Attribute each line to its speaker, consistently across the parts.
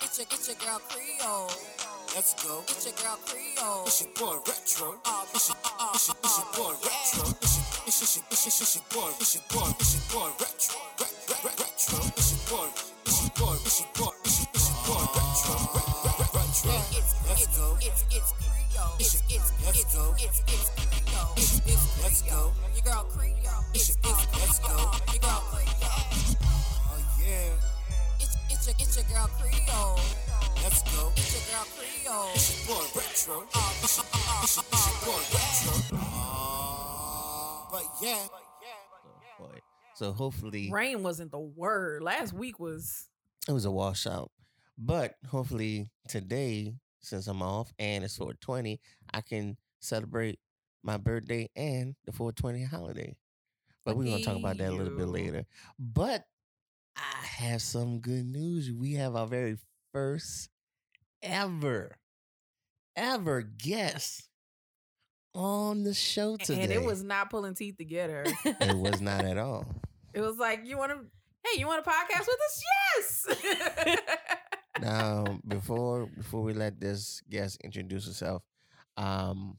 Speaker 1: Get your, get your girl Creole.
Speaker 2: Let's go.
Speaker 1: Get your girl Creole.
Speaker 2: It's your boy Retro.
Speaker 1: Uh,
Speaker 2: It's your,
Speaker 1: uh,
Speaker 2: it's your, it's your boy Retro. It's your, it's your, it's your, it's your boy. It's your boy. It's your boy Retro. Ret, ret, ret, retro. It's your boy. It's your boy. It's your boy. It's your, it's your boy Retro. Ret, ret, ret, retro.
Speaker 1: yeah, it's,
Speaker 2: Let's
Speaker 1: it's,
Speaker 2: go.
Speaker 1: It's, it's Creole. It's,
Speaker 2: It's your-
Speaker 1: it's,
Speaker 2: let's
Speaker 1: it's,
Speaker 2: go.
Speaker 1: It's, it's Creole.
Speaker 2: It's-
Speaker 1: It's,
Speaker 2: let's
Speaker 1: it's Creole.
Speaker 2: go.
Speaker 1: Your girl Creole.
Speaker 2: It's
Speaker 1: It's,
Speaker 2: your-
Speaker 1: it's,
Speaker 2: let's go.
Speaker 1: uh, Your girl Creole.
Speaker 2: Oh yeah.
Speaker 1: It's, it's your, it's your girl Creole.
Speaker 2: Let's go.
Speaker 1: It's your girl Creole.
Speaker 2: It's your boy Retro.
Speaker 1: Uh,
Speaker 2: It's your, it's your, it's your boy Retro. Ah, but yeah.
Speaker 3: So, boy. So hopefully
Speaker 4: Rain wasn't the word. Last week was
Speaker 3: it was a washout. But hopefully today, since I'm off and it's 420, I can celebrate my birthday and the 420 holiday. But we're gonna talk about that a little bit
Speaker 4: Ew.
Speaker 3: later. But I have some good news. We have our very first ever, ever guest on the show today.
Speaker 4: and it was not pulling teeth to get her.
Speaker 3: it was not at all.
Speaker 4: it was like, you want to hey, you want a podcast with us? Yes.
Speaker 3: now before before we let this guest introduce herself um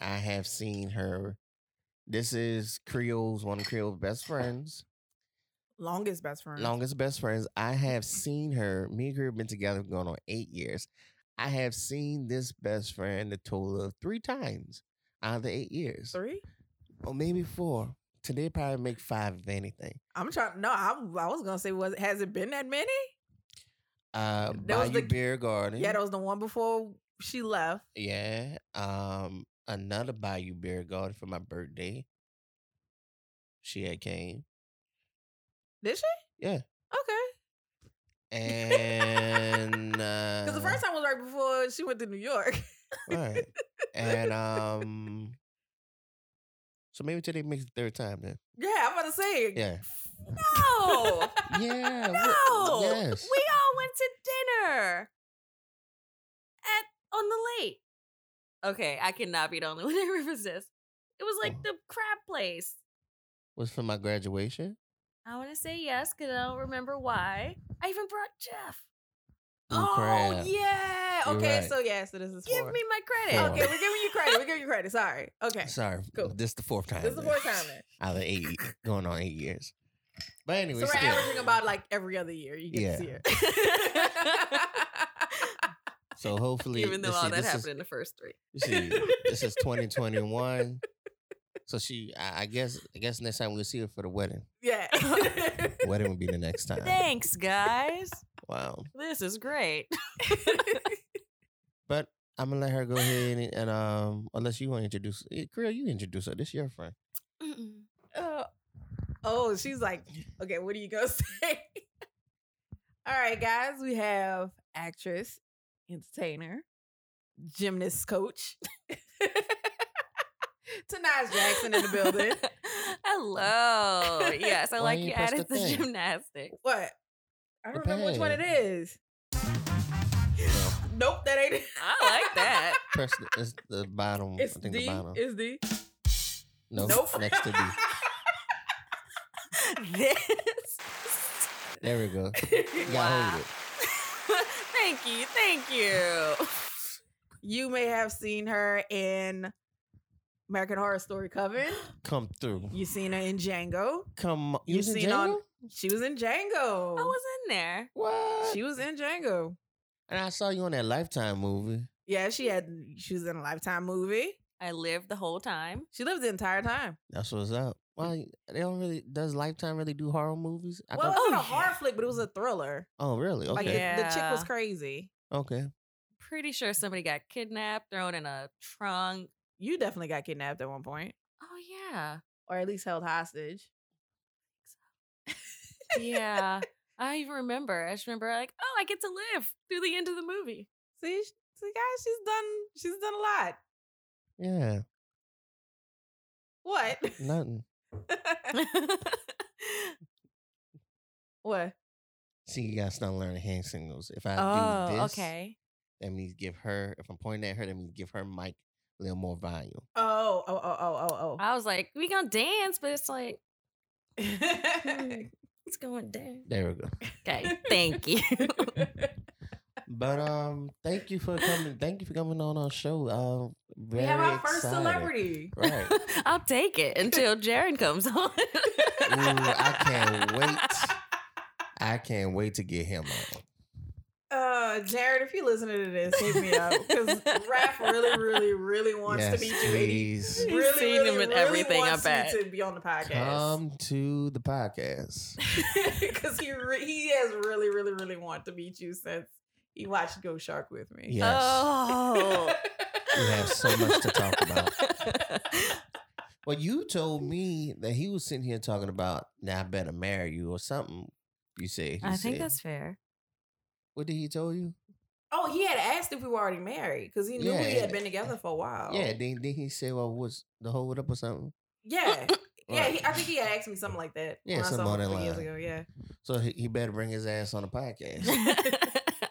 Speaker 3: i have seen her this is creole's one of creole's best friends
Speaker 4: Longest best friend.
Speaker 3: longest best friends i have seen her me and creole have been together going on eight years i have seen this best friend a total of three times out of the eight years
Speaker 4: three.
Speaker 3: or maybe four today probably make five if anything
Speaker 4: I'm trying. No, I, I was gonna say, was has it been that many?
Speaker 3: uh
Speaker 4: That was
Speaker 3: bayou
Speaker 4: the-
Speaker 3: beer garden
Speaker 4: Yeah, that was the one before she left.
Speaker 3: Yeah. Um, another Bayou Beer Garden for my birthday. She had came.
Speaker 4: Did she?
Speaker 3: Yeah.
Speaker 4: Okay.
Speaker 3: And uh,
Speaker 4: Because
Speaker 3: Uh-huh.
Speaker 4: the first time was right before she went to New York.
Speaker 3: right. And um so maybe today makes the third time then.
Speaker 4: yeah, I'm about to say.
Speaker 3: Yeah.
Speaker 5: No.
Speaker 3: Yeah.
Speaker 5: No.
Speaker 3: wh- Yes.
Speaker 5: We all went to dinner at on the lake. Okay, I cannot be the only one that remembers this. It was like the crab place.
Speaker 3: Was for my graduation.
Speaker 5: I want to say yes because I don't remember why. I even brought Jeff.
Speaker 3: Blue
Speaker 4: oh
Speaker 3: crab.
Speaker 4: yeah.
Speaker 3: You're
Speaker 4: Okay.
Speaker 3: right.
Speaker 4: So yeah. So this is
Speaker 5: Give
Speaker 4: four.
Speaker 5: me my credit.
Speaker 3: Four.
Speaker 4: Okay, we're giving you credit. We're giving you credit. Sorry. Okay.
Speaker 3: Sorry.
Speaker 4: Cool.
Speaker 3: This the fourth time.
Speaker 4: This is the
Speaker 3: then,
Speaker 4: fourth time then.
Speaker 3: Out of eight ye- going on eight years. But anyway,
Speaker 4: So we're
Speaker 3: still.
Speaker 4: averaging about like every other year. You get
Speaker 3: Yeah.
Speaker 4: to see her.
Speaker 3: so hopefully
Speaker 5: Even though
Speaker 3: let's
Speaker 5: all
Speaker 3: see,
Speaker 5: that
Speaker 3: this
Speaker 5: happened
Speaker 3: is-
Speaker 5: in the first three.
Speaker 3: You see, this is 2021. So she, I, I guess, I guess next time we'll see her for the wedding.
Speaker 4: yeah.
Speaker 3: Wedding would be the next time.
Speaker 5: Thanks, guys.
Speaker 3: Wow.
Speaker 5: This is great.
Speaker 3: But I'm gonna let her go ahead and, and um, unless you want to introduce, eh, Creel, you introduce her. This your friend.
Speaker 4: oh. oh, she's like, okay, what are you gonna say? All right, guys, we have actress, entertainer, gymnast coach. Tanaj Jackson in the building.
Speaker 5: Hello. Yes, I
Speaker 3: Why
Speaker 5: like
Speaker 3: you
Speaker 5: you
Speaker 3: press
Speaker 5: added
Speaker 3: the
Speaker 5: the,
Speaker 3: thing?
Speaker 5: gymnastics.
Speaker 4: What? I don't remember which one it
Speaker 3: Okay.
Speaker 4: is. Nope, that ain't it.
Speaker 5: I like that.
Speaker 3: Press the, it's the bottom.
Speaker 4: It's
Speaker 3: I think
Speaker 4: D.
Speaker 3: the bottom.
Speaker 4: It's D.
Speaker 3: no, next to D.
Speaker 5: this.
Speaker 3: There we go. You gotta hold it.
Speaker 5: thank you. Thank you.
Speaker 4: you may have seen her in American Horror Story Coven.
Speaker 3: Come through.
Speaker 4: You've seen her in Django.
Speaker 3: Come. on. You
Speaker 4: You
Speaker 3: was in
Speaker 4: seen on-
Speaker 3: jail?
Speaker 4: She was in Django.
Speaker 5: I
Speaker 3: Oh.
Speaker 5: was in there.
Speaker 3: What?
Speaker 4: she was in Django.
Speaker 3: and I saw you on that Lifetime movie.
Speaker 4: Yeah, she had she was in a lifetime movie.
Speaker 5: I lived the whole time.
Speaker 4: She lived the entire time.
Speaker 3: That's what's up. Why they don't really? Does Lifetime really do horror movies? I
Speaker 4: well, it
Speaker 3: thought-
Speaker 4: wasn't
Speaker 5: Oh,
Speaker 4: a horror
Speaker 5: yeah.
Speaker 4: flick, but it was a thriller.
Speaker 3: oh, really? Okay.
Speaker 4: Like the, the chick was
Speaker 5: Yeah.
Speaker 4: crazy.
Speaker 3: Okay.
Speaker 5: Pretty sure somebody got kidnapped, thrown in a trunk.
Speaker 4: You definitely got kidnapped at one point.
Speaker 5: Oh yeah.
Speaker 4: Or at least held hostage.
Speaker 5: Yeah. I even remember. I just remember like, oh, I get to live through the end of the movie.
Speaker 4: See, sh- see guys, she's done she's done a
Speaker 3: Yeah,
Speaker 4: lot. What?
Speaker 3: nothing.
Speaker 4: what?
Speaker 3: See, you gotta start learning hand signals. If I do
Speaker 5: oh,
Speaker 3: this,
Speaker 5: okay.
Speaker 3: that means give her. If I'm pointing at her, that means give her mic a little more volume.
Speaker 4: Oh, oh, oh, oh, oh, oh.
Speaker 5: I was like, we gonna dance, but it's like "Mm,
Speaker 4: I
Speaker 5: it's going down.
Speaker 3: There we go.
Speaker 5: Okay, thank you.
Speaker 3: But um, thank you for coming. Thank you for coming on our show. Um,
Speaker 4: we have
Speaker 3: very
Speaker 4: our first
Speaker 3: excited.
Speaker 4: celebrity.
Speaker 3: Right.
Speaker 5: I'll take it until Jaron comes on.
Speaker 3: Ooh, I can't wait. I can't wait to get him on.
Speaker 4: Uh, Jared, if you listening to this, hit me up because Raph really, really, really wants to meet you. and he
Speaker 3: please.
Speaker 5: He's
Speaker 4: Really,
Speaker 5: seen
Speaker 4: really,
Speaker 5: him in
Speaker 4: really
Speaker 5: everything, I
Speaker 4: wants you
Speaker 5: bet.
Speaker 4: to be on the podcast
Speaker 3: Come to the podcast.
Speaker 4: because he re- he has really, really, really wanted to meet you since he watched Go Shark with me.
Speaker 3: Yes.
Speaker 5: Oh.
Speaker 3: We have so much to talk about.
Speaker 5: about.
Speaker 3: Well, you told me that he was sitting here talking about, now I better marry you or something. You said. he
Speaker 5: I think
Speaker 3: said.
Speaker 5: that's fair.
Speaker 3: What did he tell you?
Speaker 4: Oh, he had asked if we were already married because he knew we
Speaker 3: Yeah.
Speaker 4: had been together for a while.
Speaker 3: Yeah, then, then he said, well, what's the hold up or something?
Speaker 4: yeah, yeah.
Speaker 3: Right.
Speaker 4: He, I think he had asked me something like that.
Speaker 3: Yeah,
Speaker 4: when I saw
Speaker 3: something on
Speaker 4: him a
Speaker 3: that
Speaker 4: few years
Speaker 3: line.
Speaker 4: ago. Yeah,
Speaker 3: so he, he better bring his ass on the podcast.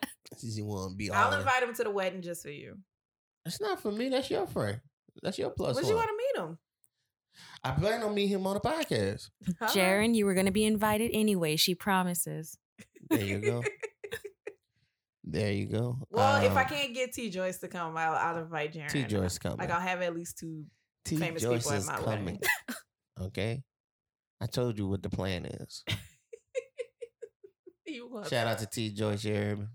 Speaker 3: Since he won't be all
Speaker 4: I'll
Speaker 3: in.
Speaker 4: invite him to the wedding just for you.
Speaker 3: That's not for me. That's your friend. That's your plus
Speaker 4: Would
Speaker 3: one.
Speaker 4: you want to meet him?
Speaker 3: I plan on meeting him on the podcast.
Speaker 4: Huh?
Speaker 5: Jaron, you were going to be invited anyway. She promises.
Speaker 3: There you go. there you go.
Speaker 4: Well, if I
Speaker 3: Um,
Speaker 4: can't get T Joyce to come, I'll, I'll invite Jaron.
Speaker 3: T Joyce coming.
Speaker 4: Like I'll have at least two.
Speaker 3: T
Speaker 4: famous people
Speaker 3: Joyce
Speaker 4: at
Speaker 3: is
Speaker 4: my
Speaker 3: coming.
Speaker 4: wedding.
Speaker 3: okay. I told you what the plan is.
Speaker 4: You want
Speaker 3: Shout out to T Joyce, you heard me?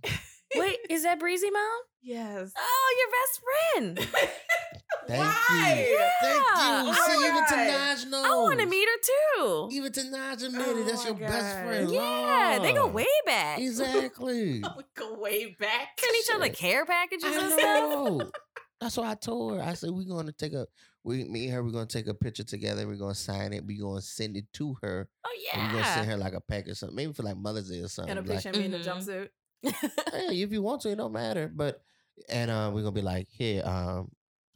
Speaker 5: Wait, is that Breezy Mom?
Speaker 4: yes.
Speaker 5: Oh, your best friend.
Speaker 3: Thank
Speaker 4: Why?
Speaker 3: you. Thank you.
Speaker 5: Yeah.
Speaker 4: Oh
Speaker 3: See,
Speaker 4: my
Speaker 3: even
Speaker 4: God.
Speaker 3: Tanaj knows.
Speaker 5: I want to meet her too.
Speaker 3: Even Tanaj admitted
Speaker 4: Oh
Speaker 3: that's
Speaker 4: my
Speaker 3: your best
Speaker 4: God.
Speaker 3: friend.
Speaker 5: Yeah, they go
Speaker 3: Lord.
Speaker 5: way back.
Speaker 3: Exactly.
Speaker 4: We go way back.
Speaker 5: Send each other
Speaker 3: Shit.
Speaker 5: care packages
Speaker 3: I
Speaker 5: and stuff.
Speaker 3: know. That's what I told her. I said we're gonna take a we me and her, we're gonna take a picture together, we're gonna sign it, we're gonna send it to her.
Speaker 5: Oh
Speaker 3: And we're gonna
Speaker 5: yeah.
Speaker 3: send her like a pack or something, maybe for like Mother's Day or something.
Speaker 4: And a
Speaker 3: Like,
Speaker 4: picture of me in a
Speaker 5: Mhm.
Speaker 4: jumpsuit.
Speaker 3: hey, if you want to, it don't matter. But and uh, we're gonna be like, here, um,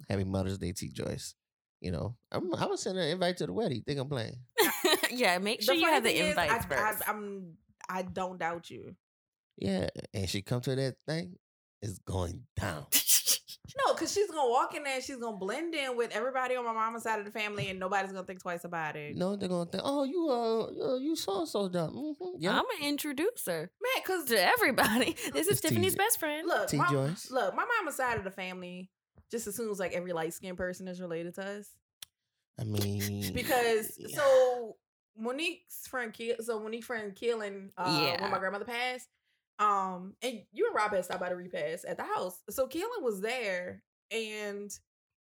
Speaker 3: happy Mother's Day, T Joyce. You know, I'm, I'm gonna send her an invite to the wedding. Think I'm playing.
Speaker 5: yeah, make sure you
Speaker 4: funny
Speaker 5: have
Speaker 4: thing
Speaker 5: the
Speaker 4: is,
Speaker 5: invite
Speaker 4: I, I,
Speaker 5: first.
Speaker 4: I'm. I don't doubt you.
Speaker 3: Yeah, and she come to that thing, it's going down.
Speaker 4: No, because she's gonna walk in there and she's gonna blend in with everybody on my mama's side of the family, and nobody's gonna think twice about it.
Speaker 3: You know, they're gonna think, oh, you uh, uh, you so so dumb. Mm-hmm. Yeah,
Speaker 5: I'm gonna introduce her
Speaker 4: man, because
Speaker 5: to everybody. This is
Speaker 3: It's
Speaker 5: Tiffany's
Speaker 3: TJ.
Speaker 5: best friend.
Speaker 4: look,
Speaker 3: T
Speaker 4: my,
Speaker 3: Joyce.
Speaker 4: look, my mama's side of the family just assumes like every light skinned person is related to us.
Speaker 3: I mean,
Speaker 4: because
Speaker 3: yeah.
Speaker 4: so Monique's friend Ke- so Monique's friend Keelan, uh,
Speaker 5: Yeah.
Speaker 4: when my grandmother passed, um, and you and Rob had stopped by the repass at the house. So Keelan was there, and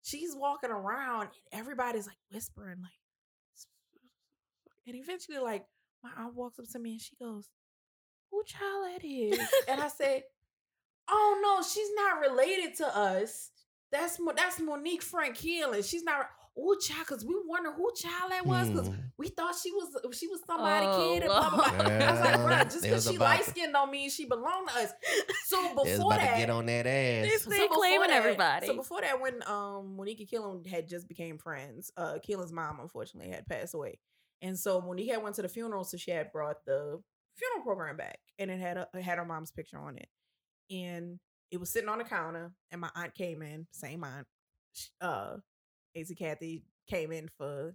Speaker 4: she's walking around, and everybody's like whispering, like, and eventually, like my aunt walks up to me and she goes, "Who child that is?" and I said, "Oh no, she's not related to us. That's Mo- that's Monique Frank Keelan. She's not." Ooh, child, because we wonder who child that was, because
Speaker 3: Hmm.
Speaker 4: we thought she was uh, she was somebody
Speaker 5: Oh,
Speaker 4: kid and blah blah blah. I was like,
Speaker 3: Well,
Speaker 4: bro, just
Speaker 3: they
Speaker 4: because
Speaker 3: was
Speaker 4: she
Speaker 3: about
Speaker 4: light
Speaker 3: to-
Speaker 4: skinned don't mean she belonged to us. So
Speaker 3: They was
Speaker 4: before
Speaker 3: about
Speaker 4: that,
Speaker 3: to get on that ass.
Speaker 5: This-
Speaker 4: so
Speaker 5: They
Speaker 4: before
Speaker 5: claiming
Speaker 4: that-
Speaker 5: everybody.
Speaker 4: So before that, when um Monique and Keelan had just became friends, uh Keelan's mom unfortunately had passed away, and so Monique had went to the funeral, so she had brought the funeral program back, and it had a, it had her mom's picture on it, and it was sitting on the counter, and my aunt came in, same aunt, sh- uh, Auntie Kathy came in for,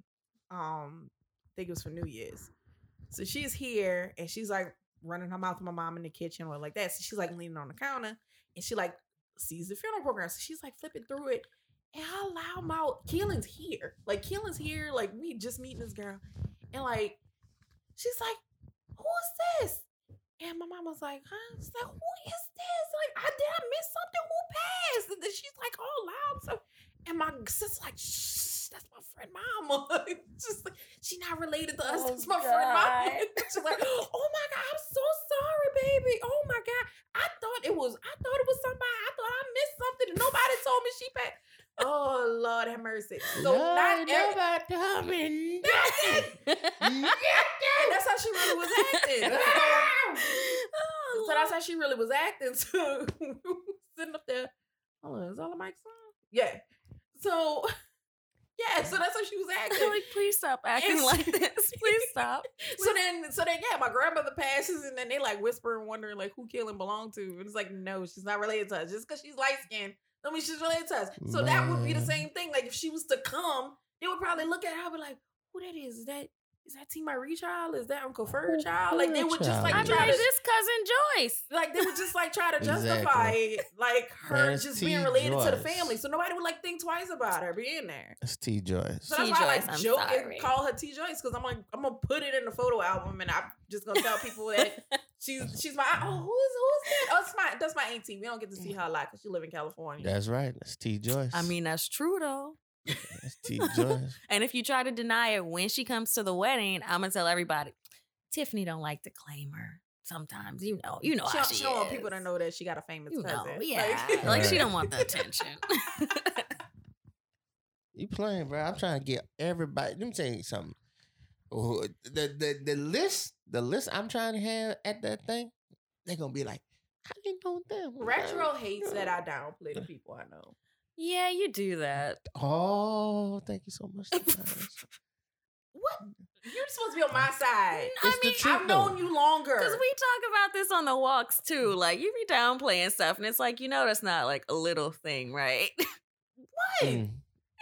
Speaker 4: um, I think it was for New Year's, so she's here and she's like running her mouth to my mom in the kitchen or like that, so she's like leaning on the counter, and she like sees the funeral program. So she's like flipping through it. And I loud mouth, Keelan's here. Like Keelan's here. Like we just meeting this girl. And like she's like, who is this? And my mom was like, huh? She's like, who is this? Like, I did I miss something? Who passed? And then she's like all loud. So and my sister's like, shh, that's my friend mama. just like she not related to us.
Speaker 5: Oh,
Speaker 4: that's my friend mama.
Speaker 5: God.
Speaker 4: she's like, oh my God, I'm so sorry, baby. Oh my God. I thought it was I thought it was somebody. I thought I missed something and nobody told me she passed. Oh Lord have mercy. So
Speaker 3: Lord,
Speaker 4: not every-
Speaker 3: nobody coming.
Speaker 4: and that's how she really was acting.
Speaker 5: Oh,
Speaker 4: so that's how she really was acting. So sitting up there. Hold on, is all the mics on? Yeah. So yeah, so that's how she was acting.
Speaker 5: I'm Oh, like, please stop acting
Speaker 4: It's-
Speaker 5: like this. Please stop.
Speaker 4: so then, so then, yeah, my grandmother passes, and then they like whisper and wondering like who Keelan belonged to, and it's like no, she's not related to us. Just because she's light skinned, I mean she's related to us. So that would be the
Speaker 3: Man.
Speaker 4: same thing. Like if she was to come, they would probably look at her and be like, "Who that is? Is that is that T. Marie child? Is that Uncle Fur child? Like they would just like
Speaker 5: I
Speaker 3: Child.
Speaker 5: played
Speaker 4: try to
Speaker 5: this cousin Joyce.
Speaker 4: like they would just like try to justify
Speaker 3: Exactly.
Speaker 4: it, like her
Speaker 3: Man, it's
Speaker 4: just
Speaker 3: T.
Speaker 4: being related to the
Speaker 3: Joyce.
Speaker 4: family. So nobody would like think twice about her being there.
Speaker 3: It's T Joyce.
Speaker 4: So that's
Speaker 5: T.
Speaker 4: why I like
Speaker 5: Joyce, I'm
Speaker 4: joke
Speaker 5: sorry.
Speaker 4: and call her T Joyce because I'm like I'm gonna put it in the photo album and I'm just gonna tell people that she's she's my aunt. oh who is who is that? Oh, it's my that's my auntie. We don't get to
Speaker 3: Mm.
Speaker 4: see her a lot because she live in California.
Speaker 3: That's right. It's T Joyce.
Speaker 5: I mean, that's true though.
Speaker 3: it's T Joyce.
Speaker 5: And if you try to deny it when she comes to the wedding, I'm gonna tell everybody. Tiffany don't like to claim her. Sometimes you know, you know
Speaker 4: she
Speaker 5: how
Speaker 4: don't,
Speaker 5: she,
Speaker 4: she don't want people to
Speaker 5: is.
Speaker 4: know that she got a famous
Speaker 5: You know,
Speaker 4: cousin.
Speaker 5: yeah.
Speaker 4: Like-
Speaker 5: Like, she
Speaker 3: Right.
Speaker 5: don't want the attention.
Speaker 3: You playing, bro? I'm trying to get everybody. Let me tell you something. Oh, the the the list, the list I'm trying to have at that thing, they're gonna be like, I didn't know them.
Speaker 4: Retro hates that I downplay the people I know.
Speaker 5: yeah, you do that.
Speaker 3: Oh, thank you so much. T. Joyce.
Speaker 4: What? You're supposed to be on my side.
Speaker 5: I
Speaker 3: It's the
Speaker 5: mean,
Speaker 3: truth,
Speaker 4: I've known
Speaker 3: though.
Speaker 4: you longer.
Speaker 5: Because we talk about this on the walks too. Like you be downplaying stuff, and it's like you know that's not like a little thing, right?
Speaker 4: Mm. What?
Speaker 3: Mm, mm,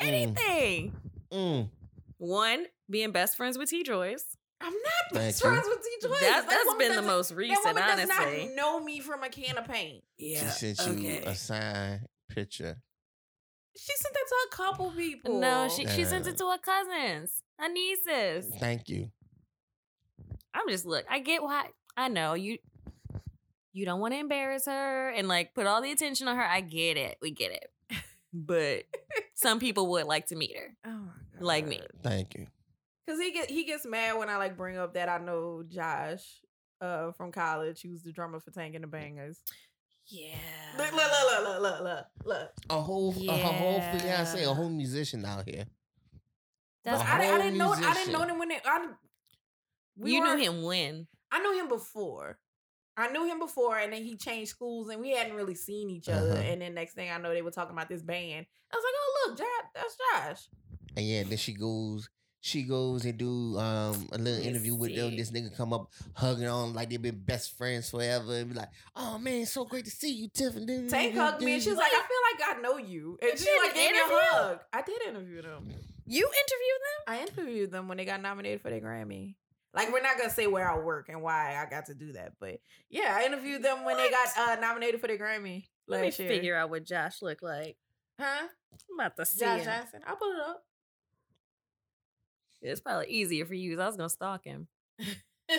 Speaker 5: Anything.
Speaker 3: mm.
Speaker 5: One being best friends with T. Joyce.
Speaker 4: I'm not
Speaker 3: Thank
Speaker 4: best
Speaker 3: you.
Speaker 4: friends with T. Joyce.
Speaker 5: That,
Speaker 4: That
Speaker 5: that's
Speaker 4: woman
Speaker 5: been the
Speaker 4: doesn't-
Speaker 5: most
Speaker 4: That
Speaker 5: recent,
Speaker 4: woman does
Speaker 5: honestly.
Speaker 4: not know me from a can of paint.
Speaker 5: Yeah.
Speaker 3: She sent you a signed picture.
Speaker 4: She sent that to a couple people.
Speaker 5: No, she she sends
Speaker 3: Uh,
Speaker 5: it to her cousins, her nieces.
Speaker 3: Thank you.
Speaker 5: I'm just look. I get why. I know you. You don't want to embarrass her and like put all the attention on her. I get it. We get it. But some people would like to meet her,
Speaker 4: Oh my God.
Speaker 5: like me.
Speaker 3: Thank you.
Speaker 4: Cause he get he gets mad when I like bring up that I know Josh uh from college, who's the drummer for Tank and the Bangers.
Speaker 5: Yeah.
Speaker 4: Look, look, look, look, look, look, look.
Speaker 3: A whole, a, whole
Speaker 5: Yeah.
Speaker 3: fiance, a whole musician out here.
Speaker 5: That's,
Speaker 3: The
Speaker 4: I, di- I
Speaker 3: whole
Speaker 4: didn't know I didn't
Speaker 3: musician.
Speaker 4: know him when they, I
Speaker 5: you knew
Speaker 4: weren't-
Speaker 5: him when.
Speaker 4: I knew him before. I knew him before, and then he changed schools, and we hadn't really seen each other.
Speaker 3: Uh-huh.
Speaker 4: And then next thing I know, they were talking about this band. I was like, "Oh look, Josh, that's Josh."
Speaker 3: And yeah, then she goes, she goes and do um a little
Speaker 5: Let me
Speaker 3: interview with them.
Speaker 5: see.
Speaker 3: This nigga come up hugging on like they've been best friends forever and be like, oh man, so great to see you, Tiffany.
Speaker 4: Tank
Speaker 5: Mm-hmm.
Speaker 4: hugged me, and she's like, "I feel like I know you." And
Speaker 5: Did
Speaker 4: she
Speaker 5: you
Speaker 4: like gave me a
Speaker 5: interview?
Speaker 4: hug. I did interview them.
Speaker 5: You interviewed
Speaker 4: I interviewed them when they got nominated for their Grammy. Like we're not gonna say where I work and why I got to do that, but yeah, I interviewed them when they got uh, nominated for the Grammy
Speaker 5: Let me
Speaker 4: last year.
Speaker 5: figure out what Josh looked like.
Speaker 4: huh?
Speaker 5: I'm about to see
Speaker 4: Josh
Speaker 5: him.
Speaker 4: Johnson. I'll put it up.
Speaker 5: It's probably easier for you. 'cause I was gonna stalk him. That's I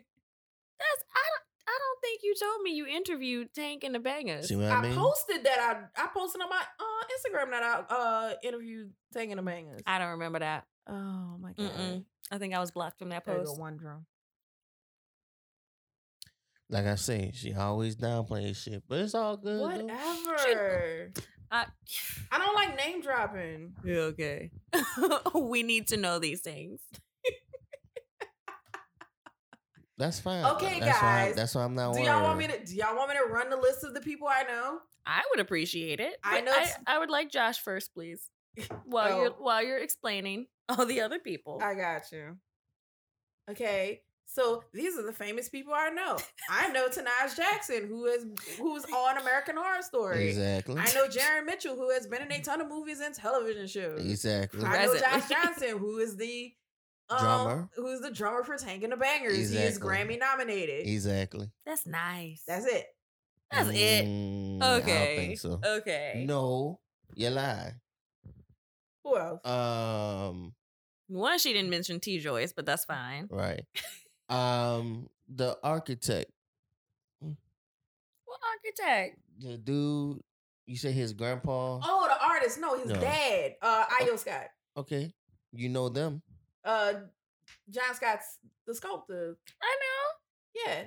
Speaker 5: don't. I don't think you told me you interviewed Tank and the Bangers.
Speaker 3: See what I
Speaker 4: I
Speaker 3: mean?
Speaker 4: posted that I I posted on my uh, Instagram that I uh interviewed Tank and the Bangers.
Speaker 5: I don't remember that.
Speaker 4: oh my god.
Speaker 5: Mm-mm. I think I was blocked from that
Speaker 4: There go
Speaker 5: post.
Speaker 4: one drum.
Speaker 3: like I say, she always downplays shit, but it's all good.
Speaker 5: Mm-hmm.
Speaker 3: though.
Speaker 4: Whatever.
Speaker 5: I,
Speaker 4: I don't like name dropping.
Speaker 5: Yeah, okay. we need to know these things.
Speaker 3: That's fine.
Speaker 4: Okay,
Speaker 3: that's Why,
Speaker 4: guys.
Speaker 3: that's why I'm not
Speaker 4: Do
Speaker 3: worried.
Speaker 4: y'all want me to do y'all want me to run the list of the people I know?
Speaker 5: I would appreciate it.
Speaker 4: I
Speaker 5: but
Speaker 4: know
Speaker 5: I,
Speaker 4: it's-
Speaker 5: I would like Josh first, please. While you're
Speaker 4: Oh.
Speaker 5: while you're explaining all the other
Speaker 3: Oh.
Speaker 5: people.
Speaker 4: I got you. Okay. So these are the famous people I know. I know Tanaj Jackson, who is who's on American Horror Story.
Speaker 3: Exactly.
Speaker 4: I know Jaron Mitchell, who has been in a ton of movies and television shows.
Speaker 3: Exactly.
Speaker 4: I know
Speaker 5: Present.
Speaker 4: Josh Johnson, who is the um,
Speaker 3: Drummer.
Speaker 4: who's the drummer for Tank and the Bangers. He is
Speaker 3: Exactly.
Speaker 4: Grammy nominated.
Speaker 3: Exactly.
Speaker 5: That's nice.
Speaker 4: That's it.
Speaker 5: That's it.
Speaker 3: Mm, I
Speaker 5: Okay.
Speaker 3: don't think so.
Speaker 5: Okay.
Speaker 3: No, you lie.
Speaker 4: Who else?
Speaker 3: Uh-huh. Um,
Speaker 5: One, she didn't mention T Joyce, but that's fine.
Speaker 3: right. um, the architect,
Speaker 5: What architect?
Speaker 3: the dude, you say his grandpa.
Speaker 4: oh, the artist. No, his
Speaker 3: No.
Speaker 4: dad. Uh,
Speaker 3: Oh.
Speaker 4: Io Scott.
Speaker 3: Okay, you know them.
Speaker 4: Uh, John Scott's the sculptor.
Speaker 5: I know.
Speaker 4: Yeah,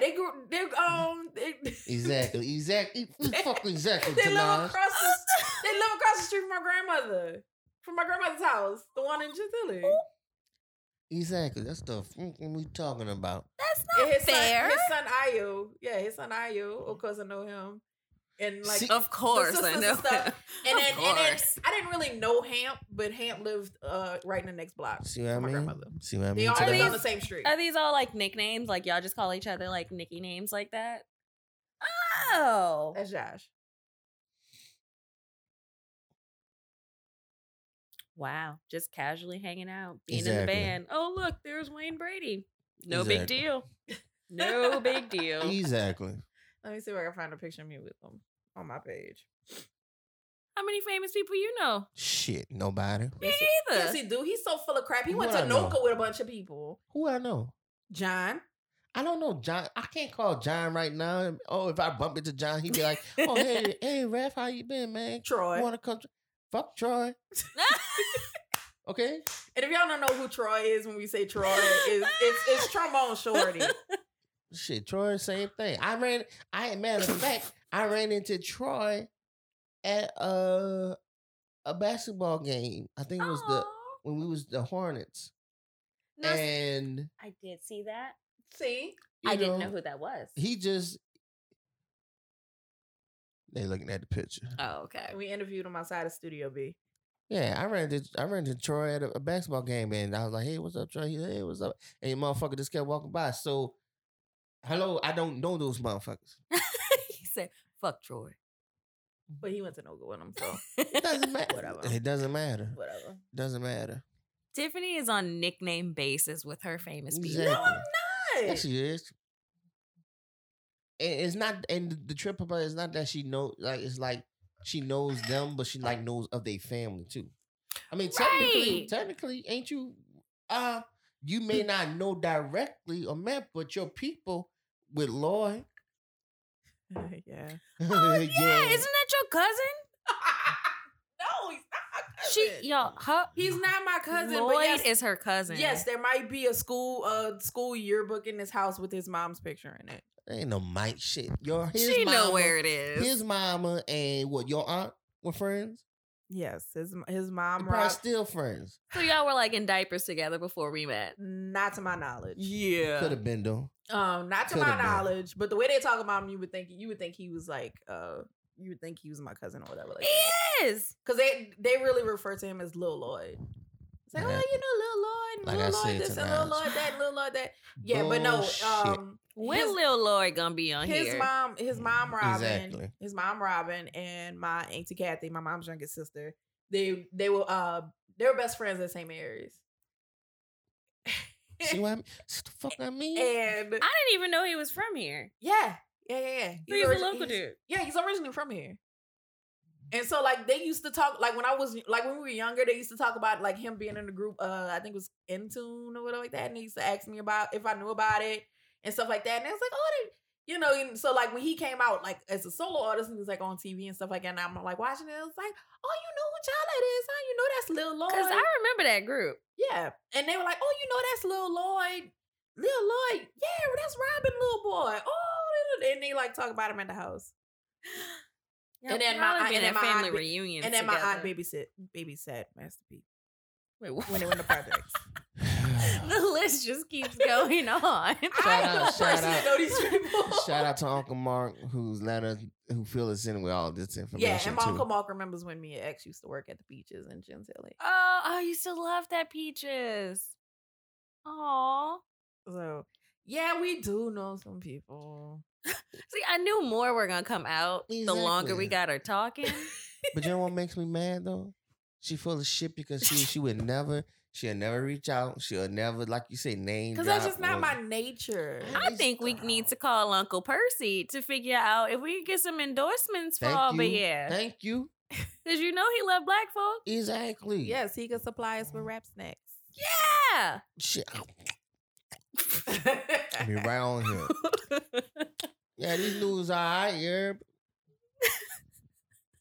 Speaker 4: yeah.
Speaker 5: I
Speaker 4: They grew. They
Speaker 3: Mm.
Speaker 4: um. They,
Speaker 3: Exactly. Exactly. Fuck exactly.
Speaker 4: they live across.
Speaker 3: Tanaj.
Speaker 4: The, they live across the street from my grandmother. From my grandmother's house, the one in Chantilly.
Speaker 3: Oh, Exactly. That's the fucking we talking about.
Speaker 5: that's
Speaker 4: And
Speaker 5: not
Speaker 4: his
Speaker 5: fair.
Speaker 4: son, his son Ayo. Yeah, his son Ayo. Of course, I know him. And like,
Speaker 3: Mm. See-
Speaker 5: of course, I
Speaker 4: sisters and
Speaker 5: know.
Speaker 4: stuff. and
Speaker 5: Of
Speaker 4: then, and then
Speaker 5: course.
Speaker 4: I didn't really know Hamp, but Hamp lived uh, right in the next block.
Speaker 3: See what I
Speaker 4: from my
Speaker 3: mean?
Speaker 4: grandmother.
Speaker 3: See what I
Speaker 4: They
Speaker 3: mean?
Speaker 4: all
Speaker 3: To
Speaker 5: Are
Speaker 4: lived
Speaker 3: the-
Speaker 4: on the same street.
Speaker 5: Are these all like nicknames? Like y'all just call each other like nicky names like that? Oh.
Speaker 4: That's Josh.
Speaker 5: Wow. Just casually hanging out, being in the
Speaker 3: Exactly.
Speaker 5: band. Oh, look, there's Wayne Brady. No big
Speaker 3: Exactly.
Speaker 5: deal. No big deal.
Speaker 3: Exactly.
Speaker 4: Let me see if I can find a picture of me with them on my page.
Speaker 5: How many famous people you know?
Speaker 3: Shit, nobody.
Speaker 5: Me
Speaker 4: Yes, he-
Speaker 5: either.
Speaker 4: Yes, he do. He's so full of crap. He went
Speaker 3: What
Speaker 4: to
Speaker 3: I know?
Speaker 4: Noka with a bunch of people.
Speaker 3: Who I know?
Speaker 4: John.
Speaker 3: I don't know John. I can't call John right now. Oh, if I bump into John, he'd be like, "Oh, hey, hey, Ref, how you been, man?
Speaker 4: Troy.
Speaker 3: Want to come? Fuck Troy, okay?
Speaker 4: And if y'all don't know who Troy is when we say Troy, it's, it's, it's trombone shorty.
Speaker 3: Shit, Troy, same thing. I ran. I matter of fact, I ran into Troy at a a basketball game. I think it was the
Speaker 5: Aw.
Speaker 3: when we was the Hornets,
Speaker 5: No, s-
Speaker 3: and you
Speaker 5: I did see that.
Speaker 4: See?
Speaker 5: I didn't know
Speaker 3: know,
Speaker 5: who that was.
Speaker 3: he just. They looking at the picture.
Speaker 5: oh, okay.
Speaker 4: And we interviewed him outside of Studio B.
Speaker 3: Yeah, I ran to I ran to Troy at a, a basketball game and I was like, "Hey, what's up, Troy? He's like, Hey, what's up?" And your motherfucker just kept walking by. So, hello, I don't know those motherfuckers.
Speaker 5: he said, fuck Troy.
Speaker 4: But he went to Noka with him, so
Speaker 3: It doesn't matter.
Speaker 4: Whatever.
Speaker 3: it doesn't matter.
Speaker 4: whatever.
Speaker 3: Doesn't matter.
Speaker 5: Tiffany is on nickname basis with her famous people.
Speaker 3: Exactly.
Speaker 4: Hey,
Speaker 5: Eh.
Speaker 3: Yes, she is. And it's not, and the- the trip about it is not that she know, like it's like she knows them, but she like knows of their family too. I mean, technically,
Speaker 5: Right.
Speaker 3: technically, ain't you? Uh, you may not know directly or met, but your people with Lloyd.
Speaker 4: yeah.
Speaker 5: Oh, yeah. Isn't that your cousin?
Speaker 4: no, he's not my cousin.
Speaker 5: She, y'all, her,
Speaker 4: he's not my cousin.
Speaker 5: Lloyd
Speaker 4: but yes,
Speaker 5: is her cousin.
Speaker 4: yes, there might be a school uh school yearbook in his house with his mom's picture in it.
Speaker 3: ain't no Mike shit. Your his
Speaker 5: she
Speaker 3: mama,
Speaker 5: know where it is.
Speaker 3: his mama and what your aunt were friends.
Speaker 4: Yes, his his
Speaker 3: They
Speaker 4: mom
Speaker 3: Probably
Speaker 4: robbed,
Speaker 3: still friends.
Speaker 5: so y'all were like in diapers together before we met.
Speaker 4: not to my knowledge.
Speaker 3: Could
Speaker 5: Yeah.
Speaker 3: have been though.
Speaker 4: Um, not to
Speaker 3: Coulda
Speaker 4: my
Speaker 3: been.
Speaker 4: knowledge, but the way they talk about him, you would think you would think he was like uh you would think he was my cousin or whatever. Like,
Speaker 5: Yes.
Speaker 4: because they they really refer to him as Lil Lloyd. It's like,
Speaker 3: Yeah.
Speaker 4: oh, you know, Lil
Speaker 3: Like
Speaker 4: Lloyd,
Speaker 3: I
Speaker 4: Lil Lloyd
Speaker 3: said
Speaker 4: this, and
Speaker 3: tonight.
Speaker 4: Lil Lloyd that, Lil Lloyd that. Yeah, but
Speaker 3: Bullshit.
Speaker 4: no, um,
Speaker 5: When
Speaker 4: his-
Speaker 5: Lil Lloyd gonna be on
Speaker 4: his
Speaker 5: here?
Speaker 4: mom, his mom Robin,
Speaker 3: Exactly.
Speaker 4: his mom Robin, and my auntie Kathy, my mom's youngest sister. They they were uh they were best friends at St. Mary's.
Speaker 3: See what I mean? See the fuck I mean?
Speaker 4: and
Speaker 5: I didn't even know he was from here.
Speaker 4: yeah, yeah, yeah, yeah.
Speaker 5: So He's, a
Speaker 4: origi-
Speaker 5: local
Speaker 4: he's-
Speaker 5: dude.
Speaker 4: Yeah, he's originally from here. And so like they used to talk like when I was like when we were younger, they used to talk about like him being in the group, uh, I think it was Intune or whatever like that. And they used to ask me about if I knew about it and stuff like that. And I was like, oh they you know, and so like when he came out like as a solo artist, he was like on TV and stuff like that. And I'm like watching it, I was like, oh, you know who Charlotte is, huh? You know that's Lil
Speaker 5: Cause
Speaker 4: Lloyd.
Speaker 5: Oh, I remember that group.
Speaker 4: Yeah. And they were like, oh, you know, that's Lil Lloyd. Lil Lloyd. Yeah, that's Robin, little boy. Oh, and they like talk about him at the house.
Speaker 5: Y'all-
Speaker 4: And then
Speaker 5: y'all
Speaker 4: my
Speaker 5: have
Speaker 4: aunt-
Speaker 5: been
Speaker 4: and then
Speaker 5: at
Speaker 4: my
Speaker 5: family
Speaker 4: aunt be-
Speaker 5: reunions.
Speaker 4: and then my aunt
Speaker 5: together.
Speaker 4: babysit, babysat Master P
Speaker 5: Wait, what?
Speaker 4: when they went to projects.
Speaker 5: the list just keeps going on.
Speaker 3: Shout
Speaker 4: I
Speaker 3: out,
Speaker 4: don't
Speaker 3: shout
Speaker 4: personally
Speaker 3: out.
Speaker 4: know these people.
Speaker 3: Shout out to Uncle Mark who's let us who fill us in with all this information.
Speaker 4: Yeah, and my
Speaker 3: too.
Speaker 4: Uncle Mark remembers when me and X used to work at the beaches in Gens LA.
Speaker 5: oh, I used to love that peaches. Aw.
Speaker 4: So yeah, we do know some people.
Speaker 5: See, I knew more were gonna come out the longer we
Speaker 3: Exactly.
Speaker 5: got her talking.
Speaker 3: But you know what makes me mad though? She full of shit because she she would never she'll never reach out. She'll never like you say name.
Speaker 4: Because that's
Speaker 3: drop
Speaker 4: just not
Speaker 3: or-
Speaker 4: my nature.
Speaker 5: I think we need to call Uncle Percy to figure out if we can get some endorsements for all
Speaker 3: Thank
Speaker 5: but
Speaker 3: you.
Speaker 5: yeah.
Speaker 3: Thank you.
Speaker 5: Because you know he loved black folk.
Speaker 3: Exactly.
Speaker 4: Yes, he could supply us with rap snacks.
Speaker 5: Yeah.
Speaker 3: Shit. I be right on here. Yeah, these news are right, yeah.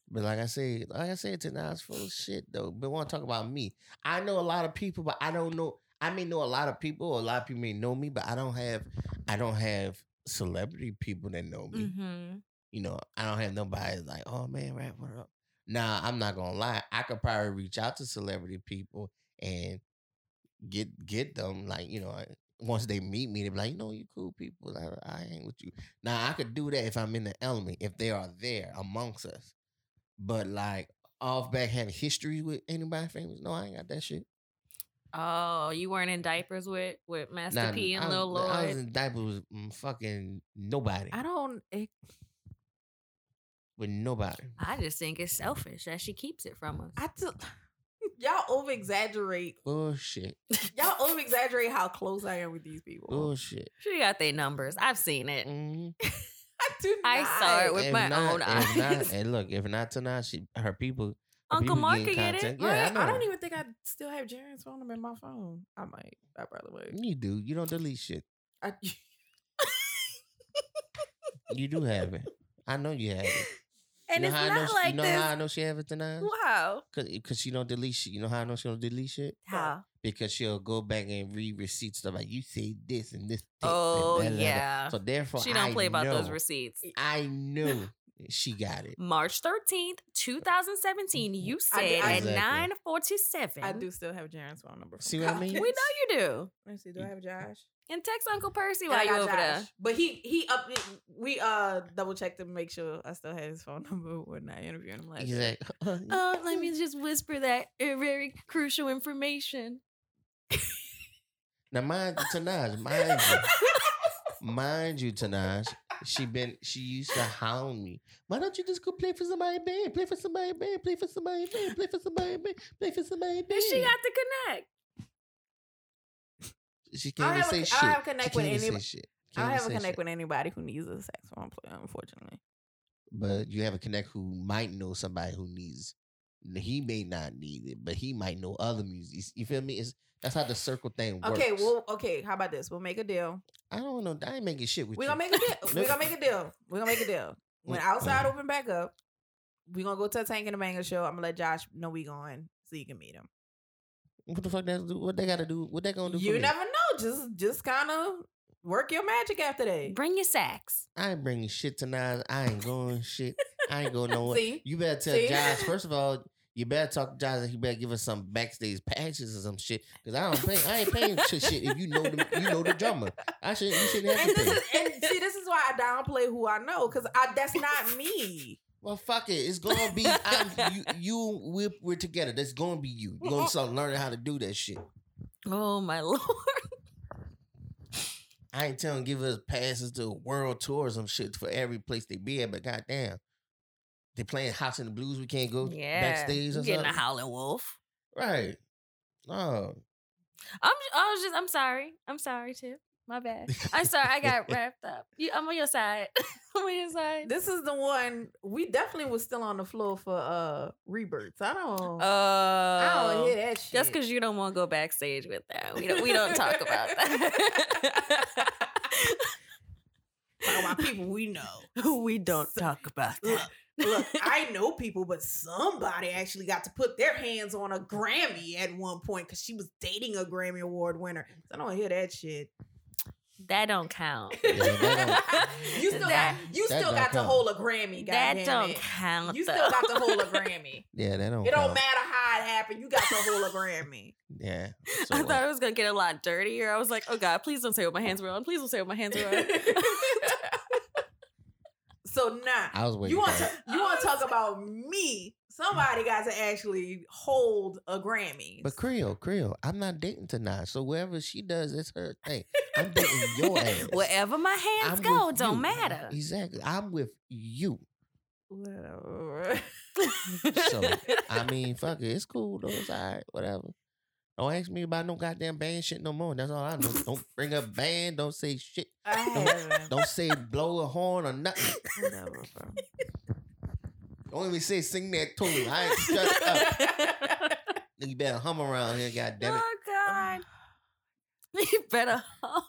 Speaker 3: But like I said, like I said, tonight's full of shit though. But want to talk about me? I know a lot of people, but I don't know. I may know a lot of people, or a lot of people may know me, but I don't have, I don't have celebrity people that know me.
Speaker 5: hmm
Speaker 3: You know, I don't have nobody like, oh man, rap what up? Nah, I'm not gonna lie. I could probably reach out to celebrity people and get get them like you know. I- Once they meet me, they be like, you know, you cool people. I, I ain't with you. Now I could do that if I'm in the element, if they are there amongst us. But like off back having history with anybody famous, no, I ain't got that shit.
Speaker 5: Oh, you weren't in diapers with with Master
Speaker 3: Nah,
Speaker 5: P and
Speaker 3: I,
Speaker 5: Lil
Speaker 3: was- I was
Speaker 5: Lloyd.
Speaker 3: in diapers with mm, fucking nobody.
Speaker 4: I don't e, it,
Speaker 3: With nobody.
Speaker 5: I just think it's selfish that she keeps it from us.
Speaker 4: I do y'all over exaggerate.
Speaker 3: Bullshit.
Speaker 4: Y'all over exaggerate how close I am with these people.
Speaker 3: Bullshit.
Speaker 5: She got their numbers. I've seen it.
Speaker 3: Mhm.
Speaker 4: I do.
Speaker 5: I
Speaker 4: not.
Speaker 5: saw it with
Speaker 3: If
Speaker 5: my
Speaker 3: not-
Speaker 5: own
Speaker 3: if not-
Speaker 5: eyes.
Speaker 3: and look, if not tonight, she her people. her
Speaker 5: Uncle
Speaker 3: people
Speaker 5: Mark
Speaker 3: getting
Speaker 5: could get it,
Speaker 3: content.
Speaker 4: Right?
Speaker 3: Yeah, I know.
Speaker 4: Oh, I, don't even think I still have Jaren's phone number in my phone. I might. I probably would.
Speaker 3: You do. You don't delete shit.
Speaker 4: I,
Speaker 3: You do have it. I know you have it.
Speaker 5: And
Speaker 3: you
Speaker 5: it's
Speaker 3: know how I know
Speaker 5: not
Speaker 3: she-
Speaker 5: like
Speaker 3: You know
Speaker 5: this.
Speaker 3: how I know she have it tonight?
Speaker 5: Wow.
Speaker 3: Cause, eh, Cause she don't delete shit. You know how I know she don't delete shit?
Speaker 5: How?
Speaker 3: Because she'll go back and read receipts stuff like you say this and this. text and
Speaker 5: Oh
Speaker 3: da, da, da."
Speaker 5: yeah.
Speaker 3: So therefore,
Speaker 5: She don't
Speaker 3: I
Speaker 5: play about those
Speaker 3: know-
Speaker 5: receipts.
Speaker 3: I know she got it.
Speaker 5: March 13th, 2017, you
Speaker 4: Mm-hmm. I do-
Speaker 5: said
Speaker 4: I-
Speaker 5: at
Speaker 3: Exactly.
Speaker 5: 947.
Speaker 4: I do still have Jaren's phone number. for
Speaker 3: See what I mean?
Speaker 5: We
Speaker 4: context.
Speaker 5: know you do.
Speaker 4: Let me see. Do I have Josh?
Speaker 5: And text Uncle Percy
Speaker 4: And I
Speaker 5: while you
Speaker 4: got
Speaker 5: over there.
Speaker 4: Josh. But he he up we uh double checked to make sure I still had his phone number when I interviewed him last.
Speaker 3: He's
Speaker 4: year.
Speaker 3: like, "Uh,
Speaker 5: Oh, let me just whisper that uh, very crucial information.
Speaker 3: now mind Tanaj, mind you, mind you, Tanaj, she been she used to hound me. Why don't you just go play for somebody bed? Play for somebody bed. Play for somebody bed. Play for somebody bed. Play for somebody bed.
Speaker 5: And she got to connect.
Speaker 3: She
Speaker 4: I
Speaker 3: can't
Speaker 4: have
Speaker 3: even
Speaker 4: a-
Speaker 3: say
Speaker 4: I
Speaker 3: shit.
Speaker 4: have
Speaker 3: She
Speaker 4: connect
Speaker 3: can't
Speaker 4: with
Speaker 3: even say
Speaker 4: anybody-
Speaker 3: shit.
Speaker 4: I
Speaker 3: Can't
Speaker 4: don't
Speaker 3: even
Speaker 4: have a
Speaker 3: say
Speaker 4: connect
Speaker 3: shit.
Speaker 4: with anybody who needs a saxophone player, unfortunately.
Speaker 3: But you have a connect who might know somebody who needs. He may not need it, but he might know other music. You feel me? It's that's how the circle thing works.
Speaker 4: Okay, well, okay. How about this? We'll make a deal.
Speaker 3: I don't know. I ain't making shit with
Speaker 4: We're
Speaker 3: you.
Speaker 4: gonna make a deal. We're gonna make a deal. We're gonna make a deal. When outside open back up, we're gonna go to a tank and a banger show. I'm gonna let Josh know we going so you can meet him.
Speaker 3: What the fuck? That, what they gotta do? What they gonna do? for
Speaker 4: You
Speaker 3: me?
Speaker 4: never know. Just just kind of work your magic after that.
Speaker 5: Bring your sacks.
Speaker 3: I ain't bringing shit tonight. I ain't going shit. I ain't going nowhere.
Speaker 4: See?
Speaker 3: You better tell
Speaker 4: See?
Speaker 3: Josh. First of all, you better talk to Josh. and He better give us some backstage patches or some shit. Cause I don't pay. I ain't paying shit. shit if you know the you know the drummer. I should. You shouldn't
Speaker 4: And
Speaker 3: have to
Speaker 4: this
Speaker 3: pay.
Speaker 4: is and see, this is why I downplay who I know because I that's not me.
Speaker 3: Well, fuck it. It's gonna be I'm, you. You we're, we're together. That's gonna be you. You gonna start learning how to do that shit.
Speaker 5: Oh my lord.
Speaker 3: I ain't telling give us passes to world tourism shit for every place they be at, but goddamn. They playing House in the Blues. We can't go
Speaker 5: Yeah.
Speaker 3: backstage
Speaker 5: you
Speaker 3: or
Speaker 5: getting
Speaker 3: something.
Speaker 5: a howling wolf.
Speaker 3: Right. Oh.
Speaker 5: I'm j- I was just I'm sorry. I'm sorry, Tip. My bad. I'm sorry. I got wrapped up. You, I'm on your side. I'm on your side.
Speaker 4: This is the one we definitely was still on the floor for uh rebirths. I don't.
Speaker 5: Oh.
Speaker 4: I don't hear that shit.
Speaker 5: Just because you don't want to go backstage with that. We don't, we don't talk about that.
Speaker 4: Talking about people we know.
Speaker 5: we don't talk about
Speaker 4: that. Look, I know people, but somebody actually got to put their hands on a Grammy at one point because she was dating a Grammy Award winner. So I don't hear that shit.
Speaker 5: that don't count.
Speaker 4: you
Speaker 3: that
Speaker 5: don't-
Speaker 4: still got,
Speaker 5: that-
Speaker 4: you
Speaker 3: that
Speaker 4: still
Speaker 3: don't
Speaker 4: got to
Speaker 3: count.
Speaker 4: hold a Grammy.
Speaker 5: that
Speaker 4: goddammit.
Speaker 5: don't count.
Speaker 4: You
Speaker 5: though.
Speaker 4: still got to hold a Grammy.
Speaker 3: Yeah, that don't.
Speaker 4: It don't
Speaker 3: count.
Speaker 4: matter how it happened. You got to hold a Grammy.
Speaker 3: Yeah. So,
Speaker 5: I
Speaker 3: uh,
Speaker 5: thought it was gonna get a lot dirtier. I was like, "Oh God, please don't say what my hands were on. Please don't say what my hands were on."
Speaker 4: so nah.
Speaker 3: I was waiting.
Speaker 4: You
Speaker 3: You
Speaker 4: want
Speaker 3: for
Speaker 4: to
Speaker 3: it.
Speaker 4: you want to talk about me? Somebody got to actually hold a Grammy.
Speaker 3: But Creole, Creole, I'm not dating tonight. So wherever she does, it's her thing. I'm dating your ass.
Speaker 5: Wherever my hands
Speaker 3: I'm
Speaker 5: go,
Speaker 3: with
Speaker 5: don't
Speaker 3: you.
Speaker 5: matter.
Speaker 3: Exactly. I'm with you.
Speaker 4: Whatever.
Speaker 3: So- I mean, fuck it. It's cool though. It's all right. Whatever. Don't ask me about no goddamn band shit no more. That's all I know. Don't bring up band. Don't say shit.
Speaker 4: I haven't.
Speaker 3: Don't say blow a horn or nothing.
Speaker 4: Whatever, bro.
Speaker 3: Don't even say sing that tune. I ain't shut up. You better hum around here, goddamn it.
Speaker 5: oh God, you better home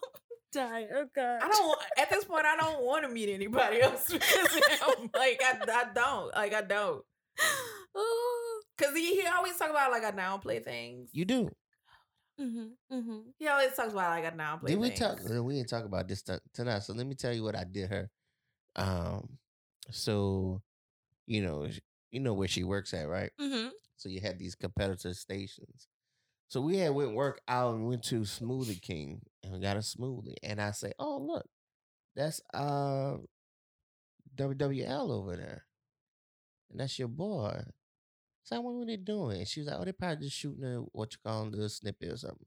Speaker 5: die. Oh God,
Speaker 4: I don't. wa- At this point, I don't want to meet anybody else because I'm like I, I don't like I don't
Speaker 5: Ooh.
Speaker 4: because he, he always talk about like I downplay things.
Speaker 3: You do.
Speaker 5: Mm-hmm, mm-hmm.
Speaker 4: He always talks about like I downplay.
Speaker 3: Did we
Speaker 4: things.
Speaker 3: talk? uh, We didn't talk about this t- tonight. So let me tell you what I did her. Um, so you know, sh- you know where she works at, right?
Speaker 5: Mm-hmm.
Speaker 3: So you had these competitor stations. So we had went work out and went to Smoothie King and we got a smoothie. And I say, oh look, that's uh WWL over there, and that's your boy. So I went, what they doing? And she was like, oh, they probably just shooting a, what you call the snippet or something.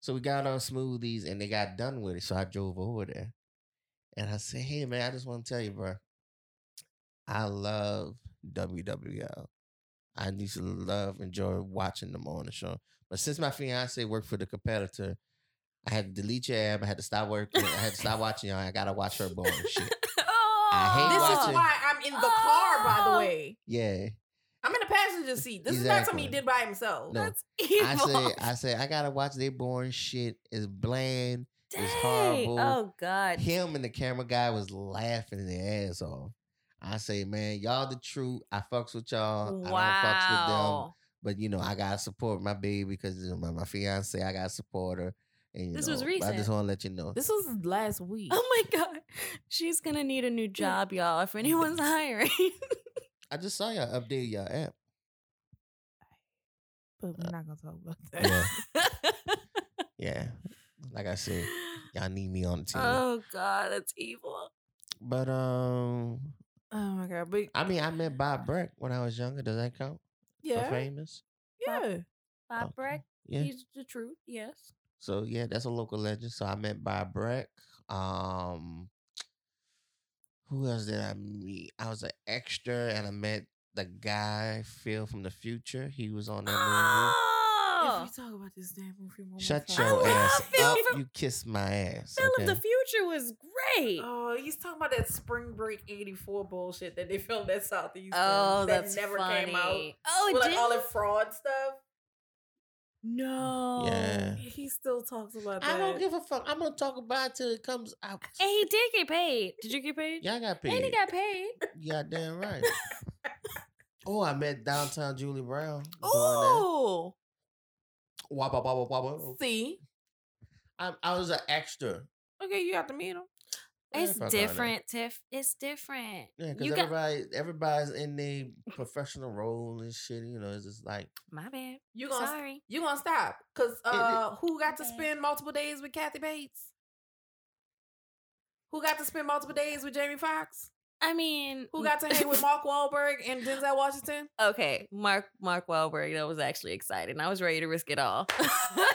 Speaker 3: So we got our smoothies and they got done with it. So I drove over there, and I said, hey man, I just want to tell you, bro, I love WWL. I used to love enjoy watching them on the show. But since my fiance worked for the competitor, I had to delete your app. I had to stop working. I had to stop watching y'all. I gotta watch her boring shit.
Speaker 5: oh,
Speaker 3: I hate
Speaker 4: This
Speaker 3: watching-
Speaker 4: is why I'm in the car, by the
Speaker 5: Oh.
Speaker 4: way.
Speaker 3: Yeah,
Speaker 4: I'm in the passenger seat. This is not something he
Speaker 3: Exactly.
Speaker 4: did by himself.
Speaker 3: No.
Speaker 5: That's evil.
Speaker 3: I say, I say, I gotta watch their boring shit. It's bland. it's
Speaker 5: Dang.
Speaker 3: horrible.
Speaker 5: Oh God.
Speaker 3: Him and the camera guy was laughing their ass off. I say, man, y'all the truth. I fucks with y'all. I don't fucks with them.
Speaker 5: wow.
Speaker 3: but you know, I gotta support my baby because you know, my, my fiance, I gotta support her. And you
Speaker 5: This
Speaker 3: know,
Speaker 5: was
Speaker 3: I just
Speaker 5: recent.
Speaker 3: want to let you know.
Speaker 4: This was last week.
Speaker 5: Oh my God. She's gonna need a new job, y'all. If anyone's hiring.
Speaker 3: I just saw y'all update y'all app.
Speaker 4: But we're not gonna talk about that.
Speaker 3: Yeah, yeah. Like I said, y'all need me on the team.
Speaker 5: oh God, that's
Speaker 3: Oh,
Speaker 5: evil.
Speaker 3: but um,
Speaker 4: Oh my god! But
Speaker 3: I mean, I met Bob Breck when I was younger. Does that count? For
Speaker 4: yeah,
Speaker 3: famous.
Speaker 4: yeah.
Speaker 5: Bob
Speaker 3: Okay.
Speaker 5: Breck,
Speaker 3: Yeah.
Speaker 5: he's the truth. Yes.
Speaker 3: So yeah, that's a local legend. So I met Bob Breck. Um, who else did I meet? I was an extra, and I met the guy Phil from the future. He was on that movie.
Speaker 5: Oh,
Speaker 4: If you talk about this damn movie, one more
Speaker 3: Shut
Speaker 4: time-
Speaker 3: your
Speaker 5: love
Speaker 3: ass
Speaker 5: Phil
Speaker 3: up.
Speaker 5: from-
Speaker 3: You kiss my ass.
Speaker 5: Phil of
Speaker 3: okay?
Speaker 5: the Future was great.
Speaker 4: Oh, he's talking about that Spring Break '84 bullshit that they filmed at Southeast.
Speaker 5: Oh,
Speaker 4: that
Speaker 5: that's
Speaker 4: never
Speaker 5: funny.
Speaker 4: came out.
Speaker 5: Oh, it
Speaker 4: With, like
Speaker 5: did.
Speaker 4: all the fraud stuff.
Speaker 5: no.
Speaker 3: Yeah.
Speaker 4: He still talks about that.
Speaker 3: I don't give a fuck. I'm gonna talk about it till it comes out.
Speaker 5: And he did get paid. Did you get paid?
Speaker 3: Y'all got
Speaker 5: And he
Speaker 3: paid.
Speaker 5: got paid.
Speaker 3: Y'all damn right. oh, I met downtown Julie Brown. doing that.
Speaker 5: Oh.
Speaker 3: Wabba wabba wabba.
Speaker 4: See,
Speaker 3: I, I was an extra.
Speaker 4: okay, you have to meet him.
Speaker 3: Yeah,
Speaker 5: It's
Speaker 3: fuck all that.
Speaker 5: different, Tiff. It's different.
Speaker 3: Yeah, because
Speaker 5: you got
Speaker 3: everybody, everybody's in their professional role and shit. You know, it's just like
Speaker 5: my bad.
Speaker 4: You gonna
Speaker 5: Sorry.
Speaker 4: you gonna stop? Cause uh, who got to
Speaker 5: Okay.
Speaker 4: spend multiple days with Kathy Bates? Who got to spend multiple days with Jamie Foxx?
Speaker 5: I mean,
Speaker 4: Who got to hang with Mark Wahlberg and Denzel Washington?
Speaker 5: Okay, Mark Mark Wahlberg. That was actually exciting. I was ready to risk it all. Like,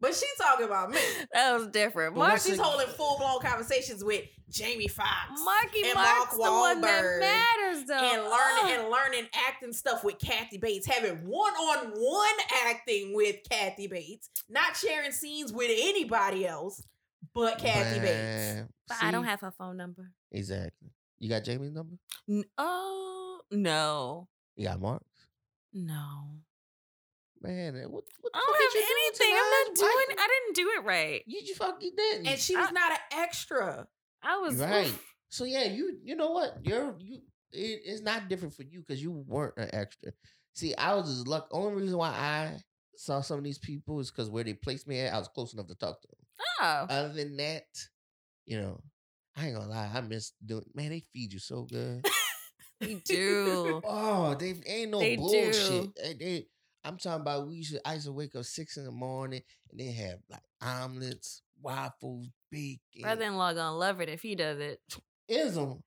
Speaker 4: But she talking about me.
Speaker 5: that was different.
Speaker 3: But
Speaker 5: Mark,
Speaker 3: what's
Speaker 4: She's
Speaker 3: the-
Speaker 4: holding full blown conversations with Jamie Foxx
Speaker 5: Marky
Speaker 4: and
Speaker 5: Mark's
Speaker 4: Mark
Speaker 5: the one
Speaker 4: Wahlberg
Speaker 5: that matters, though.
Speaker 4: and learning
Speaker 5: Oh.
Speaker 4: and learning acting stuff with Kathy Bates, having one on one acting with Kathy Bates, not sharing scenes with anybody else but Kathy Bates.
Speaker 3: Man,
Speaker 5: But I don't
Speaker 3: see?
Speaker 5: have her phone number.
Speaker 3: exactly. You got Jamie's number.
Speaker 5: N- oh no,
Speaker 3: You got Mark.
Speaker 5: no.
Speaker 3: Man, eh, what? what the
Speaker 5: I
Speaker 3: fuck
Speaker 5: don't
Speaker 3: did
Speaker 5: have
Speaker 3: you do
Speaker 5: anything. I'm not
Speaker 3: tonight? Why-
Speaker 5: doing. I didn't do it right.
Speaker 3: You, you fuck, you didn't.
Speaker 4: And she was
Speaker 5: I-
Speaker 4: not an extra.
Speaker 5: I was
Speaker 3: Right.
Speaker 5: oof.
Speaker 3: so yeah, you you know what? You're you. It, it's not different for you because you weren't an extra. See, I was just luck. Only reason why I saw some of these people is because where they placed me at, I was close enough to talk to them.
Speaker 5: Oh,
Speaker 3: Other than that, you know, I ain't gonna lie. I miss doing. Man, they feed you so good.
Speaker 5: you do.
Speaker 3: oh, they ain't no
Speaker 5: They
Speaker 3: bullshit.
Speaker 5: do.
Speaker 3: Eh, They, I'm talking about we should. I used to wake up six in the morning and they have like omelets, waffles, bacon.
Speaker 5: Brother-in-law gonna love it if he does it.
Speaker 3: ism.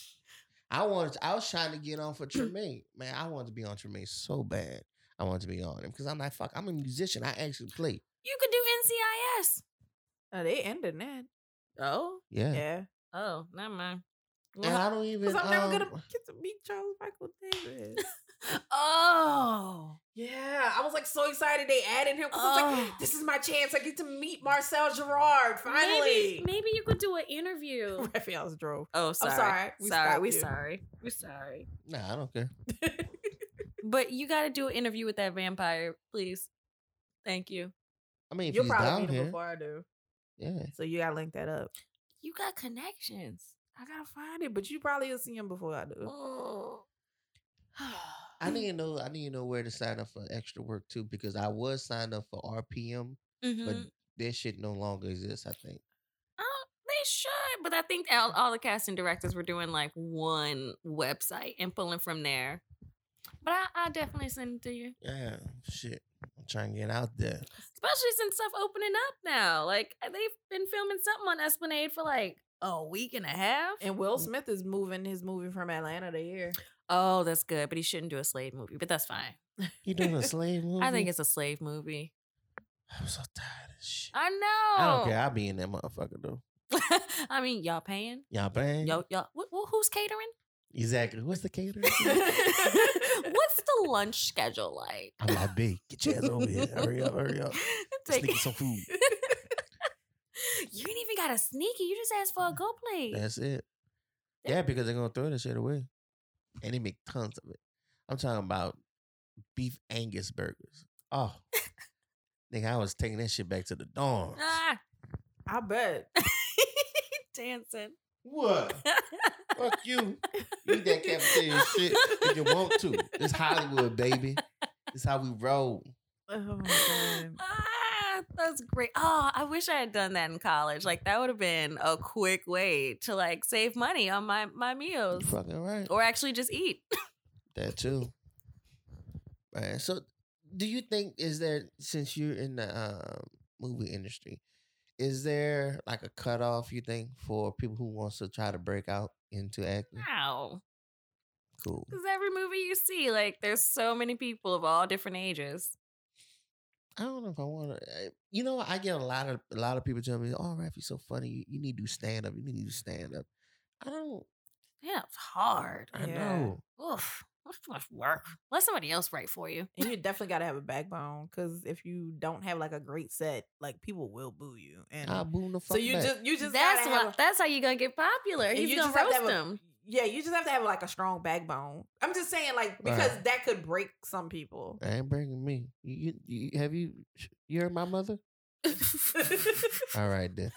Speaker 3: I wanted. I was trying to get on for Tremaine. Man, I wanted to be on Tremaine so bad. I wanted to be on him because I'm like, fuck. I'm a musician. I actually play.
Speaker 5: You could do NCIS.
Speaker 4: Oh, they ended that.
Speaker 5: Oh,
Speaker 3: Yeah.
Speaker 4: Yeah.
Speaker 5: oh, never mind.
Speaker 3: And I don't even.
Speaker 4: Because I'm never gonna
Speaker 3: um,
Speaker 4: get to meet Charles Michael Davis.
Speaker 5: oh.
Speaker 4: yeah. I was like so excited they added him. 'cause I was
Speaker 5: Oh.
Speaker 4: like, this is my chance. I get to meet Marcel Gerard finally.
Speaker 5: Maybe, maybe you could do an interview.
Speaker 4: Raphael's drove.
Speaker 5: Oh, sorry.
Speaker 4: sorry. We
Speaker 5: sorry.
Speaker 4: stopped
Speaker 5: We
Speaker 4: you.
Speaker 5: sorry. We sorry.
Speaker 3: Nah, I don't care.
Speaker 5: But you got to do an interview with that vampire, please. Thank you.
Speaker 3: I mean, if
Speaker 4: You'll
Speaker 3: he's
Speaker 4: probably
Speaker 3: down
Speaker 4: meet him
Speaker 3: here,
Speaker 4: before I do.
Speaker 3: yeah.
Speaker 4: So you gotta link that up.
Speaker 5: You got connections.
Speaker 4: I gotta find it, but you probably will see him before I do.
Speaker 5: Oh.
Speaker 3: I need to know. I need to know where to sign up for extra work too, because I was signed up for RPM, but
Speaker 5: Mhm.
Speaker 3: this shit no longer exists. I think.
Speaker 5: Oh, they should, but I think all, all the casting directors were doing like one website and pulling from there. But I, I definitely send it to you,
Speaker 3: Yeah, shit. I'm trying to get out there.
Speaker 5: especially since stuff opening up now. Like uh, they've been filming something on Esplanade for like a week and a half.
Speaker 4: And
Speaker 3: mm.
Speaker 4: Will Smith is moving his movie from Atlanta to here.
Speaker 5: Oh, that's good. But he shouldn't do a slave movie, but that's fine.
Speaker 3: You doing a slave movie?
Speaker 5: I think it's a slave movie.
Speaker 3: I'm so tired of shit.
Speaker 5: I know.
Speaker 3: I don't care. I'll be in that motherfucker though.
Speaker 5: I mean, y'all paying?
Speaker 2: Mm-hmm.
Speaker 3: Y'all bang.
Speaker 5: Yo, y'all, wh- wh- who's catering?
Speaker 2: Exactly. What's the caterer?
Speaker 5: What's the lunch schedule like?
Speaker 2: I'm like, big. Get your ass over here. Hurry up, hurry up.
Speaker 5: Take-
Speaker 2: Sneaking some food.
Speaker 5: you ain't even got a sneaky. You just asked for
Speaker 2: Mm.
Speaker 5: a go plate.
Speaker 3: That's it. Yeah, because they're gonna throw that shit away, and they make tons of it. I'm talking about beef Angus burgers. Oh, nigga, I was taking that shit back to the dorms.
Speaker 5: ah,
Speaker 4: I bet.
Speaker 5: dancing.
Speaker 3: What?
Speaker 2: Oh,
Speaker 3: Fuck you. You eat that cafeteria shit if you want to. It's Hollywood, baby. It's how we roll.
Speaker 4: Oh my god.
Speaker 5: Ah, that's great. Oh, I wish I had done that in college. Like that would have been a quick way to like save money on my my
Speaker 3: You
Speaker 5: meals,
Speaker 3: fucking right.
Speaker 5: or actually just eat.
Speaker 3: That too. Right. So, do you think is there since you're in the um, movie industry, is there like a cutoff you think for people who wants to try to break out into acting?
Speaker 5: Wow,
Speaker 3: Cool.
Speaker 5: because every movie you see, like there's so many people of all different ages.
Speaker 3: I don't know if I want to. You know, I get a lot of a lot of people telling me, "Oh, Raph, you're so funny. You, you need to do stand up. You need to do stand up." I don't.
Speaker 5: Yeah, it's hard.
Speaker 3: I
Speaker 4: Yeah.
Speaker 3: know.
Speaker 5: Oof, that's too much work. Let somebody else write for you.
Speaker 4: And you definitely gotta have a backbone because if you don't have like a great set, like people will boo you. And
Speaker 3: I boom the Ah, fuck.
Speaker 4: so you
Speaker 3: back.
Speaker 4: just you just
Speaker 5: that's
Speaker 4: gotta have
Speaker 5: what.
Speaker 4: a-
Speaker 5: that's how you're gonna get popular.
Speaker 4: and
Speaker 5: He's
Speaker 4: you
Speaker 5: gonna
Speaker 4: just have to
Speaker 5: roast
Speaker 4: have a-
Speaker 5: them.
Speaker 4: yeah, you just have to have like a strong backbone. I'm just saying, like because
Speaker 3: Right.
Speaker 4: that could break some people.
Speaker 3: I ain't bringing me. You, you, you have you you heard my mother? All right then.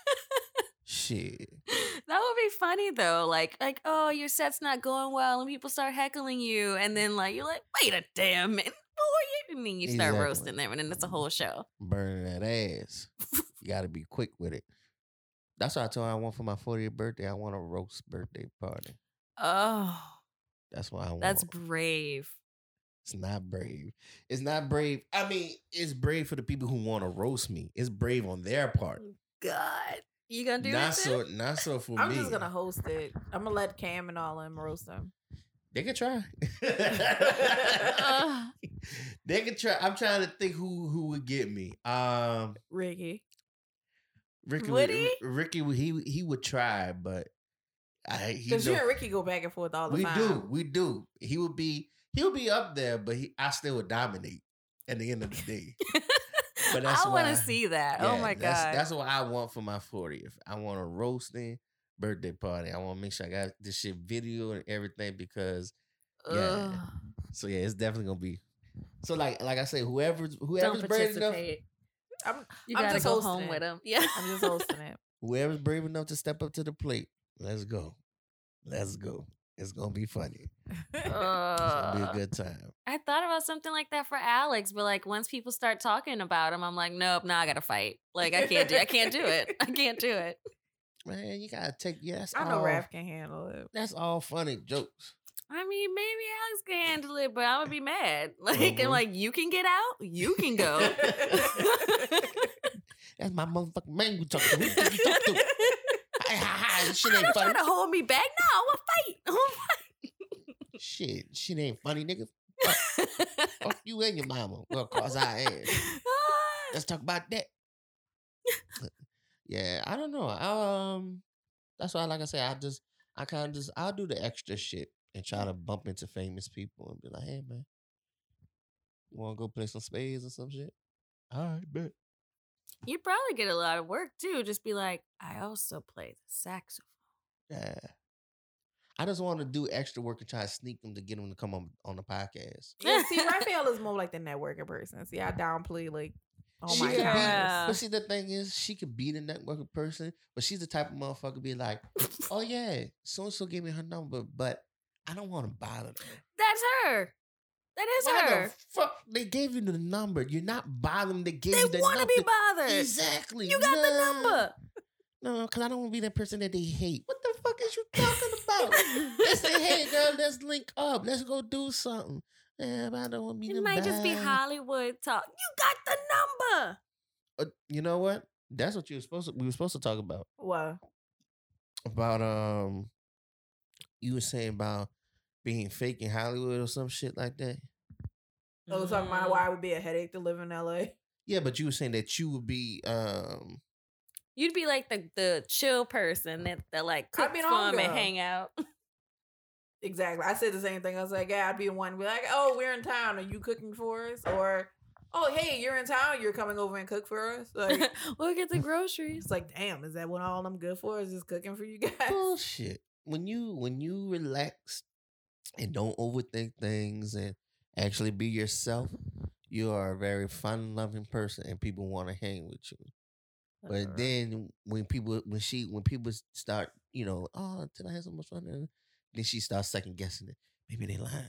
Speaker 3: Shit.
Speaker 5: that would be funny though. Like, like, oh, your set's not going well, and people start heckling you, and then like you're like, wait a damn minute, boy, and then you start
Speaker 3: Exactly.
Speaker 5: roasting them, and then it's a whole show.
Speaker 3: burning that ass. you got to be quick with it. That's what I told her I want for my 40th birthday. I want a roast birthday party.
Speaker 5: Oh,
Speaker 3: That's what I want.
Speaker 5: that's brave.
Speaker 3: it's not brave. It's not brave. I mean, it's brave for the people who want to roast me. It's brave on their part.
Speaker 5: God, you gonna Mm, do
Speaker 3: Not
Speaker 5: that?
Speaker 3: so.
Speaker 5: too?
Speaker 3: Not so for
Speaker 4: I'm
Speaker 3: me.
Speaker 4: just gonna host it. I'm gonna let Cam and all them roast them.
Speaker 3: They could try.
Speaker 5: Ugh.
Speaker 3: they could try. I'm trying to think who who would get me. Um,
Speaker 4: Ricky.
Speaker 3: Ricky would,
Speaker 5: Would he?
Speaker 3: Ricky would- he he would try, but I he
Speaker 4: Because you
Speaker 3: know-
Speaker 4: and Ricky go back and forth all the
Speaker 3: we
Speaker 4: time.
Speaker 3: do we do. He would be he would be up there, but he I still would dominate at the end of the day. But that's
Speaker 5: I want
Speaker 3: why-
Speaker 5: to see that. oh
Speaker 3: Yeah,
Speaker 5: my
Speaker 3: that's,
Speaker 5: god,
Speaker 3: that's what I want for my 40th. I want a roasting birthday party. I want to make sure I got this shit video and everything because yeah.
Speaker 5: Ugh.
Speaker 3: so yeah, it's definitely gonna be. So like like I say, whoever's whoever's
Speaker 5: don't
Speaker 3: brave enough,
Speaker 5: participate.
Speaker 4: I'm
Speaker 5: You
Speaker 4: I'm
Speaker 5: gotta
Speaker 4: just
Speaker 5: go
Speaker 4: hosting
Speaker 5: home
Speaker 4: it.
Speaker 5: with them. Yeah.
Speaker 4: I'm just hosting it.
Speaker 3: whoever's brave enough to step up to the plate, let's go, let's go. It's gonna be funny.
Speaker 4: Uh,
Speaker 3: It's gonna
Speaker 5: Ugh.
Speaker 3: be a good time.
Speaker 5: I thought about something like that for Alex, but like once people start talking about him, I'm like, nope, now nah, I gotta fight. Like I can't do, I can't do it. I can't do it.
Speaker 3: Man, you gotta take yes.
Speaker 4: I know
Speaker 3: all,
Speaker 4: Raph can handle it.
Speaker 3: That's all funny jokes.
Speaker 5: I mean, maybe Alex can handle it, but I would be mad. Like
Speaker 3: Mhm.
Speaker 5: I'm like, you can get out, you can go.
Speaker 3: That's my motherfucking man you talking to. Who you think you talking to? Hey, ha, ha, this shit
Speaker 5: Don't
Speaker 3: ain't
Speaker 5: try
Speaker 3: funny.
Speaker 5: to hold me back. No, I will
Speaker 3: Shit, shit ain't funny, nigga.
Speaker 5: fight.
Speaker 3: Fuck you and your mama. Well, cause I am.
Speaker 5: Ah,
Speaker 3: Let's talk about that. yeah, I don't know. I, um, that's why, like I say, I just, I kind of just, I'll do the extra shit and try to bump into famous people and be like, hey, man, you want to go play some spades or some shit? All right, bet.
Speaker 5: you probably get a lot of work too. Just be like, I also play the saxophone.
Speaker 3: Yeah. I just want to do extra work and try to sneak them to get them to come on on the podcast.
Speaker 4: yeah, see, Raphael is more like the networking person. See, I downplay like, oh
Speaker 3: She
Speaker 4: my
Speaker 3: could be-
Speaker 4: god,
Speaker 5: Yeah.
Speaker 3: But see, the thing is, she could be the networking person, but she's the type of motherfucker be like, oh yeah, so and so gave me her number, but I don't want to bother them.
Speaker 5: That's her. That is
Speaker 3: Why
Speaker 5: her.
Speaker 3: the fuck? They gave you the number. You're not bothering. them. They gave you
Speaker 5: They
Speaker 3: the
Speaker 5: want
Speaker 3: number.
Speaker 5: to be bothered.
Speaker 3: Exactly.
Speaker 5: You got
Speaker 3: No.
Speaker 5: the number.
Speaker 3: No, because I don't want to be that person that they hate. What the fuck is you talking about? they say, hey girl, let's link up. Let's go do something. Yeah, but I don't want to be.
Speaker 5: It might just be
Speaker 3: bothered.
Speaker 5: Hollywood talk. You got the number.
Speaker 3: Uh, you know what? That's what you were supposed to. We were supposed to talk about.
Speaker 4: well,
Speaker 3: about um you were saying about being fake in Hollywood or some shit like that.
Speaker 4: I was Oh, talking about
Speaker 5: Mm.
Speaker 4: why it would be a headache to live in LA.
Speaker 3: Yeah, but you were saying that you would be um
Speaker 5: You'd be like the the chill person that that like
Speaker 4: I'd
Speaker 5: cooks
Speaker 4: be
Speaker 5: for
Speaker 4: the
Speaker 5: him and
Speaker 4: homegirl.
Speaker 5: hang out.
Speaker 4: Exactly. I said the same thing. I was like, yeah, I'd be the one to be like, oh, we're in town. Are you cooking for us? Or, oh, hey, you're in town. You're coming over and cook for us. Like,
Speaker 5: we'll get the groceries.
Speaker 4: it's like, damn, is that what all I'm good for? Is just cooking for you guys?
Speaker 3: bullshit. When you when you relax and don't overthink things and actually be yourself, you are a very fun loving person and people want to hang with you. But then when people when she when people start, you know, oh, did I have so much fun? Then she starts second guessing it. Maybe they lying.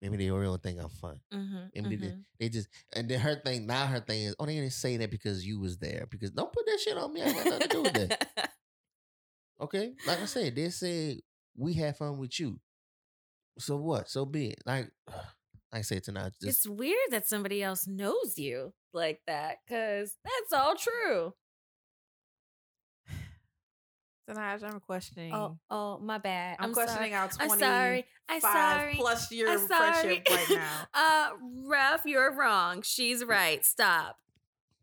Speaker 3: Maybe they really think I'm fun.
Speaker 5: Mm-hmm,
Speaker 3: And we did- They just and then her thing now her thing is, oh, they didn't say that because you was there. Because don't put that shit on me. I got nothing to do with that. Okay, like I said, they said we had fun with you. So what? So be it. Like I say tonight, just
Speaker 5: it's weird that somebody else knows you like that because that's all true. Oh,
Speaker 4: So now I'm questioning.
Speaker 5: Oh, oh, my bad.
Speaker 4: I'm,
Speaker 5: I'm,
Speaker 4: questioning
Speaker 5: Sorry.
Speaker 4: our
Speaker 5: I'm
Speaker 4: 25
Speaker 5: sorry. I'm sorry.
Speaker 4: plus year
Speaker 5: I'm sorry.
Speaker 4: friendship right now.
Speaker 5: uh, Ruff, you're wrong. She's right. Stop.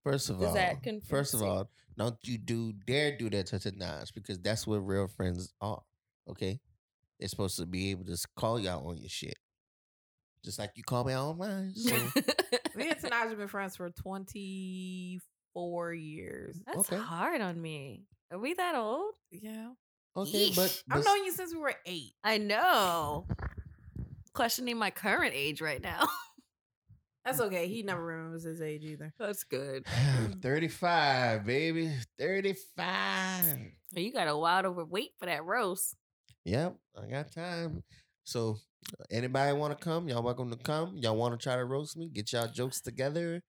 Speaker 3: first of
Speaker 5: Is
Speaker 3: all,
Speaker 5: that
Speaker 3: first of
Speaker 5: confusing?
Speaker 3: all, don't you do dare do that to Tanaj because that's what real friends are. Okay, they're supposed to be able to s- call y'all on your shit, just like you call me out on mine. So
Speaker 4: Me and Tanaj have been friends for 24 years.
Speaker 5: That's
Speaker 3: Okay.
Speaker 5: hard on me. Are we that old?
Speaker 4: Yeah.
Speaker 3: okay, but,
Speaker 5: Yeesh.
Speaker 3: but
Speaker 4: I've known you since we were eight.
Speaker 5: I know. Questioning my current age right now.
Speaker 4: That's okay. He never remembers his age either.
Speaker 5: That's good.
Speaker 3: thirty-five, baby, thirty-five.
Speaker 5: You got a while to wait for that roast.
Speaker 3: Yep, I got time. So, anybody want to come? Y'all welcome to come. Y'all want to try to roast me? Get y'all jokes together,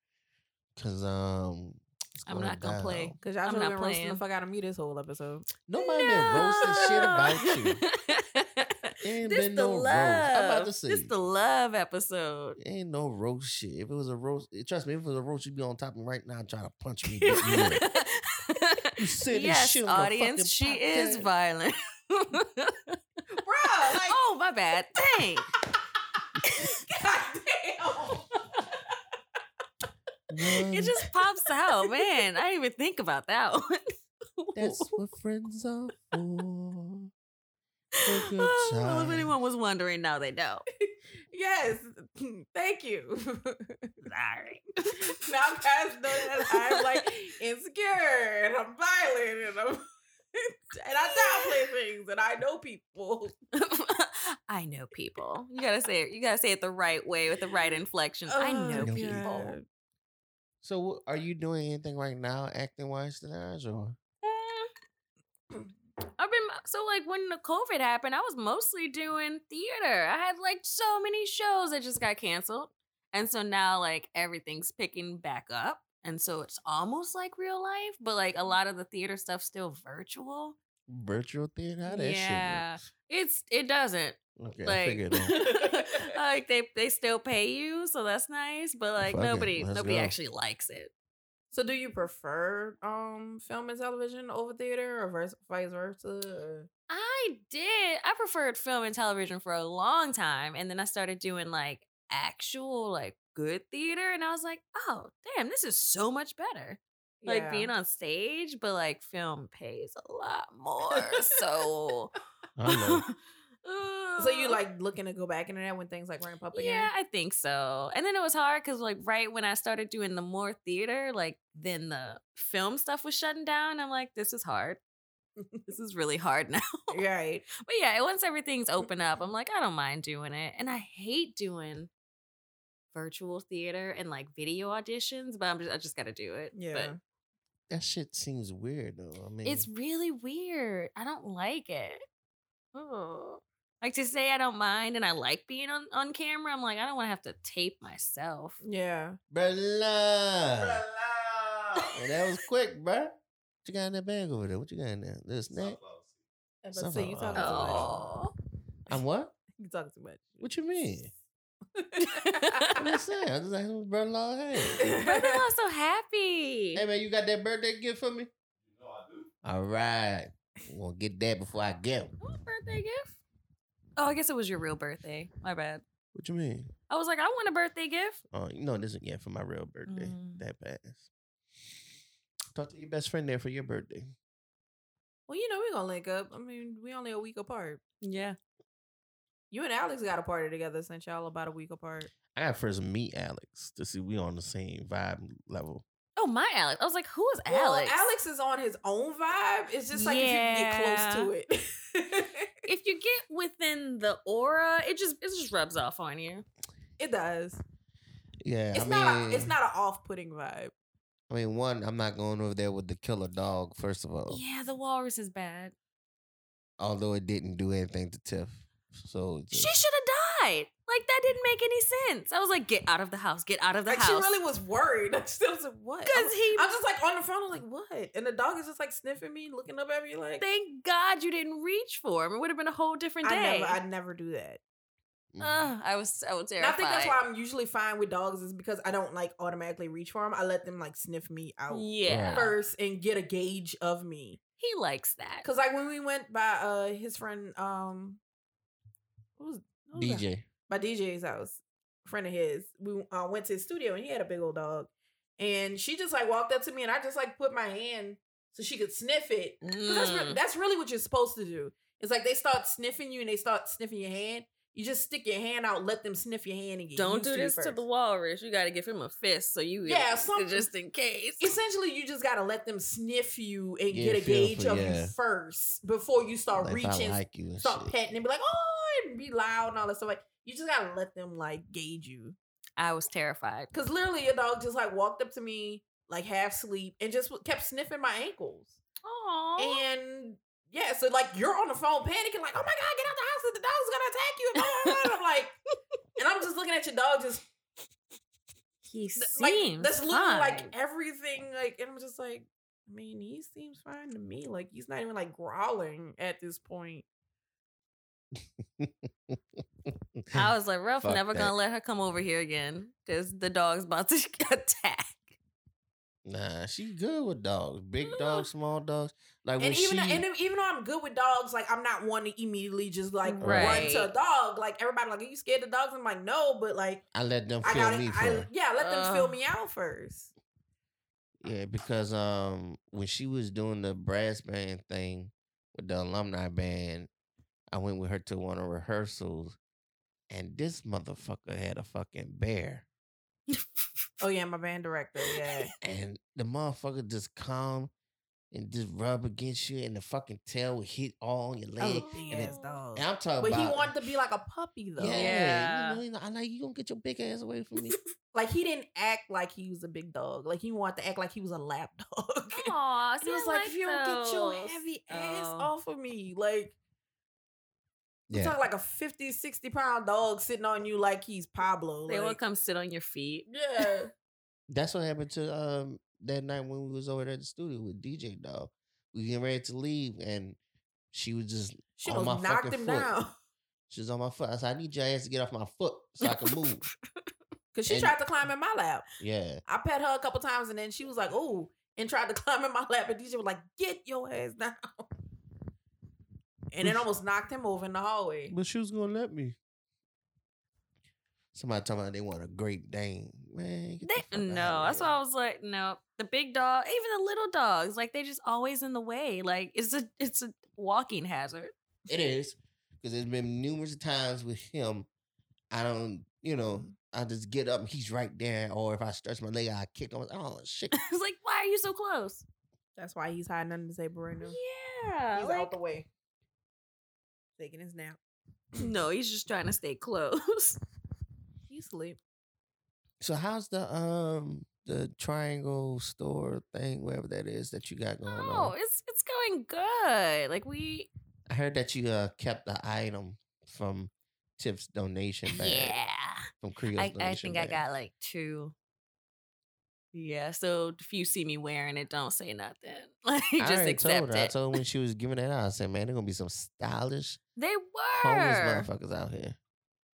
Speaker 3: cause um, it's
Speaker 5: I'm not gonna play.
Speaker 3: down.
Speaker 4: Because y'all
Speaker 5: I'm
Speaker 4: should have
Speaker 5: not
Speaker 4: been roasting the
Speaker 5: playing.
Speaker 4: fuck out of me this whole episode.
Speaker 3: Nobody been roasting shit about you. Ain't
Speaker 5: this
Speaker 3: been
Speaker 5: the
Speaker 3: no roast.
Speaker 5: love.
Speaker 3: I'm about to
Speaker 5: This
Speaker 3: say.
Speaker 5: the love episode.
Speaker 3: Ain't no roast shit. If it was a roast, eh, trust me, if it was a roast, you'd be on top of me right now trying to punch me. but you ain't. You said this
Speaker 5: yes,
Speaker 3: shit on the
Speaker 5: audience, she
Speaker 3: fucking
Speaker 5: is
Speaker 3: podcast.
Speaker 5: violent.
Speaker 4: Bro,
Speaker 5: oh, my bad. Dang.
Speaker 4: goddamn.
Speaker 5: It
Speaker 3: What?
Speaker 5: just pops out, man. I didn't even think about that one.
Speaker 3: That's what friends are for. a good
Speaker 5: well, if
Speaker 3: time.
Speaker 5: anyone was wondering, now they know.
Speaker 4: Yes. Thank you.
Speaker 5: Sorry.
Speaker 4: now guys know that I'm like insecure and I'm violent and I'm and I downplay things and I know people.
Speaker 5: I know people. You gotta say it. You gotta say it the right way with the right inflection. I
Speaker 4: Oh,
Speaker 5: know
Speaker 3: God.
Speaker 5: people.
Speaker 3: So, wha- are you doing anything right now, acting wise, tonight, or
Speaker 5: I've been Uh, so like when the COVID happened, I was mostly doing theater. I had like so many shows that just got canceled. And so now like everything's picking back up. And so it's almost like real life, but like
Speaker 3: Mm.
Speaker 5: a lot of the theater stuff's still virtual.
Speaker 3: virtual theater? How that
Speaker 5: yeah. It's it doesn't.
Speaker 3: shit? work? Okay, I
Speaker 5: like,
Speaker 3: figured it out.
Speaker 5: like they they still pay you, so that's nice. But like
Speaker 3: Fuck it,
Speaker 5: nobody
Speaker 3: let's
Speaker 5: nobody
Speaker 3: go.
Speaker 5: actually likes it.
Speaker 4: So do you prefer um film and television over theater or vers- vice versa? or-
Speaker 5: I did. I preferred film and television for a long time, and then I started doing like actual like good theater, and I was like, oh damn, this is so much better. Like
Speaker 4: Yeah.
Speaker 5: being on stage, but like film pays a lot more. so,
Speaker 3: I know.
Speaker 4: So you like looking to go back into that when things like ramp up again?
Speaker 5: Yeah, I think so. And then it was hard because, like, right when I started doing the more theater, like, then the film stuff was shutting down. I'm like, this is hard. this is really hard now.
Speaker 4: Right.
Speaker 5: But yeah, once everything's open up, I'm like, I don't mind doing it. And I hate doing virtual theater and like video auditions, but I'm just, I just got to do it.
Speaker 4: Yeah.
Speaker 5: But
Speaker 3: that shit seems weird though. I mean,
Speaker 5: it's really weird. I don't like it. Oh. Like to say I don't mind and I like being on, on camera, I'm like, I don't want to have to tape myself.
Speaker 4: yeah.
Speaker 3: Bruh. Hey, that was quick, bruh. What you got in that bag over there? What you got in there? Little snack?
Speaker 4: I was about to say, you
Speaker 3: Somehow,
Speaker 4: talking too much.
Speaker 5: Oh.
Speaker 3: I'm what?
Speaker 4: You talking too much.
Speaker 3: What you mean? I'm
Speaker 4: That's
Speaker 3: just saying. I just asking what brother law had.
Speaker 5: Brother in so happy.
Speaker 3: Hey man, you got that birthday gift for me? All right. I'm gonna get that before I get 'em.
Speaker 5: What birthday gift? Oh, I guess it was your real birthday. My bad.
Speaker 3: What you mean?
Speaker 5: I was like, I want a birthday gift.
Speaker 3: Oh, you know this again for my real birthday.
Speaker 5: Mm.
Speaker 3: That passed. Talk to your best friend there for your birthday.
Speaker 4: Well, you know we're gonna link up. I mean, we only a week apart.
Speaker 5: Yeah.
Speaker 4: You and Alex got a party together since y'all about a week apart.
Speaker 3: I gotta first meet Alex to see we on the same vibe level.
Speaker 5: Oh, my Alex. I was like, who is
Speaker 4: Well,
Speaker 5: Alex?
Speaker 4: Alex is on his own vibe. It's just like if you can get close to it.
Speaker 5: If you get within the aura, it just it just rubs off on you.
Speaker 4: it does.
Speaker 3: Yeah,
Speaker 4: It's
Speaker 3: I mean,
Speaker 4: not a, it's not an off-putting vibe.
Speaker 3: I mean, one, I'm not going over there with the killer dog. First of all,
Speaker 5: Yeah, the walrus is bad.
Speaker 3: although it didn't do anything to Tiff, so it
Speaker 5: She
Speaker 3: just,
Speaker 5: should have died. Like that didn't make any sense. I was like, get out of the house. Get out of the
Speaker 4: like
Speaker 5: house.
Speaker 4: she really was worried. Like, she was like, "What?" I'm,
Speaker 5: Because he
Speaker 4: I'm just like on the phone. I'm like, "What?" And the dog is just like sniffing me, looking up at me, like,
Speaker 5: thank God you didn't reach for him. It would have been a whole different
Speaker 4: "I
Speaker 5: day.
Speaker 4: never, I never do that."
Speaker 3: mm,
Speaker 4: uh,
Speaker 5: Ugh, I was so
Speaker 4: And
Speaker 5: terrified.
Speaker 4: I think that's why I'm usually fine with dogs is because I don't like automatically reach for them. I let them like sniff me out
Speaker 5: Yeah,
Speaker 4: first and get a gauge of me.
Speaker 5: he likes that.
Speaker 4: Cause like when we went by uh his friend um what was, what was that?
Speaker 3: DJ.
Speaker 4: by DJ's house, friend of his. We uh, went to his studio and he had a big old dog, and she just like walked up to me and I just like put my hand so she could sniff it. 'Cause That's, re-
Speaker 5: Mm.
Speaker 4: that's really what you're supposed to do. It's like they start sniffing you and they start sniffing your hand. You just stick your hand out, let them sniff your hand and get
Speaker 5: Don't
Speaker 4: used
Speaker 5: do
Speaker 4: you
Speaker 5: this to
Speaker 4: first.
Speaker 5: the walrus. You got to give him a fist so you
Speaker 4: Yeah,
Speaker 5: yeah,
Speaker 4: something-
Speaker 5: just in case.
Speaker 4: Essentially, you just gotta let them sniff you and
Speaker 3: Yeah,
Speaker 4: get a
Speaker 3: feel
Speaker 4: gauge
Speaker 3: for-
Speaker 4: of
Speaker 3: yeah.
Speaker 4: you first before you start
Speaker 3: Like, if I
Speaker 4: reaching,
Speaker 3: like you and
Speaker 4: start
Speaker 3: shit.
Speaker 4: petting and be like, oh, and be loud and all that stuff. Like you just gotta let them like gauge you.
Speaker 5: I was terrified.
Speaker 4: Cause literally your dog just like walked up to me like half sleep and just w- kept sniffing my ankles.
Speaker 5: Aww.
Speaker 4: And yeah, so like you're on the phone panicking like, oh my god, get out the house! The dog's gonna attack you! Blah, blah, blah. And I'm like, and I'm just looking at your dog just
Speaker 5: He
Speaker 4: th-
Speaker 5: seems
Speaker 4: like that's literally
Speaker 5: fine.
Speaker 4: like everything like, and I'm just like, I mean, he seems fine to me. Like he's not even like growling at this point.
Speaker 5: I was like, Ralph
Speaker 3: Fuck
Speaker 5: never
Speaker 3: that.
Speaker 5: gonna let her come over here again because the dog's about to attack.
Speaker 3: Nah, she good with dogs. Big
Speaker 5: Ugh.
Speaker 3: dogs, small dogs. Like when
Speaker 4: Mm-hmm. And even
Speaker 3: she,
Speaker 4: and even though I'm good with dogs, like I'm not one to immediately just like run
Speaker 5: Right.
Speaker 4: to a dog. Like everybody like, are you scared of dogs? I'm like, no, but like
Speaker 3: I let them
Speaker 4: I
Speaker 3: feel
Speaker 4: got
Speaker 3: me
Speaker 4: it. I,
Speaker 3: first.
Speaker 4: yeah, let them fill
Speaker 5: Ugh.
Speaker 4: me out first.
Speaker 3: Yeah, because um, when she was doing the brass band thing with the alumni band, I went with her to one of rehearsals, and this motherfucker had a fucking bear,
Speaker 4: Oh yeah, my band director. Yeah,
Speaker 3: and the motherfucker just come and just rub against you, and the fucking tail would hit all on your
Speaker 4: oh,
Speaker 3: leg.
Speaker 5: Oh.
Speaker 4: big
Speaker 3: and
Speaker 4: ass
Speaker 3: it-
Speaker 4: dog.
Speaker 3: And I'm talking
Speaker 4: But he
Speaker 3: about
Speaker 4: wanted to be like a puppy though.
Speaker 3: Yeah,
Speaker 5: Yeah.
Speaker 3: You, know, you know, I like you gonna get your big ass away from me.
Speaker 4: Like he didn't act like he was a big dog. Like he wanted to act like he was a lap dog.
Speaker 5: Aw,
Speaker 4: he was like, Oh. "If you don't get your heavy ass
Speaker 5: Oh.
Speaker 4: off of me, like." You
Speaker 3: Yeah.
Speaker 4: talk like a 50, 60 pound dog sitting on you like he's Pablo.
Speaker 5: They will
Speaker 4: like,
Speaker 5: come sit on your feet.
Speaker 4: yeah.
Speaker 3: That's what happened to um that night when we was over there at the studio with DJ Dog. We getting ready to leave and she was just
Speaker 4: She
Speaker 3: on my
Speaker 4: almost knocked
Speaker 3: fucking
Speaker 4: him
Speaker 3: foot.
Speaker 4: down.
Speaker 3: she was on my foot. I said, I need your ass to get off my foot so I can move.
Speaker 4: Cause she
Speaker 3: And-
Speaker 4: tried to climb in my lap.
Speaker 3: yeah.
Speaker 4: I pet her a couple times and then she was like, "Ooh," and tried to climb in my lap. And DJ was like, "Get your ass down!" And it almost knocked him over in the hallway.
Speaker 3: But she was gonna let me. Somebody talking about they want a great Dane. Man, get the fuck
Speaker 5: They,
Speaker 3: outta
Speaker 5: no, that's
Speaker 3: here.
Speaker 5: why I was like, no. The big dog, even the little dogs, like they just always in the way. Like it's a it's a walking hazard.
Speaker 3: It is because there's been numerous times with him. I don't, you know, I just get up and he's right there, or if I stretch my leg, I kick him. Oh shit!
Speaker 5: I was like, why are you so close?
Speaker 4: That's why he's hiding under the table right now.
Speaker 5: Yeah.
Speaker 4: he's
Speaker 5: like-
Speaker 4: out the way, taking his nap.
Speaker 5: no, he's just trying to stay close.
Speaker 4: He sleep.
Speaker 3: So how's the um the triangle store thing, wherever that is that you got going
Speaker 5: No,
Speaker 3: on?
Speaker 5: it's it's going good. Like we
Speaker 3: I heard that you uh kept the item from Tip's donation bag
Speaker 5: Yeah.
Speaker 3: from Creole's
Speaker 5: I, I
Speaker 3: donation
Speaker 5: think I
Speaker 3: bag.
Speaker 5: got like two. Yeah, so if you see me wearing it, don't say nothing. Like
Speaker 3: I
Speaker 5: just
Speaker 3: already
Speaker 5: accept
Speaker 3: told her.
Speaker 5: it.
Speaker 3: I told her when she was giving it out. I said, "Man, there's gonna be some stylish
Speaker 5: they
Speaker 3: homeless
Speaker 5: were.
Speaker 3: motherfuckers out here.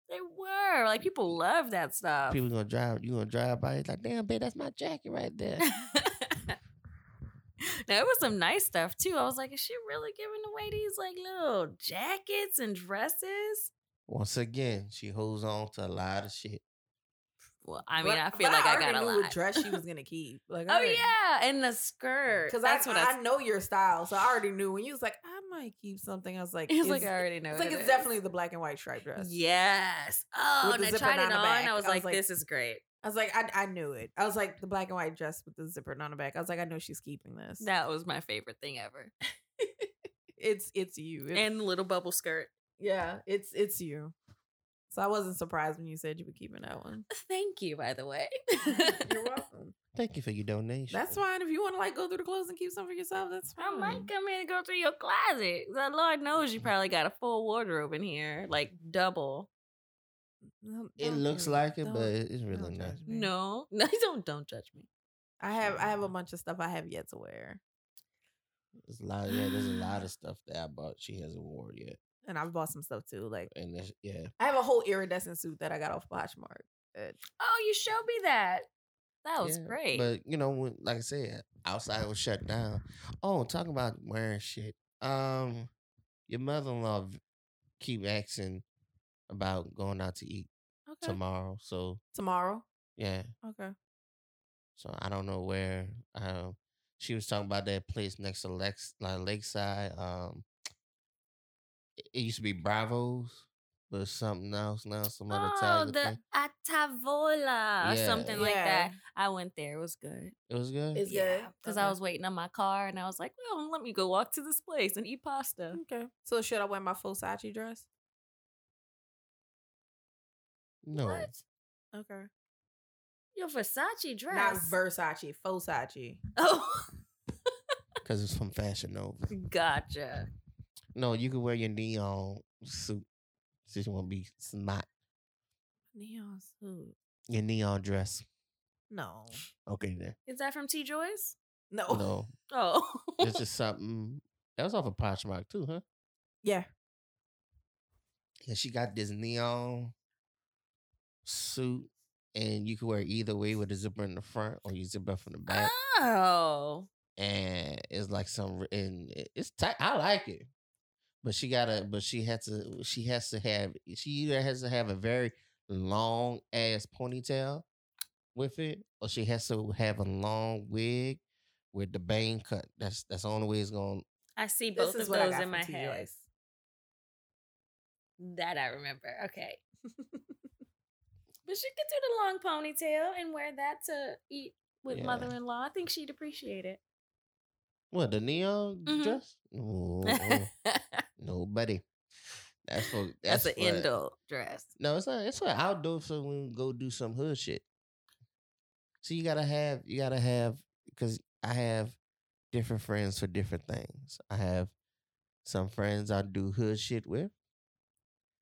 Speaker 5: They were. Like people love that stuff.
Speaker 3: People gonna drive. You gonna drive by? It's like, damn, babe, that's my jacket right there."
Speaker 5: now it was some nice stuff too. I was like, is she really giving away these like little jackets and dresses?
Speaker 3: Once again, she holds on to a lot of shit.
Speaker 5: Well, I mean,
Speaker 4: But-
Speaker 5: I feel
Speaker 4: but
Speaker 5: like I, got
Speaker 4: already
Speaker 5: a
Speaker 4: knew
Speaker 5: lot.
Speaker 4: What dress she was gonna keep? Like,
Speaker 5: Oh yeah, and the skirt.
Speaker 4: because
Speaker 5: that's
Speaker 4: I,
Speaker 5: what I.
Speaker 4: I know your style, so I already knew when you was like, I might keep something. I was like,
Speaker 5: It's,
Speaker 4: it's-
Speaker 5: like I already know.
Speaker 4: it's
Speaker 5: what
Speaker 4: like
Speaker 5: it
Speaker 4: it's
Speaker 5: is.
Speaker 4: definitely the black and white striped dress.
Speaker 5: Yes. Oh,
Speaker 4: With the
Speaker 5: and I
Speaker 4: zipper
Speaker 5: tried
Speaker 4: down
Speaker 5: it on.
Speaker 4: the back.
Speaker 5: I was
Speaker 4: I was
Speaker 5: like,
Speaker 4: like-
Speaker 5: this is great.
Speaker 4: I was like, I, I knew it. I was like the black and white dress with the zipper on the back. I was like, I know she's keeping this.
Speaker 5: That was my favorite thing ever.
Speaker 4: it's it's you. It's-
Speaker 5: And the little bubble skirt.
Speaker 4: yeah, it's it's you. So I wasn't surprised when you said you were keeping that one.
Speaker 5: Thank you, by the way.
Speaker 4: You're welcome.
Speaker 3: Thank you for your donation.
Speaker 4: That's fine. If you want to like go through the clothes and keep some for yourself, that's fine.
Speaker 5: I might come in and go through your closet. The Lord knows you probably got a full wardrobe in here, like double.
Speaker 4: Don't-
Speaker 3: It
Speaker 4: don't
Speaker 3: looks
Speaker 4: judge-
Speaker 3: like it,
Speaker 4: don't-
Speaker 3: but it's really
Speaker 4: don't
Speaker 3: not.
Speaker 4: judge me.
Speaker 5: No, Hmm. no, don't don't judge me.
Speaker 4: I have I have a bunch of stuff I have yet to wear,
Speaker 3: There's a lot. Yeah, there's a lot of stuff that I bought. She hasn't worn yet,
Speaker 4: and I've bought some stuff too. Like
Speaker 3: and that's, yeah,
Speaker 4: I have a whole iridescent suit that I got off Poshmark. uh, that-
Speaker 5: Oh, you showed me that. That was
Speaker 3: yeah.
Speaker 5: great.
Speaker 3: But you know, when, like I said, outside was shut down. Oh, talking about wearing shit. Um, your mother-in-law v- keep asking about going out to eat
Speaker 4: Okay.
Speaker 3: tomorrow. So
Speaker 4: Tomorrow.
Speaker 3: yeah,
Speaker 4: Okay.
Speaker 3: so I don't know where. Um, she was talking about that place next to Lex, like Lakeside. Um, it- it used to be Bravos, but it's something else now. Some other
Speaker 5: oh,
Speaker 3: Italian
Speaker 5: the
Speaker 3: thing.
Speaker 5: Atavola or
Speaker 3: Yeah.
Speaker 5: something like that. I went there. It was good.
Speaker 3: It was good.
Speaker 4: It's good?
Speaker 5: Because I
Speaker 4: Okay.
Speaker 5: was waiting on my car and I was like, well, let me go walk to this place and eat pasta.
Speaker 4: Okay. So should I wear my Fosachi dress?
Speaker 3: no,
Speaker 5: What?
Speaker 4: Okay.
Speaker 5: Your Versace dress.
Speaker 4: Not Versace, Fosachi.
Speaker 5: oh,
Speaker 3: because it's from Fashion Nova.
Speaker 5: Mm. gotcha.
Speaker 3: No, you can wear your neon suit since you want to be smart.
Speaker 4: Neon suit.
Speaker 3: Your neon dress.
Speaker 4: No.
Speaker 3: Okay, then.
Speaker 5: Is that from T Joy's?
Speaker 4: No.
Speaker 3: No,
Speaker 5: Oh,
Speaker 3: that's just something. That was off of Poshmark too, huh?
Speaker 4: Yeah.
Speaker 3: And she got this neon suit, and you can wear it either way with a zipper in the front or you zip up from the back.
Speaker 5: oh,
Speaker 3: and it's like some re- and it- it's tight. I like it, but she gotta. But she had to. She has to have. She either has to have a very long ass ponytail with it, or she has to have a long wig with the bang cut. That's that's the only way it's going.
Speaker 5: I see
Speaker 4: This
Speaker 5: both
Speaker 4: is
Speaker 5: of
Speaker 4: what I
Speaker 5: those
Speaker 4: got
Speaker 5: in
Speaker 4: from
Speaker 5: my
Speaker 4: T.
Speaker 5: head.
Speaker 4: Joyce.
Speaker 5: That I remember. Okay, but she could do the long ponytail and wear that to eat with
Speaker 3: Yeah.
Speaker 5: mother-in-law. I think she'd appreciate it.
Speaker 3: What the neon
Speaker 5: Mhm.
Speaker 3: dress? No, nobody. That's for that's,
Speaker 5: That's an
Speaker 3: for-
Speaker 5: indoor dress.
Speaker 3: No, it's not. It's an outdoor. So we go do some hood shit. So you gotta have. You gotta have. Because I have different friends for different things. I have some friends I do hood shit with.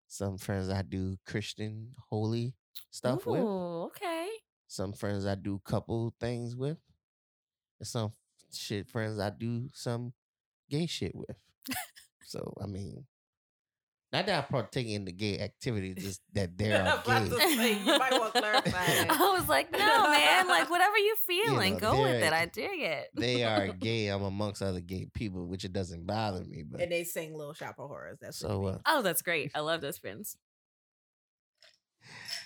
Speaker 3: Some friends I do Christian holy stuff with.
Speaker 5: Ooh, okay.
Speaker 3: Some friends I do couple things with. And some shit friends I do some gay shit with. so I mean. Not that I partake in the gay activity, just that there
Speaker 4: I'm
Speaker 3: are
Speaker 4: about
Speaker 3: gay.
Speaker 4: to say, you might want to clarify that.
Speaker 5: I was like, no, man. Like, whatever you
Speaker 3: know,
Speaker 5: feeling, go with
Speaker 3: they're-
Speaker 5: it. I dig it.
Speaker 3: they are gay. I'm amongst other gay people, which it doesn't bother me. But
Speaker 4: And they sing Little Shop of Horrors. That's what it
Speaker 3: so uh,
Speaker 4: means.
Speaker 5: oh, that's great. I love those friends.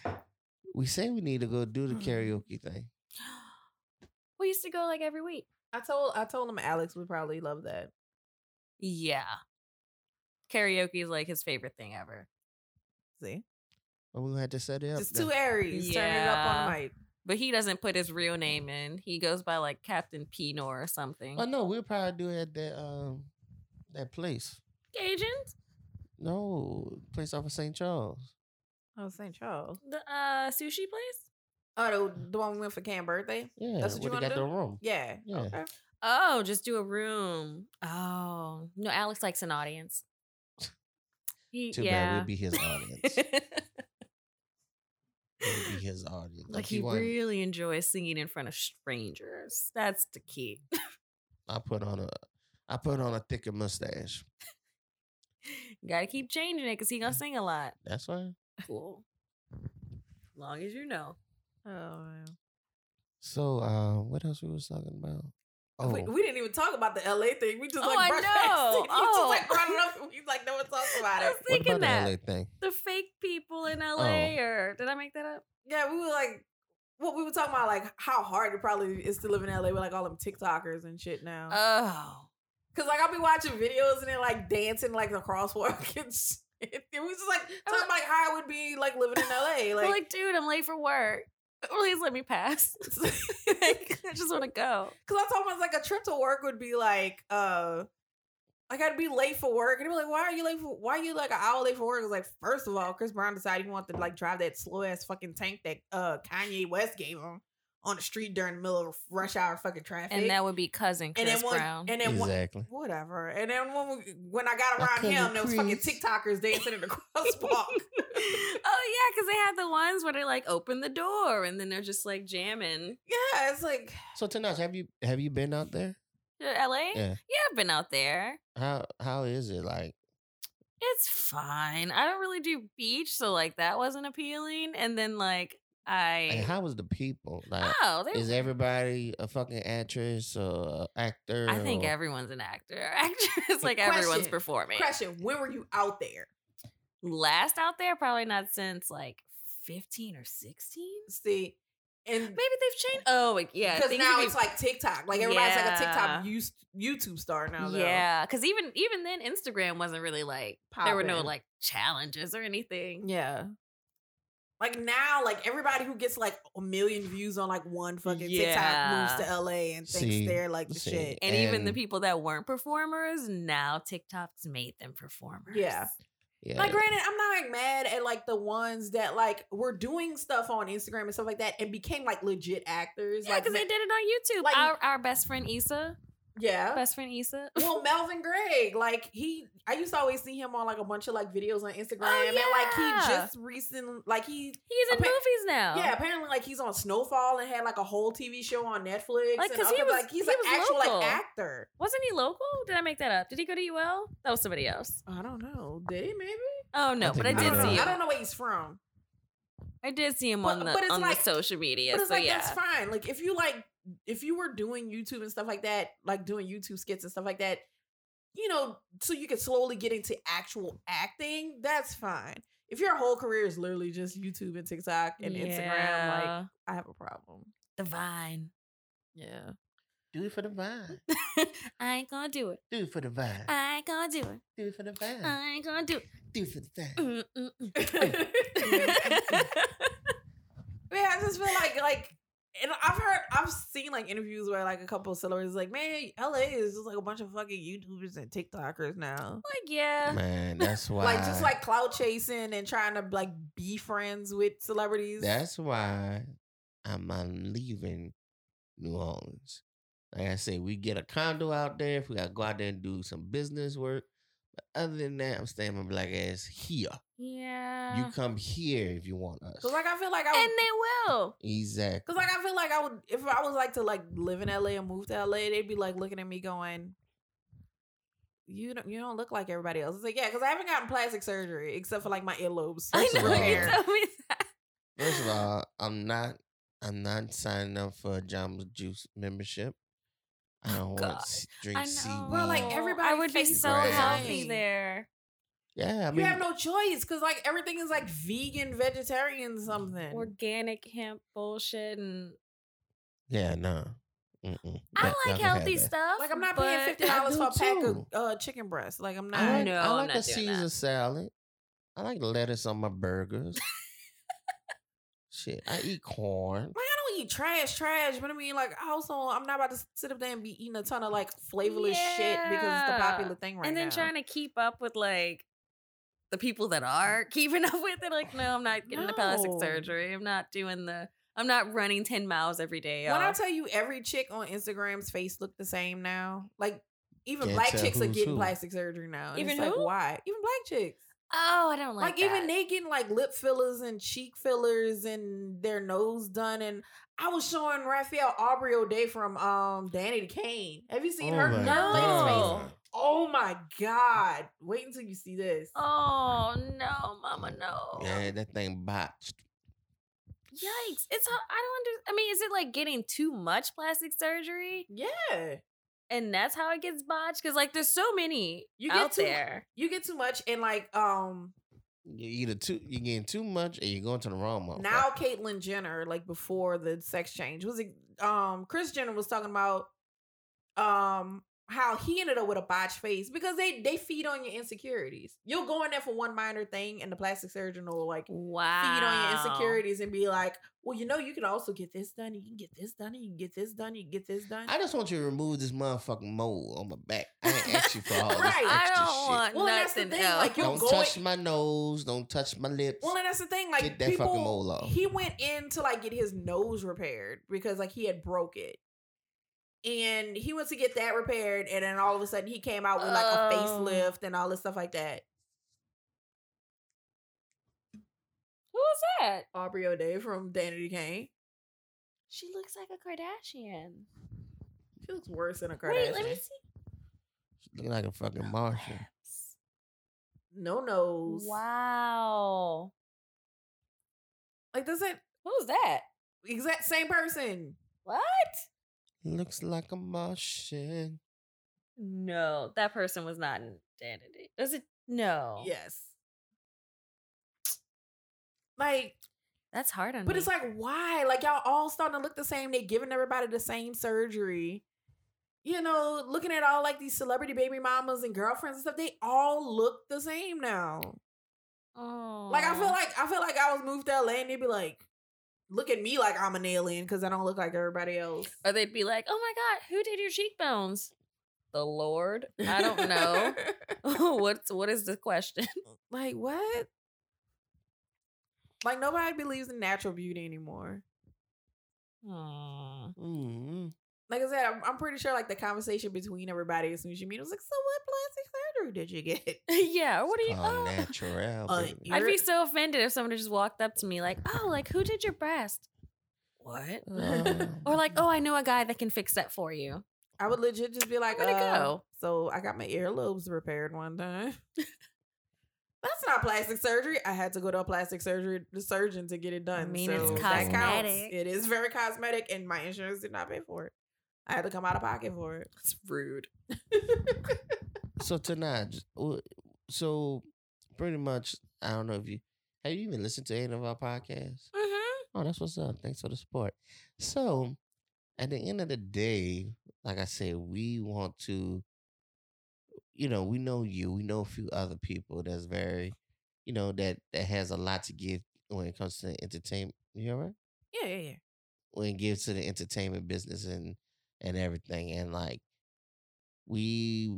Speaker 3: we say we need to go do the
Speaker 4: Mm-hmm.
Speaker 3: karaoke thing.
Speaker 5: We used to go like every week.
Speaker 4: I told I told him Alex would probably love that.
Speaker 5: Yeah. Karaoke is like his favorite thing ever.
Speaker 4: See?
Speaker 3: But we had to set it up.
Speaker 4: Just
Speaker 3: then.
Speaker 4: two Aries. Turn it up on the
Speaker 5: Yeah.
Speaker 4: mic.
Speaker 5: But he doesn't put his real name in. He goes by like Captain Pinot or something.
Speaker 3: Oh no, we'll probably do it at that um that place.
Speaker 5: Cajun?
Speaker 3: No, place off of St. Charles.
Speaker 4: Oh, St. Charles.
Speaker 5: The uh, sushi place?
Speaker 4: Oh, the, the one we went for Cam's birthday?
Speaker 3: Yeah,
Speaker 4: That's what you
Speaker 3: where they
Speaker 4: wanna
Speaker 3: got
Speaker 4: do?
Speaker 3: the room.
Speaker 4: Yeah.
Speaker 3: Yeah.
Speaker 4: Okay.
Speaker 5: Oh, just do a room. Oh. No, Alex likes an audience. He,
Speaker 3: Too bad
Speaker 5: yeah.
Speaker 3: we'll be his audience. we'll be his audience.
Speaker 5: like he
Speaker 3: won-
Speaker 5: really enjoys singing in front of strangers. That's the key.
Speaker 3: I put on a I put on a thicker mustache.
Speaker 5: Gotta keep changing it because he gonna sing a lot.
Speaker 3: That's why.
Speaker 5: Cool. Long as you know.
Speaker 4: Oh, man.
Speaker 3: So uh, what else we was talking about? Oh,
Speaker 4: We, we didn't even talk about the LA thing. We just
Speaker 5: Oh, I
Speaker 4: like brought
Speaker 5: know.
Speaker 4: we just like
Speaker 5: Oh.
Speaker 4: brought it up. and We like no one talks about it.
Speaker 5: I was
Speaker 3: what
Speaker 5: thinking
Speaker 3: about
Speaker 5: that.
Speaker 3: the LA thing?
Speaker 5: the fake people in LA,
Speaker 3: Oh.
Speaker 5: or did I make that up?
Speaker 4: Yeah, we were like, what we were talking about, like how hard it probably is to live in LA with like all them TikTokers and shit now.
Speaker 5: Oh.
Speaker 4: Cause like I'll be watching videos and then like dancing like the crosswalk and shit. It was just like talking about, like how it would be like living in LA.
Speaker 5: Like,
Speaker 4: Like,
Speaker 5: dude, I'm late for work. Please let me pass. Like, I just want to go.
Speaker 4: cause I told myself like a trip to work would be like uh I gotta be late for work. And they'd be like, why are you late for why are you like an hour late for work? It's like, first of all, Chris Brown decided he wanted to like drive that slow ass fucking tank that uh Kanye West gave him on the street during the middle of rush hour fucking traffic.
Speaker 5: And that would be cousin
Speaker 4: and
Speaker 5: Chris
Speaker 4: then one
Speaker 5: Brown.
Speaker 4: and then one
Speaker 3: exactly.
Speaker 4: whatever. And then when we, when I got
Speaker 3: My
Speaker 4: around
Speaker 3: cousin
Speaker 4: him, there was fucking
Speaker 3: Chris.
Speaker 4: TikTokers dancing in the crosswalk.
Speaker 5: oh yeah, because they had the ones where they like open the door and then they're just like jamming.
Speaker 4: yeah, it's like
Speaker 3: So Tanash, have you have you been out there?
Speaker 5: Uh, LA?
Speaker 3: Yeah.
Speaker 5: I've been out there.
Speaker 3: How how is it like?
Speaker 5: It's fine. I don't really do beach, so like that wasn't appealing. And then like
Speaker 3: Like,
Speaker 5: I
Speaker 3: how is the people like?
Speaker 5: oh, they,
Speaker 3: Is everybody a fucking actress or a actor?
Speaker 5: I think
Speaker 3: or-
Speaker 5: everyone's an actor, actress. Like everyone's
Speaker 4: Question.
Speaker 5: performing.
Speaker 4: question. When were you out there?
Speaker 5: Last out there, probably not since like fifteen or sixteen.
Speaker 4: See, and
Speaker 5: Maybe they've changed. Oh, like, yeah.
Speaker 4: because
Speaker 5: things
Speaker 4: now
Speaker 5: have
Speaker 4: it's like TikTok. Like everybody's like a
Speaker 5: Yeah.
Speaker 4: TikTok Yous- YouTube star now. Though.
Speaker 5: yeah, because even even then, Instagram wasn't really like there were no
Speaker 4: Poppin'.
Speaker 5: like challenges or anything.
Speaker 4: yeah. Like now, like everybody who gets like a million views on like one fucking
Speaker 5: Yeah.
Speaker 4: TikTok moves to LA and thinks
Speaker 3: See,
Speaker 4: they're like the
Speaker 3: see.
Speaker 4: shit.
Speaker 5: And, even the
Speaker 3: And-
Speaker 5: people that weren't performers, now TikTok's made them performers.
Speaker 4: Yeah.
Speaker 3: Yeah.
Speaker 4: Like, granted, I'm not like mad at like the ones that like were doing stuff on Instagram and stuff like that and became like legit actors.
Speaker 5: Yeah,
Speaker 4: like,
Speaker 5: because
Speaker 4: ma-
Speaker 5: they did it on YouTube.
Speaker 4: like- Uh,
Speaker 5: our, our best friend Issa,
Speaker 4: yeah.
Speaker 5: best friend Issa.
Speaker 4: Well, Melvin Gregg, like he, I used to always see him on like a bunch of like videos on Instagram, and like he
Speaker 5: Oh, yeah. Oh.
Speaker 4: just recently, like he,
Speaker 5: He's in
Speaker 4: Appa-
Speaker 5: movies now.
Speaker 4: yeah, apparently like he's on Snowfall and had like a whole TV show on Netflix.
Speaker 5: Like,
Speaker 4: and
Speaker 5: 'cause
Speaker 4: other-
Speaker 5: he was-
Speaker 4: like he's
Speaker 5: he
Speaker 4: an
Speaker 5: was
Speaker 4: actual
Speaker 5: local.
Speaker 4: like actor.
Speaker 5: Wasn't he local? Did I make that up? Did he go to UL? That was somebody else.
Speaker 4: I don't know. Did he maybe?
Speaker 5: Oh no, but I
Speaker 3: think
Speaker 5: did
Speaker 3: he
Speaker 4: I
Speaker 3: was.
Speaker 4: don't
Speaker 5: see
Speaker 4: know.
Speaker 5: him.
Speaker 4: I don't know where he's from.
Speaker 5: I did see him
Speaker 4: But-
Speaker 5: on the
Speaker 4: but it's
Speaker 5: on
Speaker 4: like-
Speaker 5: the social media.
Speaker 4: But it's
Speaker 5: so
Speaker 4: like
Speaker 5: yeah.
Speaker 4: that's fine. Like if you like if you were doing YouTube and stuff like that, like doing YouTube skits and stuff like that, you know, so you could slowly get into actual acting, that's fine. If your whole career is literally just YouTube and TikTok and Instagram, like
Speaker 5: Yeah.
Speaker 4: I have a problem.
Speaker 5: the Vine.
Speaker 4: Yeah.
Speaker 3: do it for the vibe.
Speaker 5: I ain't gonna do it.
Speaker 3: Do it for the vibe.
Speaker 5: I ain't gonna do it.
Speaker 3: do it for the vibe.
Speaker 4: Hmm.
Speaker 5: I ain't gonna do it.
Speaker 3: Do it for the vibe.
Speaker 5: uh, Mm, mm, mm.
Speaker 4: Man, I just feel like like and I've heard I've seen like interviews where like a couple of celebrities like, man, LA is just like a bunch of fucking YouTubers and TikTokers now.
Speaker 5: like yeah.
Speaker 3: Man, that's why.
Speaker 4: like just like cloud chasing and trying to like be friends with celebrities.
Speaker 3: That's why I'm, i leaving New Orleans. Like I say, we get a condo out there if we gotta go out there and do some business work. But other than that, I'm staying my black ass here.
Speaker 5: Yeah.
Speaker 3: You come here if you want us.
Speaker 4: because like I feel like I
Speaker 5: and
Speaker 4: would,
Speaker 5: they will.
Speaker 3: exactly.
Speaker 4: because like I feel like I would if I was like to like live in LA and move to LA, they'd be like looking at me going, "You don't you don't look like everybody else." It's like yeah, because I haven't gotten plastic surgery except for like my earlobes.
Speaker 5: I
Speaker 3: First of
Speaker 5: know you
Speaker 3: all-
Speaker 5: told me that.
Speaker 3: First of all, I'm not. I'm not signing up for a Jamba Juice membership. I don't
Speaker 5: Oh, God.
Speaker 3: want to drink
Speaker 5: I
Speaker 3: seaweed.
Speaker 5: know.
Speaker 4: Well, like, everybody
Speaker 5: I would be
Speaker 4: faces
Speaker 5: so
Speaker 3: Right.
Speaker 5: healthy
Speaker 4: thing.
Speaker 5: there.
Speaker 3: yeah, I
Speaker 4: you
Speaker 3: mean,
Speaker 4: have no choice because like everything is like vegan, vegetarian, something.
Speaker 5: Organic hemp bullshit and
Speaker 3: yeah, no. Mm-mm.
Speaker 5: I
Speaker 3: Not-
Speaker 5: like
Speaker 3: not gonna have
Speaker 5: healthy
Speaker 3: that.
Speaker 5: stuff.
Speaker 4: like I'm not
Speaker 5: but-
Speaker 4: paying fifty dollars for
Speaker 3: I
Speaker 4: a pack
Speaker 3: do
Speaker 4: of uh, chicken breast. Like I'm not.
Speaker 3: I like,
Speaker 5: No,
Speaker 3: I
Speaker 5: I'm
Speaker 3: like
Speaker 5: not
Speaker 3: a
Speaker 5: doing
Speaker 3: Caesar
Speaker 5: that.
Speaker 3: salad. I like lettuce on my burgers. Shit, I eat corn.
Speaker 4: Like I don't eat trash, trash, but I mean, like I also I'm not about to sit up there and be eating a ton of like flavorless shit because it's the
Speaker 5: Yeah.
Speaker 4: popular thing right
Speaker 5: and then
Speaker 4: now.
Speaker 5: trying to keep up with like the people that are keeping up with it. Like, no, I'm not getting the plastic
Speaker 4: No.
Speaker 5: surgery. I'm not doing the. I'm not running ten miles every day.
Speaker 4: when I
Speaker 5: y'all.
Speaker 4: tell you every chick on Instagram's face look the same now, like even
Speaker 3: Can't
Speaker 4: black
Speaker 3: tell
Speaker 4: chicks are
Speaker 3: who's
Speaker 4: getting
Speaker 3: who.
Speaker 4: plastic surgery now. And
Speaker 5: Even
Speaker 4: it's like
Speaker 5: who?
Speaker 4: why? Even black chicks.
Speaker 5: oh, I don't like,
Speaker 4: Like, even
Speaker 5: that.
Speaker 4: they getting like lip fillers and cheek fillers and their nose done. And I was showing Raphael Aubrey O'Day from um Danny Kane. Have you seen her?
Speaker 3: Oh my
Speaker 4: Her
Speaker 5: God.
Speaker 4: face. Oh my god! Wait until you see this.
Speaker 5: Oh no, mama, no.
Speaker 3: Yeah, that thing botched.
Speaker 5: Yikes! It's ho- I don't under. I mean, is it like getting too much plastic surgery,
Speaker 4: Yeah.
Speaker 5: and that's how it gets botched? Because like, there's so many
Speaker 4: You
Speaker 5: out
Speaker 4: get too-
Speaker 5: there.
Speaker 4: you get too much and like um
Speaker 3: You're either too you're getting too much, or you're going to the wrong motherfucker.
Speaker 4: now Caitlyn Jenner, like before the sex change, was it um Chris Jenner was talking about um how he ended up with a botched face because they they feed on your insecurities. You'll go in there for one minor thing, and the plastic surgeon will like
Speaker 5: Wow.
Speaker 4: feed on your insecurities and be like, well, you know, you can also get this done, you can get this done, you can get this done, you can get this done.
Speaker 3: I just want you to remove this motherfucking mole on my back. I ain't asked you for all this
Speaker 4: Right.
Speaker 3: extra
Speaker 5: I don't
Speaker 3: shit.
Speaker 5: want
Speaker 4: Well, and that's the
Speaker 5: nothing
Speaker 4: thing,
Speaker 5: else.
Speaker 4: like, you're
Speaker 3: don't
Speaker 4: going-
Speaker 3: touch my nose. Don't touch my lips.
Speaker 4: Well, and that's the thing. Like
Speaker 3: Get that fucking
Speaker 4: people,
Speaker 3: mole off.
Speaker 4: he went in to like get his nose repaired because like he had broke it, and he went to get that repaired, and then all of a sudden he came out with like a
Speaker 5: Oh.
Speaker 4: facelift and all this stuff like that.
Speaker 5: Who is that?
Speaker 4: Aubrey O'Day from Danity Kane.
Speaker 5: She looks like a Kardashian.
Speaker 4: She looks worse than a Kardashian.
Speaker 5: Wait, let me see.
Speaker 3: Look like a fucking Martian.
Speaker 4: No nose.
Speaker 5: Wow.
Speaker 4: Like doesn't
Speaker 5: Who's that?
Speaker 4: exact same person.
Speaker 5: What?
Speaker 3: Looks like a Martian.
Speaker 5: No, that person was not in Danity. Was it? No.
Speaker 4: Yes. Like
Speaker 5: That's hard on
Speaker 4: But
Speaker 5: me.
Speaker 4: it's like, why? Like y'all all starting to look the same. They giving everybody the same surgery. You know, looking at all like these celebrity baby mamas and girlfriends and stuff, they all look the same now. Like I feel
Speaker 5: Aw.
Speaker 4: like I feel like I was moved to LA and they'd be like, look at me like I'm an alien because I don't look like everybody else.
Speaker 5: or they'd be like, "Oh my god, who did your cheekbones?" The Lord. I don't know. What's what is the question?
Speaker 4: like what? Like nobody believes in natural beauty anymore.
Speaker 5: Aw.
Speaker 3: mm
Speaker 4: like I said, I'm, I'm pretty sure like the conversation between everybody as soon as you meet was like, so what plastic surgery did you get?
Speaker 5: yeah. What are you?
Speaker 3: Oh,
Speaker 5: oh.
Speaker 3: natural.
Speaker 4: Uh,
Speaker 3: baby.
Speaker 5: I'd be
Speaker 4: You're-
Speaker 5: so offended if someone just walked up to me like, "Oh, like who did your breast?" What?
Speaker 3: Oh.
Speaker 5: Or like, "Oh, I know a guy that can fix that for you."
Speaker 4: I would legit just be like,
Speaker 5: Where'd it
Speaker 4: uh,
Speaker 5: go?
Speaker 4: So I got my earlobes repaired one time. That's not plastic surgery. I had to go to a plastic surgery the surgeon to get it done.
Speaker 5: mean, it's
Speaker 4: so that counts.
Speaker 5: cosmetic.
Speaker 4: It is very cosmetic, and my insurance did not pay for it. I had to come out of pocket for it.
Speaker 5: That's rude.
Speaker 3: So tonight, j- w- so pretty much, I don't know if you have you even listened to any of our podcasts.
Speaker 5: Mm-hmm.
Speaker 3: Oh, that's what's up. Thanks for the support. So, at the end of the day, like I said, we want to, you know, we know you. We know a few other people that's very, you know, that that has a lot to give when it comes to entertainment. You all right?
Speaker 4: Yeah, yeah, yeah.
Speaker 3: when it gives to the entertainment business and and everything and like we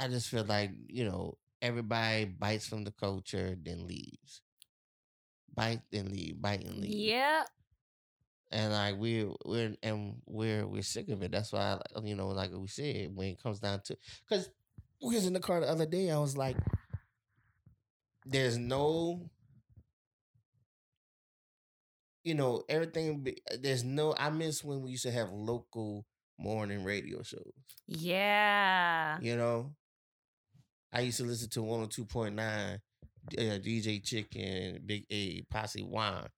Speaker 3: i just feel like you know everybody bites from the culture then leaves bite then leave bite and leave
Speaker 5: Yeah.
Speaker 3: and like we're we're and we're we're sick of it that's why like, you know like we said when it comes down to because we was in the car the other day i was like there's no you know everything be- there's no i miss when we used to have local morning radio shows
Speaker 5: Yeah.
Speaker 3: you know i used to listen to 102.9 uh, dj chicken big a posse wine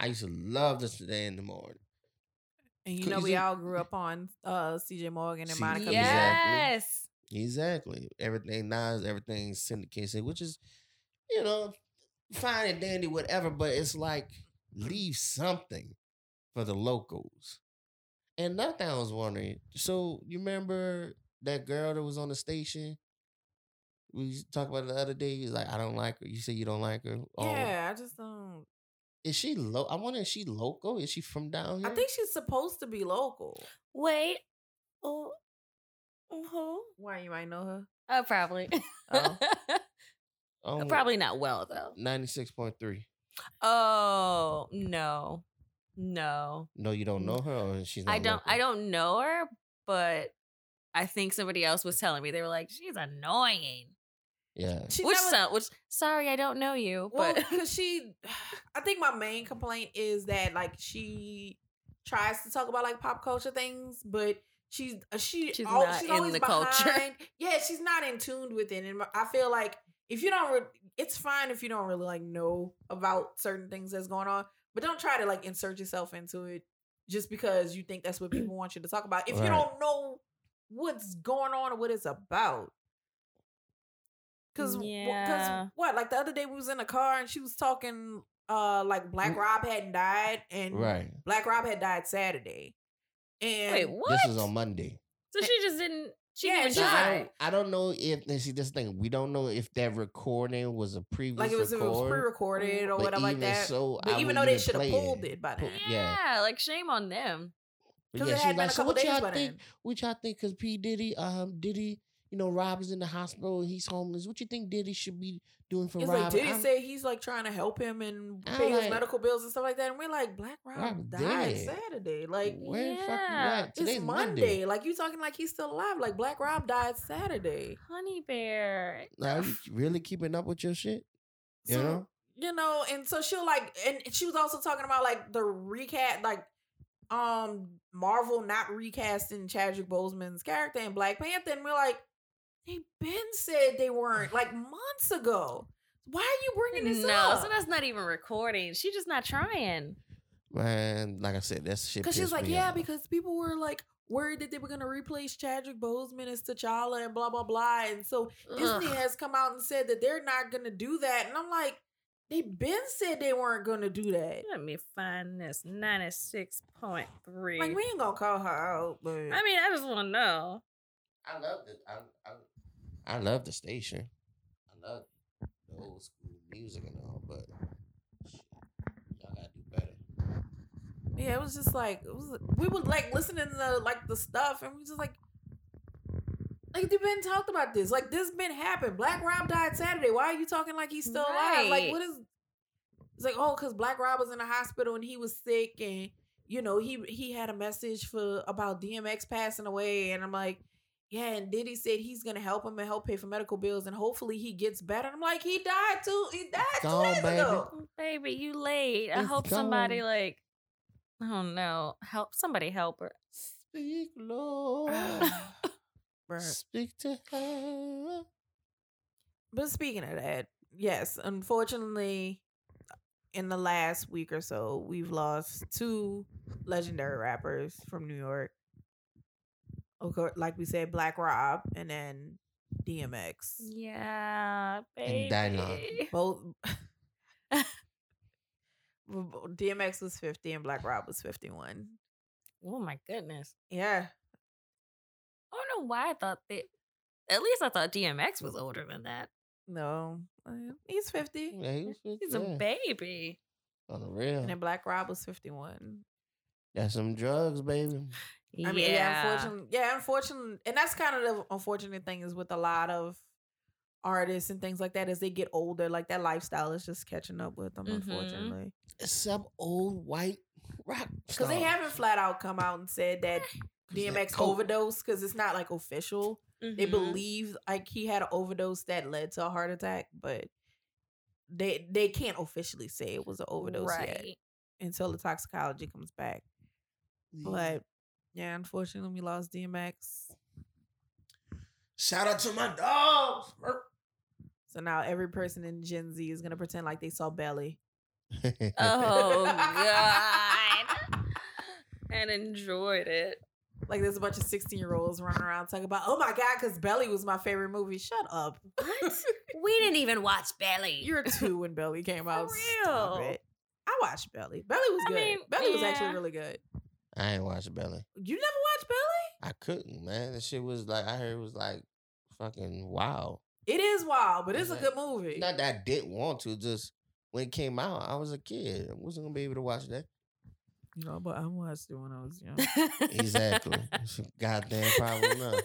Speaker 3: i used to love this today in the morning
Speaker 4: And you
Speaker 3: Could-
Speaker 4: know,
Speaker 3: is
Speaker 4: we
Speaker 3: it-
Speaker 4: all grew up on uh, CJ Morgan and
Speaker 3: See,
Speaker 4: Monica.
Speaker 3: yeah.
Speaker 4: Bellucci.
Speaker 5: Yes.
Speaker 3: Exactly. Everything Nas, everything syndicated, which is, you know, fine and dandy, whatever, but it's like leave something for the locals. And another thing I was wondering, so you remember that girl that was on the station? We talked about it the other day. You was like, I don't like her. You say you don't like her. Oh,
Speaker 4: Yeah, I just don't.
Speaker 3: Is she low? I wonder is she local? Is she from down here?
Speaker 4: I think she's supposed to be local.
Speaker 5: Wait. Oh. Who?
Speaker 4: Why you might know her?
Speaker 5: Oh, probably.
Speaker 4: Oh.
Speaker 3: um,
Speaker 5: probably not well though.
Speaker 3: ninety six point three.
Speaker 5: Oh no, no.
Speaker 3: No, you don't know her, or she's. Not
Speaker 5: Mm. I don't.
Speaker 3: local?
Speaker 5: I don't know her, but I think somebody else was telling me they were like, "She's annoying."
Speaker 3: Yeah.
Speaker 4: She
Speaker 5: which
Speaker 4: never-
Speaker 5: sound? Which sorry, I don't know you,
Speaker 4: Well,
Speaker 5: but
Speaker 4: because she, I think my main complaint is that like she tries to talk about like pop culture things, but she's uh, she
Speaker 5: She's
Speaker 4: al-
Speaker 5: not
Speaker 4: she's
Speaker 5: in
Speaker 4: always
Speaker 5: the
Speaker 4: behind.
Speaker 5: culture.
Speaker 4: Yeah, she's not in tune with it, and I feel like if you don't, re- it's fine if you don't really like know about certain things that's going on, but don't try to like insert yourself into it just because you think that's what people want you to talk about. If
Speaker 3: Right.
Speaker 4: you don't know what's going on or what it's about. Cause, w-
Speaker 5: Yeah.
Speaker 4: cause what? Like the other day, we was in a car and she was talking. Uh, like Black Rob hadn't died, and
Speaker 3: Mm. Right.
Speaker 4: Black Rob had died Saturday. And
Speaker 5: Wait, what?
Speaker 3: This is on Monday.
Speaker 5: so she just didn't. She
Speaker 4: Yeah,
Speaker 5: didn't
Speaker 4: she
Speaker 5: even
Speaker 3: So I
Speaker 5: die.
Speaker 3: don't, I don't know if and see this thing. We don't know if that recording was a previous
Speaker 4: like it was, it was
Speaker 3: record,
Speaker 4: pre-recorded or
Speaker 3: but
Speaker 4: whatever like
Speaker 3: even
Speaker 4: that.
Speaker 3: So,
Speaker 4: but
Speaker 3: I
Speaker 4: even
Speaker 3: wouldn't
Speaker 4: though they
Speaker 3: even
Speaker 4: should have
Speaker 3: play
Speaker 4: pulled it by
Speaker 3: Pull-
Speaker 4: then,
Speaker 5: Yeah.
Speaker 3: yeah.
Speaker 5: like shame on them.
Speaker 3: But
Speaker 4: because
Speaker 3: yeah,
Speaker 4: it
Speaker 3: she
Speaker 4: had been
Speaker 3: like,
Speaker 4: a
Speaker 3: so
Speaker 4: couple
Speaker 3: what
Speaker 4: days
Speaker 3: y'all
Speaker 4: by
Speaker 3: think?
Speaker 4: then.
Speaker 3: What y'all think? Because P Diddy, um, Diddy, you know, Rob is in the hospital. He's homeless. What you think Diddy should be doing for
Speaker 4: It's
Speaker 3: Rob?
Speaker 4: like Diddy
Speaker 3: I'm-
Speaker 4: say he's like trying to help him and
Speaker 3: I'm
Speaker 4: pay his
Speaker 3: like,
Speaker 4: medical bills and stuff like that, and we're like, Black Rob,
Speaker 3: Rob
Speaker 4: died
Speaker 3: dead.
Speaker 4: Saturday, like.
Speaker 3: where the fuck you
Speaker 5: Yeah,
Speaker 3: at? Today's
Speaker 4: it's Monday.
Speaker 3: Monday.
Speaker 4: Like you talking like he's still alive. Like Black Rob died Saturday.
Speaker 5: Honey bear.
Speaker 3: Now, you really keeping up with your shit? You
Speaker 4: So,
Speaker 3: know?
Speaker 4: you know, and so she'll like, and she was also talking about like the recast, like um Marvel not recasting Chadwick Boseman's character in Black Panther, and we're like, they been said they weren't like months ago. Why are you bringing this
Speaker 5: No,
Speaker 4: up?
Speaker 5: so that's not even recording. She's just not trying.
Speaker 3: Man, like I said, that's shit.
Speaker 4: Because she was
Speaker 3: pissed
Speaker 4: like,
Speaker 3: me
Speaker 4: yeah,
Speaker 3: off.
Speaker 4: because people were like worried that they were gonna replace Chadwick Boseman as T'Challa and blah blah blah, and so Disney
Speaker 5: Ugh.
Speaker 4: has come out and said that they're not gonna do that, and I'm like, they been said they weren't gonna do that.
Speaker 5: Let me find this ninety six point three.
Speaker 4: Like we ain't gonna call her out, but
Speaker 5: I mean, I just want to know.
Speaker 3: I love the I, I, I love the station. I love the old school music and all, but shit, y'all gotta do better.
Speaker 4: yeah, it was just like it was. We were like listening to like the stuff, and we just like. Like they've been talked about this. Like this been happened. Black Rob died Saturday. Why are you talking like he's still alive? Like
Speaker 5: Right.
Speaker 4: what is? It's like oh, because Black Rob was in the hospital and he was sick, and you know he he had a message for about DMX passing away, and I'm like, yeah. And Diddy said he's gonna help him and help pay for medical bills, and hopefully he gets better. I'm like, he died too. He died
Speaker 3: Gone,
Speaker 4: two days
Speaker 3: baby.
Speaker 4: ago.
Speaker 5: Oh, Baby, you late. I
Speaker 3: It's
Speaker 5: hope somebody
Speaker 3: gone.
Speaker 5: like. I don't know. Help somebody help her.
Speaker 3: Speak low,
Speaker 4: Oh. Bruh.
Speaker 3: speak to her.
Speaker 4: But speaking of that, yes, unfortunately, in the last week or so, we've lost two legendary rappers from New York. Of course, like we said, Black Rob and then DMX.
Speaker 5: Yeah, baby.
Speaker 3: And Dylan.
Speaker 4: Both DMX was 50 and Black Rob was 51.
Speaker 5: Oh my goodness.
Speaker 4: Yeah.
Speaker 5: I don't know why I thought that. At least I thought DMX was older than that.
Speaker 4: No. uh, He's 50.
Speaker 3: Yeah, he was with-
Speaker 5: He's
Speaker 3: yeah,
Speaker 5: a baby.
Speaker 3: on the
Speaker 4: And then
Speaker 3: real.
Speaker 4: Black Rob was 51.
Speaker 3: That's some drugs, baby.
Speaker 5: Yeah.
Speaker 4: I mean, yeah, unfortunately, yeah, unfortunately, and that's kind of the unfortunate thing is with a lot of artists and things like that as they get older, like that lifestyle is just catching up with them,
Speaker 5: Mhm.
Speaker 4: unfortunately,
Speaker 3: Some old white rock
Speaker 4: because they haven't flat out come out and said that DMX overdosed, 'cause
Speaker 3: over.
Speaker 4: overdose because it's not like official. They
Speaker 5: Mhm.
Speaker 4: believe like he had an overdose that led to a heart attack, but they they can't officially say it was an overdose yet
Speaker 5: right.
Speaker 4: until the toxicology comes back. But yeah, unfortunately, we lost DMX.
Speaker 3: shout out to my dogs.
Speaker 4: So now every person in Gen Z is gonna pretend like they saw Belly. uh-huh.
Speaker 5: Oh god. and enjoyed it.
Speaker 4: Like there's a bunch of 16 year olds running around talking about, oh my god, because Belly was my favorite movie. Shut up.
Speaker 5: What? we didn't even watch Belly.
Speaker 4: You're two when Belly came out. Stop
Speaker 5: real.
Speaker 4: it. I watched Belly. Belly was
Speaker 5: I
Speaker 4: good.
Speaker 5: mean,
Speaker 4: Belly was actually
Speaker 5: yeah.
Speaker 4: really good.
Speaker 3: I ain't watch Belly.
Speaker 4: You never watched Belly?
Speaker 3: I couldn't, man. That shit was like I heard it was like fucking wow.
Speaker 4: It is wild, but it's a
Speaker 3: Yeah.
Speaker 4: good movie.
Speaker 3: Not that I didn't want to, just when it came out, I was a kid. I wasn't gonna be able to watch that.
Speaker 4: You know, but I watched it when I was young.
Speaker 3: Exactly. It's a Goddamn problem enough.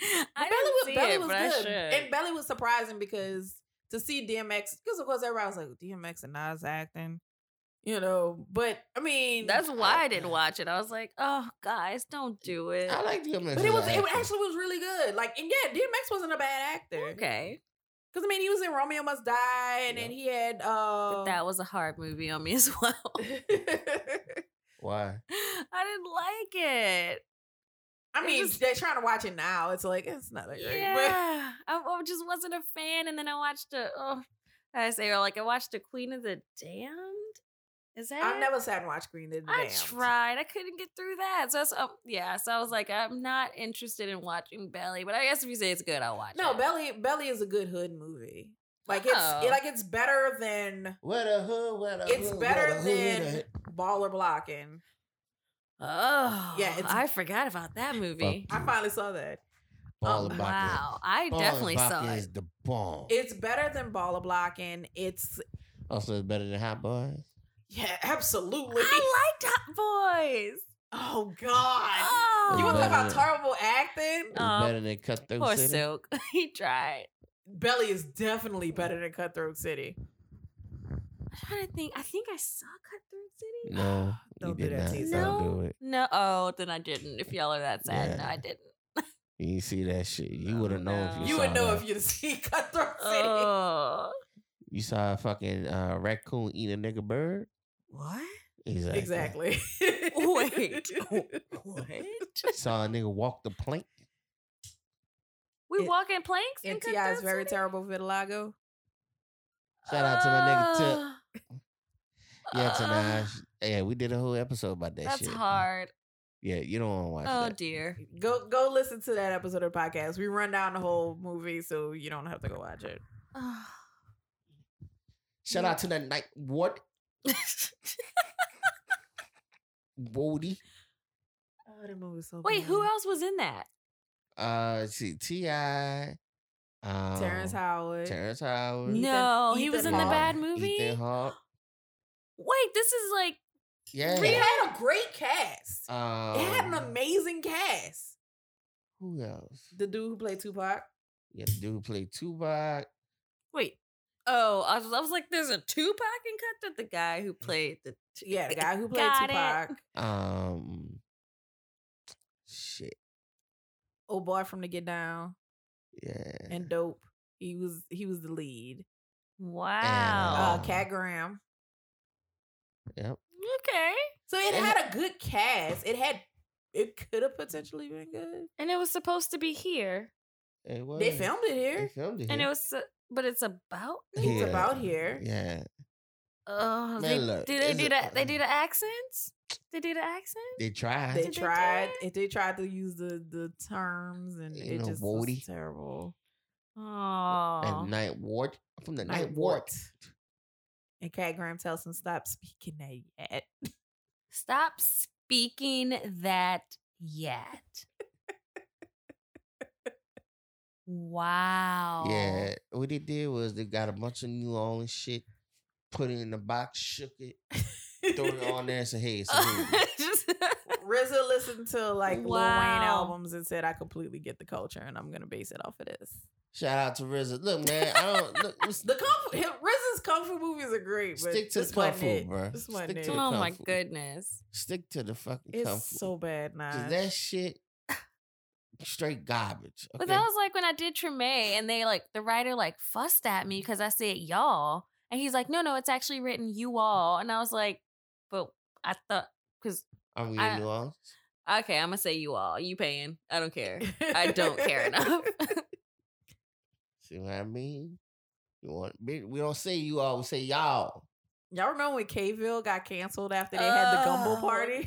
Speaker 5: I
Speaker 4: Belly was,
Speaker 5: didn't see
Speaker 4: Belly
Speaker 5: it,
Speaker 4: was
Speaker 5: but I
Speaker 4: good.
Speaker 5: should.
Speaker 4: And Belly was surprising because to see DMX, because of course everybody was like, DMX and Nas acting, you know. But I mean,
Speaker 5: That's why I didn't watch it. I was like, "Oh, guys, don't do it."
Speaker 3: I like the American.
Speaker 4: But it was it actually was really good. Like and yeah, DMX wasn't a bad actor.
Speaker 5: okay,
Speaker 4: Because I mean he was in Romeo Must Die and then
Speaker 3: Yeah.
Speaker 4: he had uh
Speaker 5: but that was a hard movie on me as well.
Speaker 3: why.
Speaker 5: I didn't like it.
Speaker 4: I mean
Speaker 5: just-
Speaker 4: they're trying to watch it now. It's like it's not that great. But
Speaker 5: Yeah, I, I just wasn't a fan. And then I watched a, oh, I say, or like I watched a Queen of the Damned, Is that
Speaker 4: I've
Speaker 5: it?
Speaker 4: never sat and watched Green Day.
Speaker 5: I
Speaker 4: Damned.
Speaker 5: tried. I couldn't get through that. So, that's um, yeah. So I was like, I'm not interested in watching Belly, but I guess if you say it's good, I'll watch.
Speaker 4: No,
Speaker 5: it.
Speaker 4: Belly Belly is a good hood movie. Like it's
Speaker 5: Oh.
Speaker 4: it, like it's better than
Speaker 3: What a hood, what a
Speaker 4: it's
Speaker 3: hood,
Speaker 4: better
Speaker 3: what a hood, what a
Speaker 4: than
Speaker 3: hood.
Speaker 4: Baller Blocking.
Speaker 5: Oh,
Speaker 4: Yeah, it's-
Speaker 5: I forgot about that movie.
Speaker 4: I finally saw that.
Speaker 3: Ball
Speaker 4: um,
Speaker 3: of Baca.
Speaker 5: Wow, I
Speaker 3: Ball of
Speaker 5: definitely saw
Speaker 3: Baca
Speaker 5: it.
Speaker 3: is the bomb.
Speaker 4: It's better than Baller Blocking. It's
Speaker 3: also, it's better than Hot Boys.
Speaker 4: yeah, absolutely.
Speaker 5: I liked Hot Boys.
Speaker 4: oh God.
Speaker 5: Oh,
Speaker 4: You
Speaker 3: It's
Speaker 4: want to talk
Speaker 3: better
Speaker 4: about
Speaker 3: than-
Speaker 4: terrible acting?
Speaker 3: It's
Speaker 5: Um,
Speaker 3: better than Cutthroat
Speaker 5: poor
Speaker 3: City.
Speaker 5: Silk. he tried.
Speaker 4: Belly is definitely better than Cutthroat City.
Speaker 5: I'm trying to think. I think I saw Cutthroat City.
Speaker 3: No,
Speaker 4: Don't
Speaker 3: you
Speaker 4: do
Speaker 3: did
Speaker 4: that
Speaker 3: not.
Speaker 4: to
Speaker 5: yourself.
Speaker 3: Don't do it.
Speaker 5: No, oh, then I didn't. If y'all are that sad, no,
Speaker 3: Yeah.
Speaker 5: I didn't.
Speaker 3: You didn't see that shit. You
Speaker 5: Oh,
Speaker 3: wouldn't know if
Speaker 5: no.
Speaker 3: you,
Speaker 4: You
Speaker 3: saw
Speaker 4: would know
Speaker 3: that.
Speaker 4: if you'd seen Cutthroat
Speaker 5: Uh,
Speaker 4: City.
Speaker 5: Oh,
Speaker 3: you saw a fucking uh, raccoon eat a nigga bird.
Speaker 5: what?
Speaker 3: Exactly.
Speaker 4: exactly.
Speaker 5: Wait, what?
Speaker 3: Saw a nigga walk the plank.
Speaker 5: We
Speaker 4: It-
Speaker 5: walk in planks in
Speaker 4: And T.I.'s
Speaker 5: Cutthroat
Speaker 4: very
Speaker 5: City?
Speaker 4: terrible vitiligo.
Speaker 3: Shout out to my nigga Tip.
Speaker 5: Ah.
Speaker 3: Yeah,
Speaker 5: Ah,
Speaker 3: Tanaj. Yeah, we did a whole episode about that
Speaker 5: That's
Speaker 3: shit.
Speaker 5: hard.
Speaker 3: Yeah, you don't want to watch
Speaker 5: Oh
Speaker 3: that.
Speaker 5: dear.
Speaker 4: Go go listen to that episode of the podcast. We run down the whole movie so you don't have to go watch it.
Speaker 5: Ah.
Speaker 3: Shout out to the night ward, Woody.
Speaker 4: Oh, that movie so
Speaker 5: Wait, who else was in that?
Speaker 3: Uh, let's see, T.I. Um,
Speaker 4: Terrence Howard.
Speaker 3: Terrence Howard.
Speaker 4: Ethan-
Speaker 5: no, he was in
Speaker 4: Ethan
Speaker 5: the
Speaker 4: Hawke.
Speaker 5: bad movie.
Speaker 3: Ethan Hawke.
Speaker 5: Wait, this is like
Speaker 3: Yeah.
Speaker 4: We had a great cast.
Speaker 3: Um,
Speaker 4: it had an amazing cast.
Speaker 3: Who else?
Speaker 4: The dude who played Tupac.
Speaker 3: Yeah, the dude played Tupac.
Speaker 5: wait. Oh, I was, I was like, there's a Tupac in Cutthroat. The guy who played the
Speaker 4: Yeah, the guy who played
Speaker 5: Got it.
Speaker 4: Tupac.
Speaker 3: Um, shit.
Speaker 4: Old Oh, boy from The Get Down
Speaker 3: Yeah.
Speaker 4: and Dope. He was he was the lead.
Speaker 3: Oh.
Speaker 5: wow.
Speaker 4: Uh Cat Graham.
Speaker 3: yep.
Speaker 5: okay,
Speaker 4: So it
Speaker 3: And-
Speaker 4: had a good cast. It had it could have potentially been good.
Speaker 5: and it was supposed to be here,
Speaker 3: It was.
Speaker 4: They filmed it
Speaker 3: They
Speaker 4: here.
Speaker 3: filmed it.
Speaker 5: and it
Speaker 3: here.
Speaker 5: was, uh, but it's about.
Speaker 4: It's
Speaker 3: Yeah.
Speaker 4: about here.
Speaker 3: Yeah. Man,
Speaker 5: Oh, they,
Speaker 3: look,
Speaker 5: do they
Speaker 3: it's
Speaker 5: do
Speaker 3: a-
Speaker 5: that? They do the accents. They do the accent.
Speaker 3: They
Speaker 4: They
Speaker 3: tried.
Speaker 5: Did they do
Speaker 4: tried
Speaker 5: it?
Speaker 4: it. They tried to use the the terms and
Speaker 3: You
Speaker 4: it
Speaker 3: know,
Speaker 4: just
Speaker 3: Wody.
Speaker 4: was terrible.
Speaker 5: Oh,
Speaker 3: and Night Ward. From the Night,
Speaker 4: Night
Speaker 3: Ward.
Speaker 4: Wart. And Cat Graham tells him stop speaking that yet.
Speaker 5: Stop speaking that yet. wow.
Speaker 3: Yeah. What they did was they got a bunch of New Orleans shit, put it in the box, shook it, threw it on there, and said, hey, it's a movie.
Speaker 5: Just- oh
Speaker 4: RZA listened to like Lil Wayne
Speaker 5: Wow.
Speaker 4: albums and said, "I completely get the culture, and I'm gonna base it off of this."
Speaker 3: Shout out to RZA. Look, man, I don't look. let's
Speaker 4: The kung fu, his- RZA's kung fu movies are great, but
Speaker 3: Stick to
Speaker 4: this
Speaker 3: the kung
Speaker 4: wasn't
Speaker 3: fu,
Speaker 4: it.
Speaker 3: bro.
Speaker 4: This
Speaker 3: Stick
Speaker 4: wasn't
Speaker 3: to
Speaker 4: it.
Speaker 3: the
Speaker 5: oh my
Speaker 3: kung fu.
Speaker 5: goodness.
Speaker 3: Stick to the fucking kung
Speaker 4: It's
Speaker 3: fu.
Speaker 4: so bad, now.
Speaker 3: 'Cause that shit, straight garbage.
Speaker 5: But
Speaker 3: okay?
Speaker 5: that was like when I did Treme and they like the writer like fussed at me because I said y'all. And he's like, no, no, it's actually written you all. And I was like, but I thought because
Speaker 3: Are we in
Speaker 5: I-
Speaker 3: New Orleans?
Speaker 5: okay, I'm gonna say you all. You paying. I don't care. I don't care enough.
Speaker 3: See what I mean? You want? bitch, We don't say you all. We say y'all.
Speaker 4: Y'all remember when Kville got canceled after they had the
Speaker 5: Oh,
Speaker 4: gumbo party?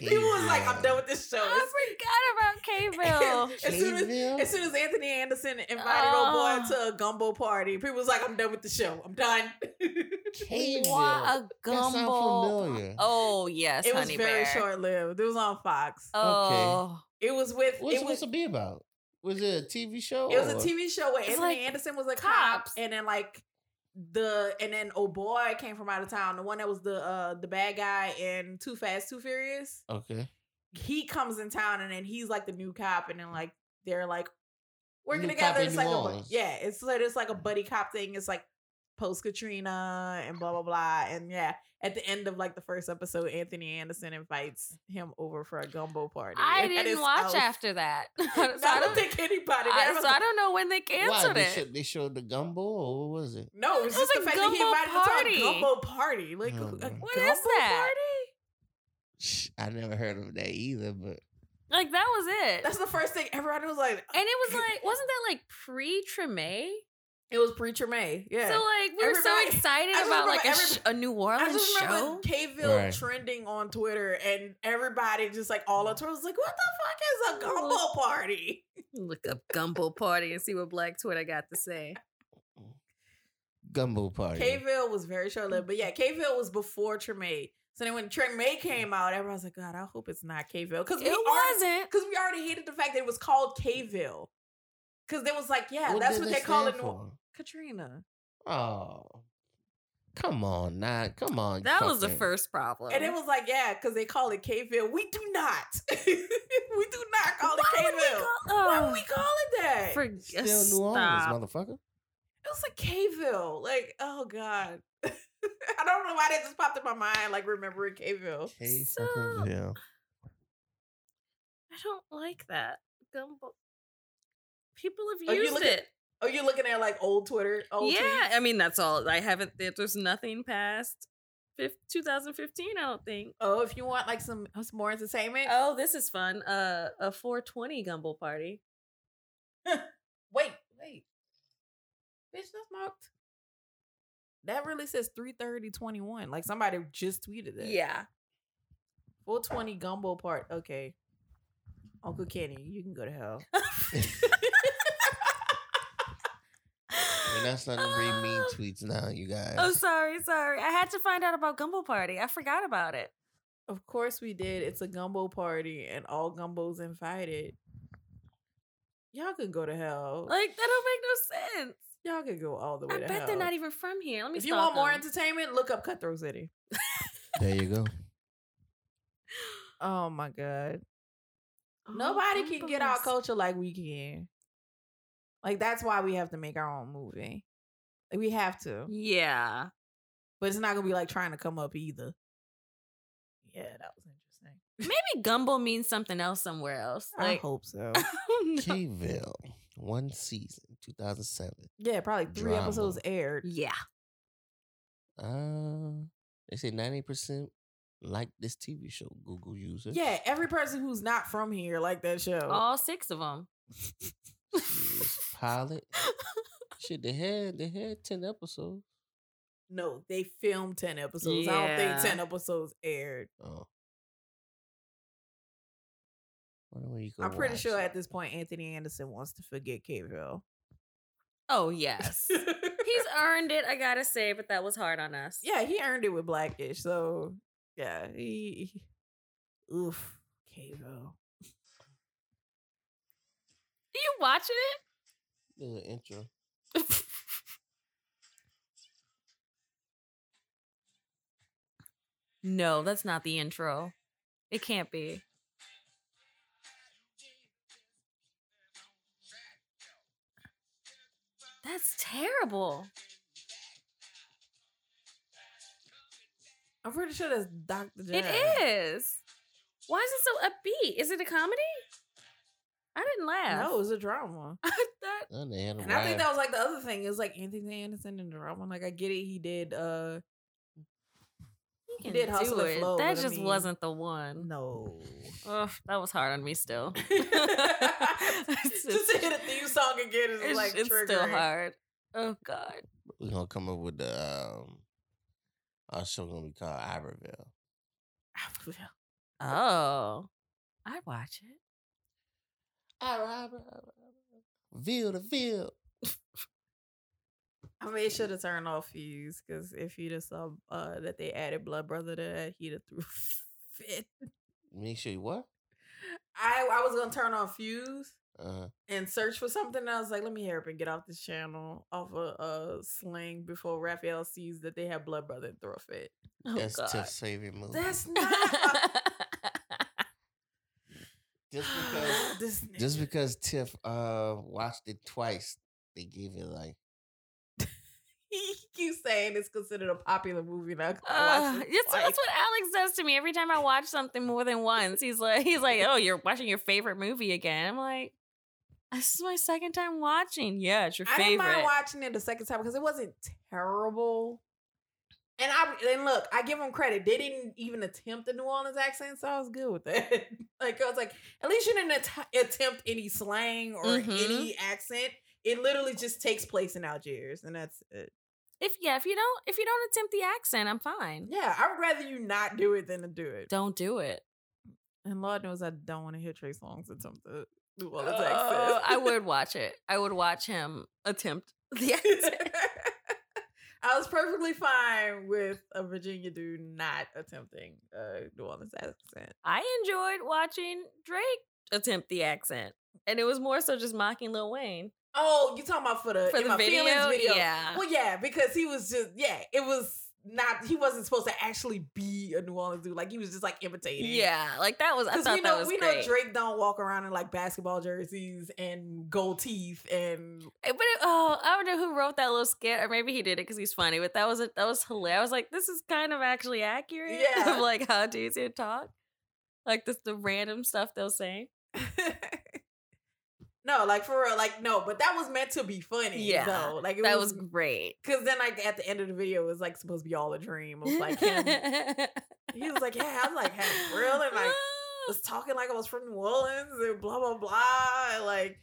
Speaker 4: People was like, "I'm done with this show."
Speaker 5: I
Speaker 4: It's-
Speaker 5: forgot about K-Bill.
Speaker 4: as soon as
Speaker 3: Kville?
Speaker 4: as soon as Anthony Anderson invited
Speaker 5: Oh.
Speaker 4: old boy to a gumbo party, people was like, "I'm done with the show. I'm done." it
Speaker 3: Cajun.
Speaker 5: What a
Speaker 3: That sound
Speaker 5: gumbo.
Speaker 3: familiar.
Speaker 5: Oh yes,
Speaker 4: was
Speaker 5: honey
Speaker 4: very
Speaker 5: bear.
Speaker 4: short lived. It was on Fox.
Speaker 5: Oh,
Speaker 4: It was with
Speaker 3: What's it
Speaker 4: it was
Speaker 3: supposed to be about? Was it a TV show?
Speaker 4: it was a
Speaker 3: or-
Speaker 4: TV show where
Speaker 5: It's
Speaker 4: Anthony
Speaker 5: like
Speaker 4: Anderson was a
Speaker 5: cops.
Speaker 4: cop, and then like the and then old boy came from out of town. The one that was the uh the bad guy in Too Fast Too Furious.
Speaker 3: Okay.
Speaker 4: he comes in town and then he's like the new cop and then like they're like working
Speaker 3: New cop
Speaker 4: together.
Speaker 3: in
Speaker 4: It's
Speaker 3: New
Speaker 4: like a, bu-
Speaker 3: Orleans.
Speaker 4: yeah, it's like it's like a buddy cop thing. It's like post Katrina and blah blah blah and yeah. At the end of like the first episode, Anthony Anderson invites him over for a gumbo party.
Speaker 5: I
Speaker 4: at his
Speaker 5: didn't watch
Speaker 4: house.
Speaker 5: after that. so,
Speaker 4: No, I
Speaker 5: I
Speaker 4: don't
Speaker 5: don't,
Speaker 4: think anybody.
Speaker 5: I,
Speaker 4: there was
Speaker 5: so I
Speaker 4: like-
Speaker 5: don't know when
Speaker 3: Why
Speaker 5: they canceled
Speaker 3: they,
Speaker 5: it.
Speaker 3: showed, they showed the gumbo or what was it?
Speaker 4: no, it was
Speaker 5: it was
Speaker 4: just the
Speaker 5: a
Speaker 4: fact that he
Speaker 5: gumbo
Speaker 4: invited him to a
Speaker 5: party.
Speaker 4: gumbo party. Like,
Speaker 3: Oh,
Speaker 4: a,
Speaker 3: bro.
Speaker 4: a
Speaker 5: What
Speaker 4: gumbo
Speaker 5: is that?
Speaker 4: party?
Speaker 3: Shh, I never heard of that either. But
Speaker 5: Like that was it.
Speaker 4: That's the first thing everybody was like.
Speaker 5: and it was like, wasn't that like pre Treme?
Speaker 4: It was preacher May. Yeah.
Speaker 5: So like we were so
Speaker 4: Everybody-
Speaker 5: excited
Speaker 4: I just
Speaker 5: about like a,
Speaker 4: remember
Speaker 5: sh- a New Orleans
Speaker 4: I just remember
Speaker 5: show.
Speaker 4: Kville
Speaker 3: Right.
Speaker 4: trending on Twitter, and everybody just like all on Twitter was like, "What the fuck is a gumbo party?"
Speaker 5: Look up Gumbo Party and see what Black Twitter got to say.
Speaker 3: Gumbo party.
Speaker 4: Kville was very short lived, but yeah, Kville was before Tremaine. So then when Tremaine came out, everyone was like, "God, I hope it's not Kville," because we
Speaker 5: It
Speaker 4: already
Speaker 5: wasn't.
Speaker 4: because we already hated the fact that it was called Kville. Because they was like, "Yeah, that's
Speaker 3: did
Speaker 4: what
Speaker 3: it
Speaker 4: they call it."
Speaker 3: stand
Speaker 4: in New-
Speaker 3: for?
Speaker 4: Katrina.
Speaker 3: Oh, come on, nah, come on.
Speaker 5: That was the
Speaker 3: fucking-
Speaker 5: first problem.
Speaker 4: And it was like, yeah, because they call it Kville. We do not. we do not call it
Speaker 5: Why would we
Speaker 4: Kville.
Speaker 5: call-
Speaker 4: Why would
Speaker 5: Oh,
Speaker 4: we call it that?
Speaker 5: for-
Speaker 3: Still New Orleans,
Speaker 5: stop.
Speaker 3: motherfucker.
Speaker 4: It was like Kville. Like, oh God. I don't know why that just popped in my mind, like remembering Kville.
Speaker 3: K
Speaker 5: So-
Speaker 3: fucking Ville.
Speaker 5: I don't like that gumbo. People
Speaker 4: Oh,
Speaker 5: have
Speaker 4: you
Speaker 5: used
Speaker 4: look at-
Speaker 5: it.
Speaker 4: Oh, you're looking at like old Twitter, old
Speaker 5: yeah, uh
Speaker 4: tweets?
Speaker 5: I mean that's all. I haven't. there- There's nothing past fif- 2015. I don't think.
Speaker 4: Oh, if you want like some some more entertainment.
Speaker 5: Oh, this is fun. Uh, a 420 gumbo party.
Speaker 4: Wait, wait. Bitch, that's marked. That really says 33021. Like somebody just tweeted that.
Speaker 5: Yeah.
Speaker 4: 420 gumbo part. Okay. Uncle Kenny, you can go to hell.
Speaker 3: And that's not to read mean
Speaker 5: Ah.
Speaker 3: tweets now, you guys.
Speaker 5: Oh, sorry, sorry. I had to find out about gumbo party. I forgot about it.
Speaker 4: Of course we did. It's a gumbo party and all gumbos invited. Y'all can go to hell.
Speaker 5: Like that don't make no sense.
Speaker 4: Y'all can go all the way
Speaker 5: I
Speaker 4: to
Speaker 5: bet
Speaker 4: hell.
Speaker 5: they're not even from here. Let me.
Speaker 4: If you want more
Speaker 5: into
Speaker 4: entertainment, look up Cutthroat City.
Speaker 3: There you go.
Speaker 4: Oh my god.
Speaker 5: Oh,
Speaker 4: Nobody can get our culture like we can. Like that's why we have to make our own movie. Like, we have to.
Speaker 5: Yeah.
Speaker 4: But it's not gonna be like trying to come up either. Yeah, that was interesting.
Speaker 5: Maybe gumbo means something else somewhere else.
Speaker 4: I
Speaker 5: Like,
Speaker 4: hope so.
Speaker 5: No.
Speaker 3: K-ville, one season, 2007.
Speaker 4: yeah, probably three
Speaker 3: Drama.
Speaker 4: episodes aired.
Speaker 5: yeah.
Speaker 3: Uh, they say 90% like this TV show, Google users.
Speaker 4: Yeah, every person who's not from here like that show.
Speaker 5: All six of them.
Speaker 3: Jeez, Pilot. Shit, they had, they had 10 episodes.
Speaker 4: No, they filmed 10 episodes. I don't
Speaker 5: Yeah.
Speaker 4: think 10 episodes aired.
Speaker 3: Oh. Wonder where you
Speaker 4: I'm
Speaker 3: could
Speaker 4: pretty
Speaker 3: watch
Speaker 4: sure
Speaker 3: it.
Speaker 4: at this point Anthony Anderson wants to forget Kville.
Speaker 5: Oh, yes. He's earned it, I gotta say, but that was hard on us.
Speaker 4: yeah, he earned it with Blackish. So, yeah, he. Oof, Kville.
Speaker 5: Are you watching it?
Speaker 3: Little intro.
Speaker 5: No, that's not the intro. It can't be. That's terrible.
Speaker 4: I'm pretty sure that's Dr. J.
Speaker 5: It is. Why is it so upbeat? Is it a comedy? I didn't laugh.
Speaker 4: No, it was a drama.
Speaker 5: That-
Speaker 3: And they had a
Speaker 4: And I think
Speaker 3: ride.
Speaker 4: that was like the other thing. It was like Anthony Anderson and drama. Like, I get it. He did, uh,
Speaker 5: he
Speaker 4: He
Speaker 5: can
Speaker 4: did
Speaker 5: do
Speaker 4: hustle and
Speaker 5: it.
Speaker 4: flow,
Speaker 5: that
Speaker 4: but I
Speaker 5: just
Speaker 4: mean-
Speaker 5: wasn't the one.
Speaker 4: no.
Speaker 5: Ugh, that was hard on me still.
Speaker 4: just,
Speaker 5: It's
Speaker 4: to hit a theme song again is
Speaker 5: It's,
Speaker 4: like
Speaker 5: it's still
Speaker 4: triggering.
Speaker 5: hard. Oh God.
Speaker 3: We're gonna come up with the um our show gonna be called Iberville.
Speaker 5: Oh, I'd watch it.
Speaker 3: Ville to Ville.
Speaker 4: I made sure to turn off fuse because if you just saw uh, that they added Blood Brother to that, he'd have threw a fit.
Speaker 3: Make sure you what?
Speaker 4: I I was gonna turn off fuse
Speaker 3: Uh
Speaker 4: and search for something. I was like, let me hurry up and get off this channel off of uh, Sling before Raphael sees that they have Blood Brother and throw a fit.
Speaker 5: Oh
Speaker 3: that's
Speaker 5: God.
Speaker 3: Tiff's favorite movie.
Speaker 4: That's not a-
Speaker 3: just because
Speaker 4: this
Speaker 3: just
Speaker 4: nigga.
Speaker 3: because Tiff uh watched it twice, they gave it like
Speaker 4: he keeps saying it's considered a popular movie now. 'cause I
Speaker 5: Uh,
Speaker 4: watched it
Speaker 5: yes, so
Speaker 4: twice.
Speaker 5: that's what Alex does to me every time I watch something more than once. He's like, he's like, oh, you're watching your favorite movie again. I'm like, this is my second time watching. Yeah, it's your
Speaker 4: I didn't mind
Speaker 5: favorite.
Speaker 4: watching it the second time because it wasn't terrible. And I and look, I give them credit. They didn't even attempt a New Orleans accent, so I was good with that. like I was like, at least you didn't att- attempt any slang or
Speaker 5: Mhm.
Speaker 4: any accent. It literally just takes place in Algiers, and that's it.
Speaker 5: If yeah, if you don't if you don't attempt the accent, I'm fine.
Speaker 4: Yeah, I'd rather you not do it than to do it.
Speaker 5: Don't do it.
Speaker 4: And Lord knows I don't want to hear Trey Songs attempt to do all his
Speaker 5: Oh, I
Speaker 4: accents.
Speaker 5: would watch it. I would watch him attempt the accent.
Speaker 4: I was perfectly fine with a Virginia dude not attempting uh New Orleans accent.
Speaker 5: I enjoyed watching Drake attempt the accent. And it was more so just mocking Lil Wayne.
Speaker 4: Oh, you talking about for the
Speaker 5: For
Speaker 4: in
Speaker 5: the
Speaker 4: my
Speaker 5: video?
Speaker 4: feelings video?
Speaker 5: Yeah.
Speaker 4: Well, yeah, because he was just yeah, it was not he wasn't supposed to actually be a New Orleans dude. Like he was just like imitating.
Speaker 5: Yeah, like that was. I
Speaker 4: Because
Speaker 5: thought
Speaker 4: we know
Speaker 5: that was
Speaker 4: we know
Speaker 5: great.
Speaker 4: Drake don't walk around in like basketball jerseys and gold teeth and
Speaker 5: Eh, But it, oh, I don't know who wrote that little skit, or maybe he did it because he's funny. But that was a, that was hilarious. I was like, this is kind of actually accurate
Speaker 4: Yeah.
Speaker 5: of like how dudes here talk, like this the random stuff they'll say.
Speaker 4: no, like for real, like no, but that was meant to be funny.
Speaker 5: Yeah,
Speaker 4: though. like it
Speaker 5: that was great.
Speaker 4: because then like at the end of the video it was like supposed to be all a dream of like him. he was like, yeah, I'm like half real and like was talking like I was from New Orleans and blah blah blah. and, like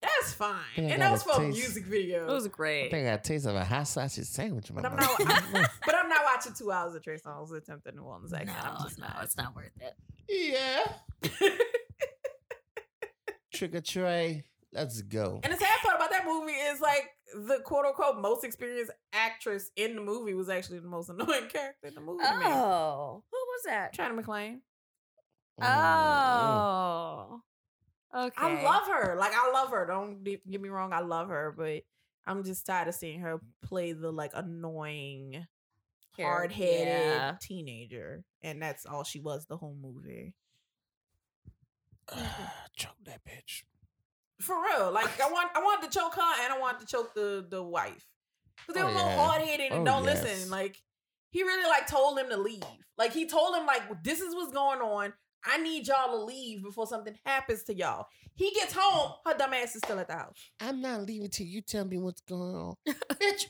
Speaker 4: that's fine,
Speaker 3: Think I
Speaker 4: and
Speaker 3: got
Speaker 4: that
Speaker 3: a
Speaker 4: was for a
Speaker 3: taste.
Speaker 4: music
Speaker 5: it
Speaker 4: video.
Speaker 5: was
Speaker 3: I
Speaker 5: great.
Speaker 3: think I got a taste of a hot sausage sandwich. in my
Speaker 4: but I'm
Speaker 3: mouth.
Speaker 4: not, I'm- but I'm not watching two hours of Trey Songz attempt at New Orleans
Speaker 5: No,
Speaker 4: accent. I'm just
Speaker 5: no,
Speaker 4: not.
Speaker 5: it's not worth it.
Speaker 3: yeah. Trick or tray. Let's go.
Speaker 4: And the sad part about that movie is like the quote unquote most experienced actress in the movie was actually the most annoying character in the movie. to me.
Speaker 5: Oh, who was that?
Speaker 4: China McClain.
Speaker 3: Oh, Mm, mm.
Speaker 5: Oh, okay.
Speaker 4: I love her. Like I love her. Don't d- get me wrong. I love her, but I'm just tired of seeing her play the like annoying,
Speaker 5: Character,
Speaker 4: hard headed
Speaker 5: yeah.
Speaker 4: teenager, and that's all she was the whole movie.
Speaker 3: Ah, choke that bitch.
Speaker 4: For real. Like I want, I wanted to choke her, and I wanted to choke the the wife because they
Speaker 3: Oh,
Speaker 4: were both
Speaker 3: yeah.
Speaker 4: hard headed and
Speaker 3: Oh,
Speaker 4: don't
Speaker 3: yes.
Speaker 4: listen. Like he really like told him to leave. Like he told him like this is what's going on. I need y'all to leave before something happens to y'all. He gets home, her dumb ass is still at the house.
Speaker 3: I'm not leaving till you tell me what's going on, bitch.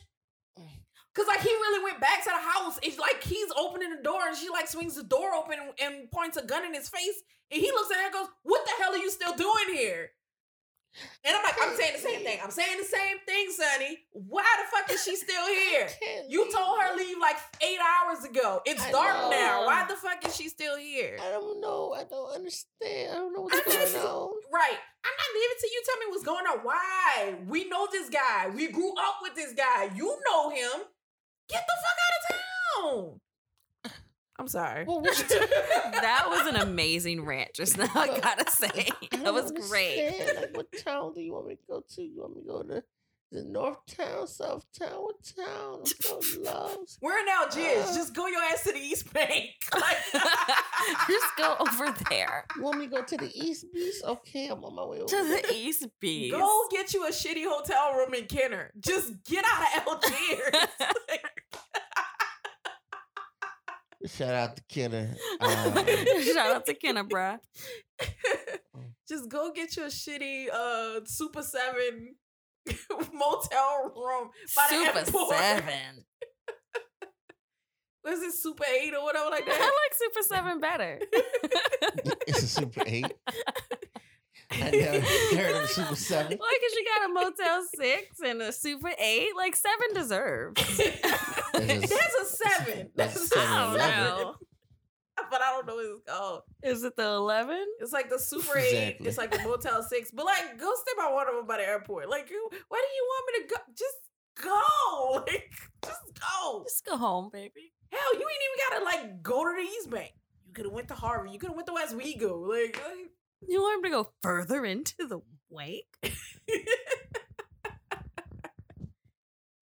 Speaker 4: Cause like he really went back to the house. It's like he's opening the door and she like swings the door open and points a gun in his face. And he looks at her and goes, What the hell are you still doing here? And I'm like, I'm saying the same thing. I'm saying the same thing, Sonny. Why the fuck is she still here?
Speaker 3: Can't
Speaker 4: You
Speaker 3: leave.
Speaker 4: told her leave like eight hours ago. It's
Speaker 3: I
Speaker 4: dark
Speaker 3: know.
Speaker 4: now. Why the fuck is she still here?
Speaker 3: I don't know. I don't understand. I don't know
Speaker 4: I'm
Speaker 3: what's
Speaker 4: just-
Speaker 3: going on.
Speaker 4: Right. I'm not leaving till you tell me what's going on. Why? We know this guy. We grew up with this guy. You know him. Get the fuck out of town. I'm sorry.
Speaker 3: Well, what you
Speaker 5: That was an amazing rant just now, I gotta say.
Speaker 3: I
Speaker 5: That
Speaker 3: don't
Speaker 5: was
Speaker 4: Oh,
Speaker 5: great.
Speaker 3: understand. Like, what town do you want me to go to? You want me to go to the north town, south town, what town? I'm so lost.
Speaker 4: We're in Algiers. Just go your ass to the East Bank. Like,
Speaker 5: Just go over there
Speaker 3: You want me to go to the east beach? Okay, I'm on my way over.
Speaker 5: to the
Speaker 3: there.
Speaker 5: East Beach.
Speaker 4: Go get you a shitty hotel room in Kenner. Just get out of Algiers.
Speaker 3: Shout out to Kenner. Uh,
Speaker 5: Shout out to Kennebra.
Speaker 4: Just go get you a shitty uh Super Seven motel room. By the
Speaker 5: Super
Speaker 4: airport.
Speaker 5: Seven.
Speaker 4: Was it Super Eight or whatever like
Speaker 5: I
Speaker 4: that?
Speaker 5: like Super Seven better.
Speaker 3: it's a Super 8. I never heard of a Super 7.
Speaker 5: Why? Because you got a Motel Six and a Super Eight. Like Seven deserves.
Speaker 3: That's
Speaker 4: That's a seven.
Speaker 3: That's
Speaker 4: That's
Speaker 3: a
Speaker 4: a
Speaker 3: seven
Speaker 5: I don't
Speaker 4: seven.
Speaker 5: know.
Speaker 4: But I don't know what it's called.
Speaker 5: Is it the Eleven?
Speaker 4: It's like the Super Eight.
Speaker 3: Exactly.
Speaker 4: It's like the Motel Six. But like, go step out one of them by the airport. Like, you, why do you want me to go? Just go. Like, just go.
Speaker 5: Just go home, baby.
Speaker 4: Hell, you ain't even gotta like go to the East Bank. You could have went to Harvard. You could have went to West Wego. Like, like
Speaker 5: You want him to go further into the wake?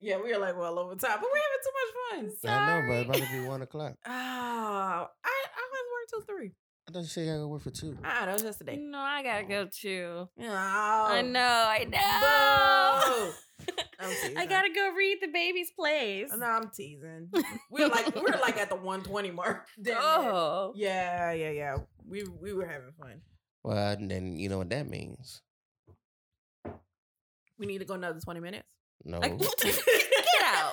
Speaker 4: yeah, we are like well over time, but we're having too much fun.
Speaker 3: I know, but it's about to be 1 o'clock.
Speaker 4: Oh, I I have work till three.
Speaker 3: I thought you said I gotta work for 2.
Speaker 4: Ah, that was just today.
Speaker 5: No, I gotta go too.
Speaker 4: No.
Speaker 5: oh. Mm, I know, I know.
Speaker 4: I'm teasing.
Speaker 5: Oh. I gotta go read the baby's plays.
Speaker 4: No, I'm teasing. We're like we're like at the 120 mark. Damn it.
Speaker 5: Oh,
Speaker 4: Yeah, yeah, yeah. We we were having fun.
Speaker 3: Well, and then you know what that means.
Speaker 4: We need to go another 20 minutes.
Speaker 3: No.
Speaker 5: Like, get out,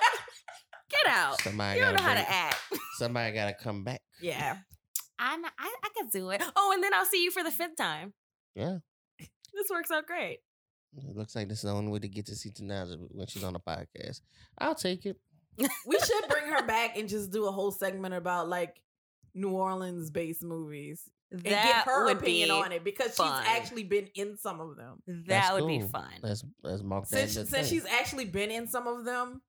Speaker 5: get out.
Speaker 3: Somebody
Speaker 5: You don't
Speaker 3: gotta
Speaker 5: know how
Speaker 3: bring-
Speaker 5: to act.
Speaker 3: Somebody gotta come back.
Speaker 4: Yeah.
Speaker 5: I, kn- I I can do it. Oh, and then I'll see you for the fifth time.
Speaker 3: Yeah.
Speaker 5: This works out great.
Speaker 3: It looks like this is the only way to get to see Tanaja when she's on a podcast. I'll take it.
Speaker 4: We should bring her back and just do a whole segment about like New Orleans based movies and
Speaker 5: That
Speaker 4: get her
Speaker 5: would
Speaker 4: opinion
Speaker 5: be
Speaker 4: on it because
Speaker 5: fun.
Speaker 4: she's actually been in some of them.
Speaker 5: That
Speaker 3: That's
Speaker 5: would be
Speaker 3: cool.
Speaker 5: fun.
Speaker 3: Let's let's mark that.
Speaker 4: Since,
Speaker 3: as a
Speaker 4: since
Speaker 3: thing.
Speaker 4: she's actually been in some of them,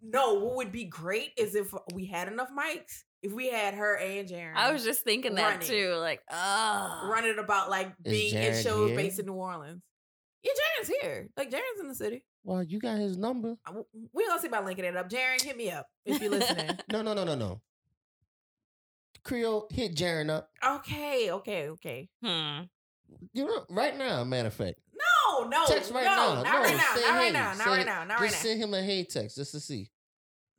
Speaker 4: no, what would be great is if we had enough mics. If we had her and Jaren.
Speaker 5: I was just thinking that
Speaker 4: Running.
Speaker 5: too. Like, oh,
Speaker 4: running about like
Speaker 3: Is
Speaker 4: being in
Speaker 3: Jared
Speaker 4: shows
Speaker 3: here?
Speaker 4: based in New Orleans. Yeah, Jaren's here. Like Jaren's in the city.
Speaker 3: well, you got his number.
Speaker 4: I- w- We gonna see about linking it up. Jaren, hit me up if you're listening.
Speaker 3: No, no, no, no, no. Creole hit Jaren up.
Speaker 4: okay, okay, okay.
Speaker 5: Hmm.
Speaker 3: You know, right now, matter of fact.
Speaker 4: No, no,
Speaker 3: Text right
Speaker 4: no,
Speaker 3: now.
Speaker 4: Not right
Speaker 3: No,
Speaker 4: now.
Speaker 3: say
Speaker 4: Not
Speaker 3: hey.
Speaker 4: right now. Not
Speaker 3: Say-
Speaker 4: right now. Not right
Speaker 3: just
Speaker 4: now.
Speaker 3: send him a hey text just to see.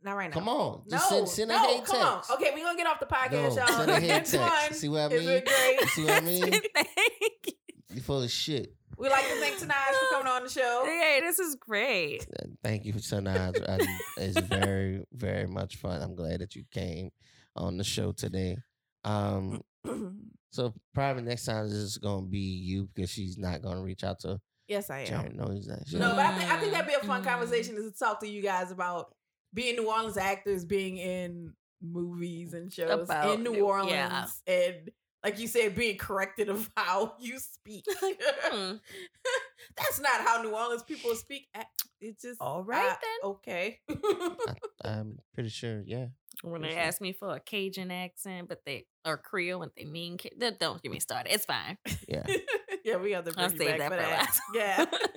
Speaker 4: Not right now.
Speaker 3: Come on.
Speaker 4: No,
Speaker 3: Just send, send a
Speaker 4: no,
Speaker 3: hey text.
Speaker 4: come on. Okay, we gonna get off the podcast,
Speaker 3: Go,
Speaker 4: y'all.
Speaker 3: send a hey
Speaker 4: it's fun.
Speaker 3: text. See what I
Speaker 4: It's
Speaker 3: mean?
Speaker 4: been great.
Speaker 3: See what I mean?
Speaker 5: Thank you.
Speaker 3: You full of shit.
Speaker 4: We like to thank Tanaj for coming on the
Speaker 3: Oh.
Speaker 4: show.
Speaker 5: Hey, this is great.
Speaker 3: Uh, Thank you for tonight. I- It's very, very much fun. I'm glad that you came on the show today. Um,
Speaker 4: Mm.
Speaker 3: so probably next time it's just gonna be you because she's not gonna reach out to
Speaker 4: yes, I am.
Speaker 3: Jared. No, he's not. She
Speaker 4: No,
Speaker 3: don't-
Speaker 4: but I think I think that'd be a fun
Speaker 5: Mm.
Speaker 4: conversation is to talk to you guys about being New Orleans actors, being in movies and shows
Speaker 5: About
Speaker 4: in New,
Speaker 5: New-
Speaker 4: Orleans,
Speaker 5: yeah.
Speaker 4: and like you said, being corrected of how you speak.
Speaker 5: Hmm.
Speaker 4: That's not how New Orleans people speak. I- It's just
Speaker 5: All right,
Speaker 4: I-
Speaker 5: then.
Speaker 4: Okay.
Speaker 3: I'm pretty sure. Yeah.
Speaker 5: When they
Speaker 3: Sure.
Speaker 5: ask me for a Cajun accent, but they or Creole, and they mean Ca- don't- don't get me started. It's fine.
Speaker 3: Yeah.
Speaker 4: yeah, we have to bring
Speaker 5: I'll
Speaker 4: you
Speaker 5: save
Speaker 4: back
Speaker 5: that
Speaker 4: for
Speaker 5: for
Speaker 4: that.
Speaker 5: last.
Speaker 4: yeah.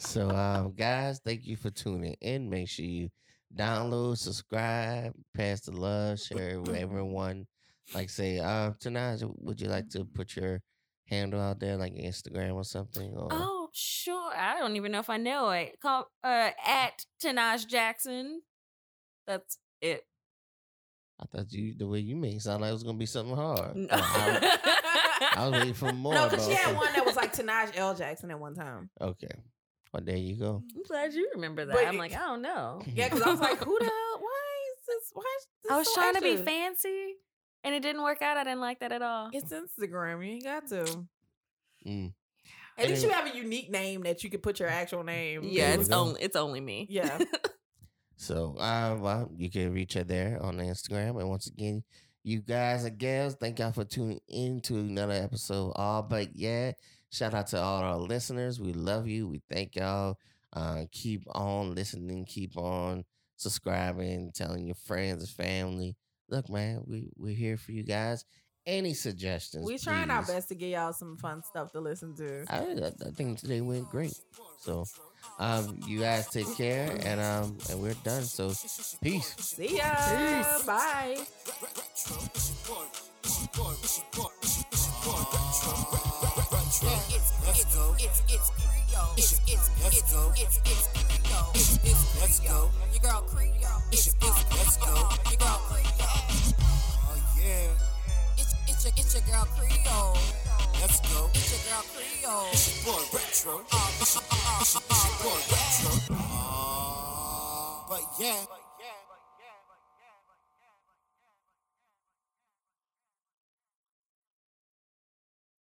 Speaker 3: So, um, guys, thank you for tuning in. Make sure you download, subscribe, pass the love, share it with everyone. Like, say, uh, tonight, would you like to put your handle out there, like Instagram or something? Or
Speaker 5: Oh, sure. I don't even know if I know it. Call uh, at Tanaj Jackson. That's it.
Speaker 3: I thought you, the way you made it sound like it was gonna be something hard.
Speaker 5: No.
Speaker 3: I, I was waiting for more.
Speaker 4: No, because she
Speaker 3: but-
Speaker 4: had one that was like Tanaj L. Jackson at one time.
Speaker 3: Okay. Well, there you go.
Speaker 5: I'm glad you remember that.
Speaker 4: But
Speaker 5: I'm
Speaker 4: it-
Speaker 5: like, I don't know.
Speaker 4: Yeah, because I was like, who the hell? Why is this? Why is this
Speaker 5: I was
Speaker 4: so
Speaker 5: trying to be
Speaker 4: extra?
Speaker 5: fancy and it didn't work out. I didn't like that at all.
Speaker 4: It's Instagram. You ain't got to.
Speaker 3: Mm.
Speaker 4: At
Speaker 3: Anyway.
Speaker 4: least you have a unique name that you can put your actual name.
Speaker 5: Yeah,
Speaker 3: There
Speaker 5: it's
Speaker 3: we go.
Speaker 5: only it's only me.
Speaker 4: Yeah.
Speaker 3: So, uh, well, you can reach her there on Instagram. And once again, you guys and gals, thank y'all for tuning in to another episode. of All but yeah, shout out to all our listeners. We love you. We thank y'all. Uh, keep on listening. Keep on subscribing. Telling your friends and family. Look, man, we we're here for you guys. Any suggestions?
Speaker 4: we trying our
Speaker 3: please.
Speaker 4: best to give y'all some fun stuff to listen to.
Speaker 3: I, I- I think today
Speaker 2: Oh,
Speaker 3: went great. So, um, you guys take care, and um, and we're done. So, peace.
Speaker 4: See ya. Bye.
Speaker 1: It's it's it's it's Creole. It's it's it's it's it's Creole. It's it's let's go. Your girl Creole. It's it's let's go. Your girl Creole.
Speaker 2: Oh yeah,
Speaker 1: It's it's your it's your girl Creole.
Speaker 2: let's go.
Speaker 1: It's your girl Creole.
Speaker 2: It's your boy retro. It's your, it's your, it's your boy retro. Uh, but yeah.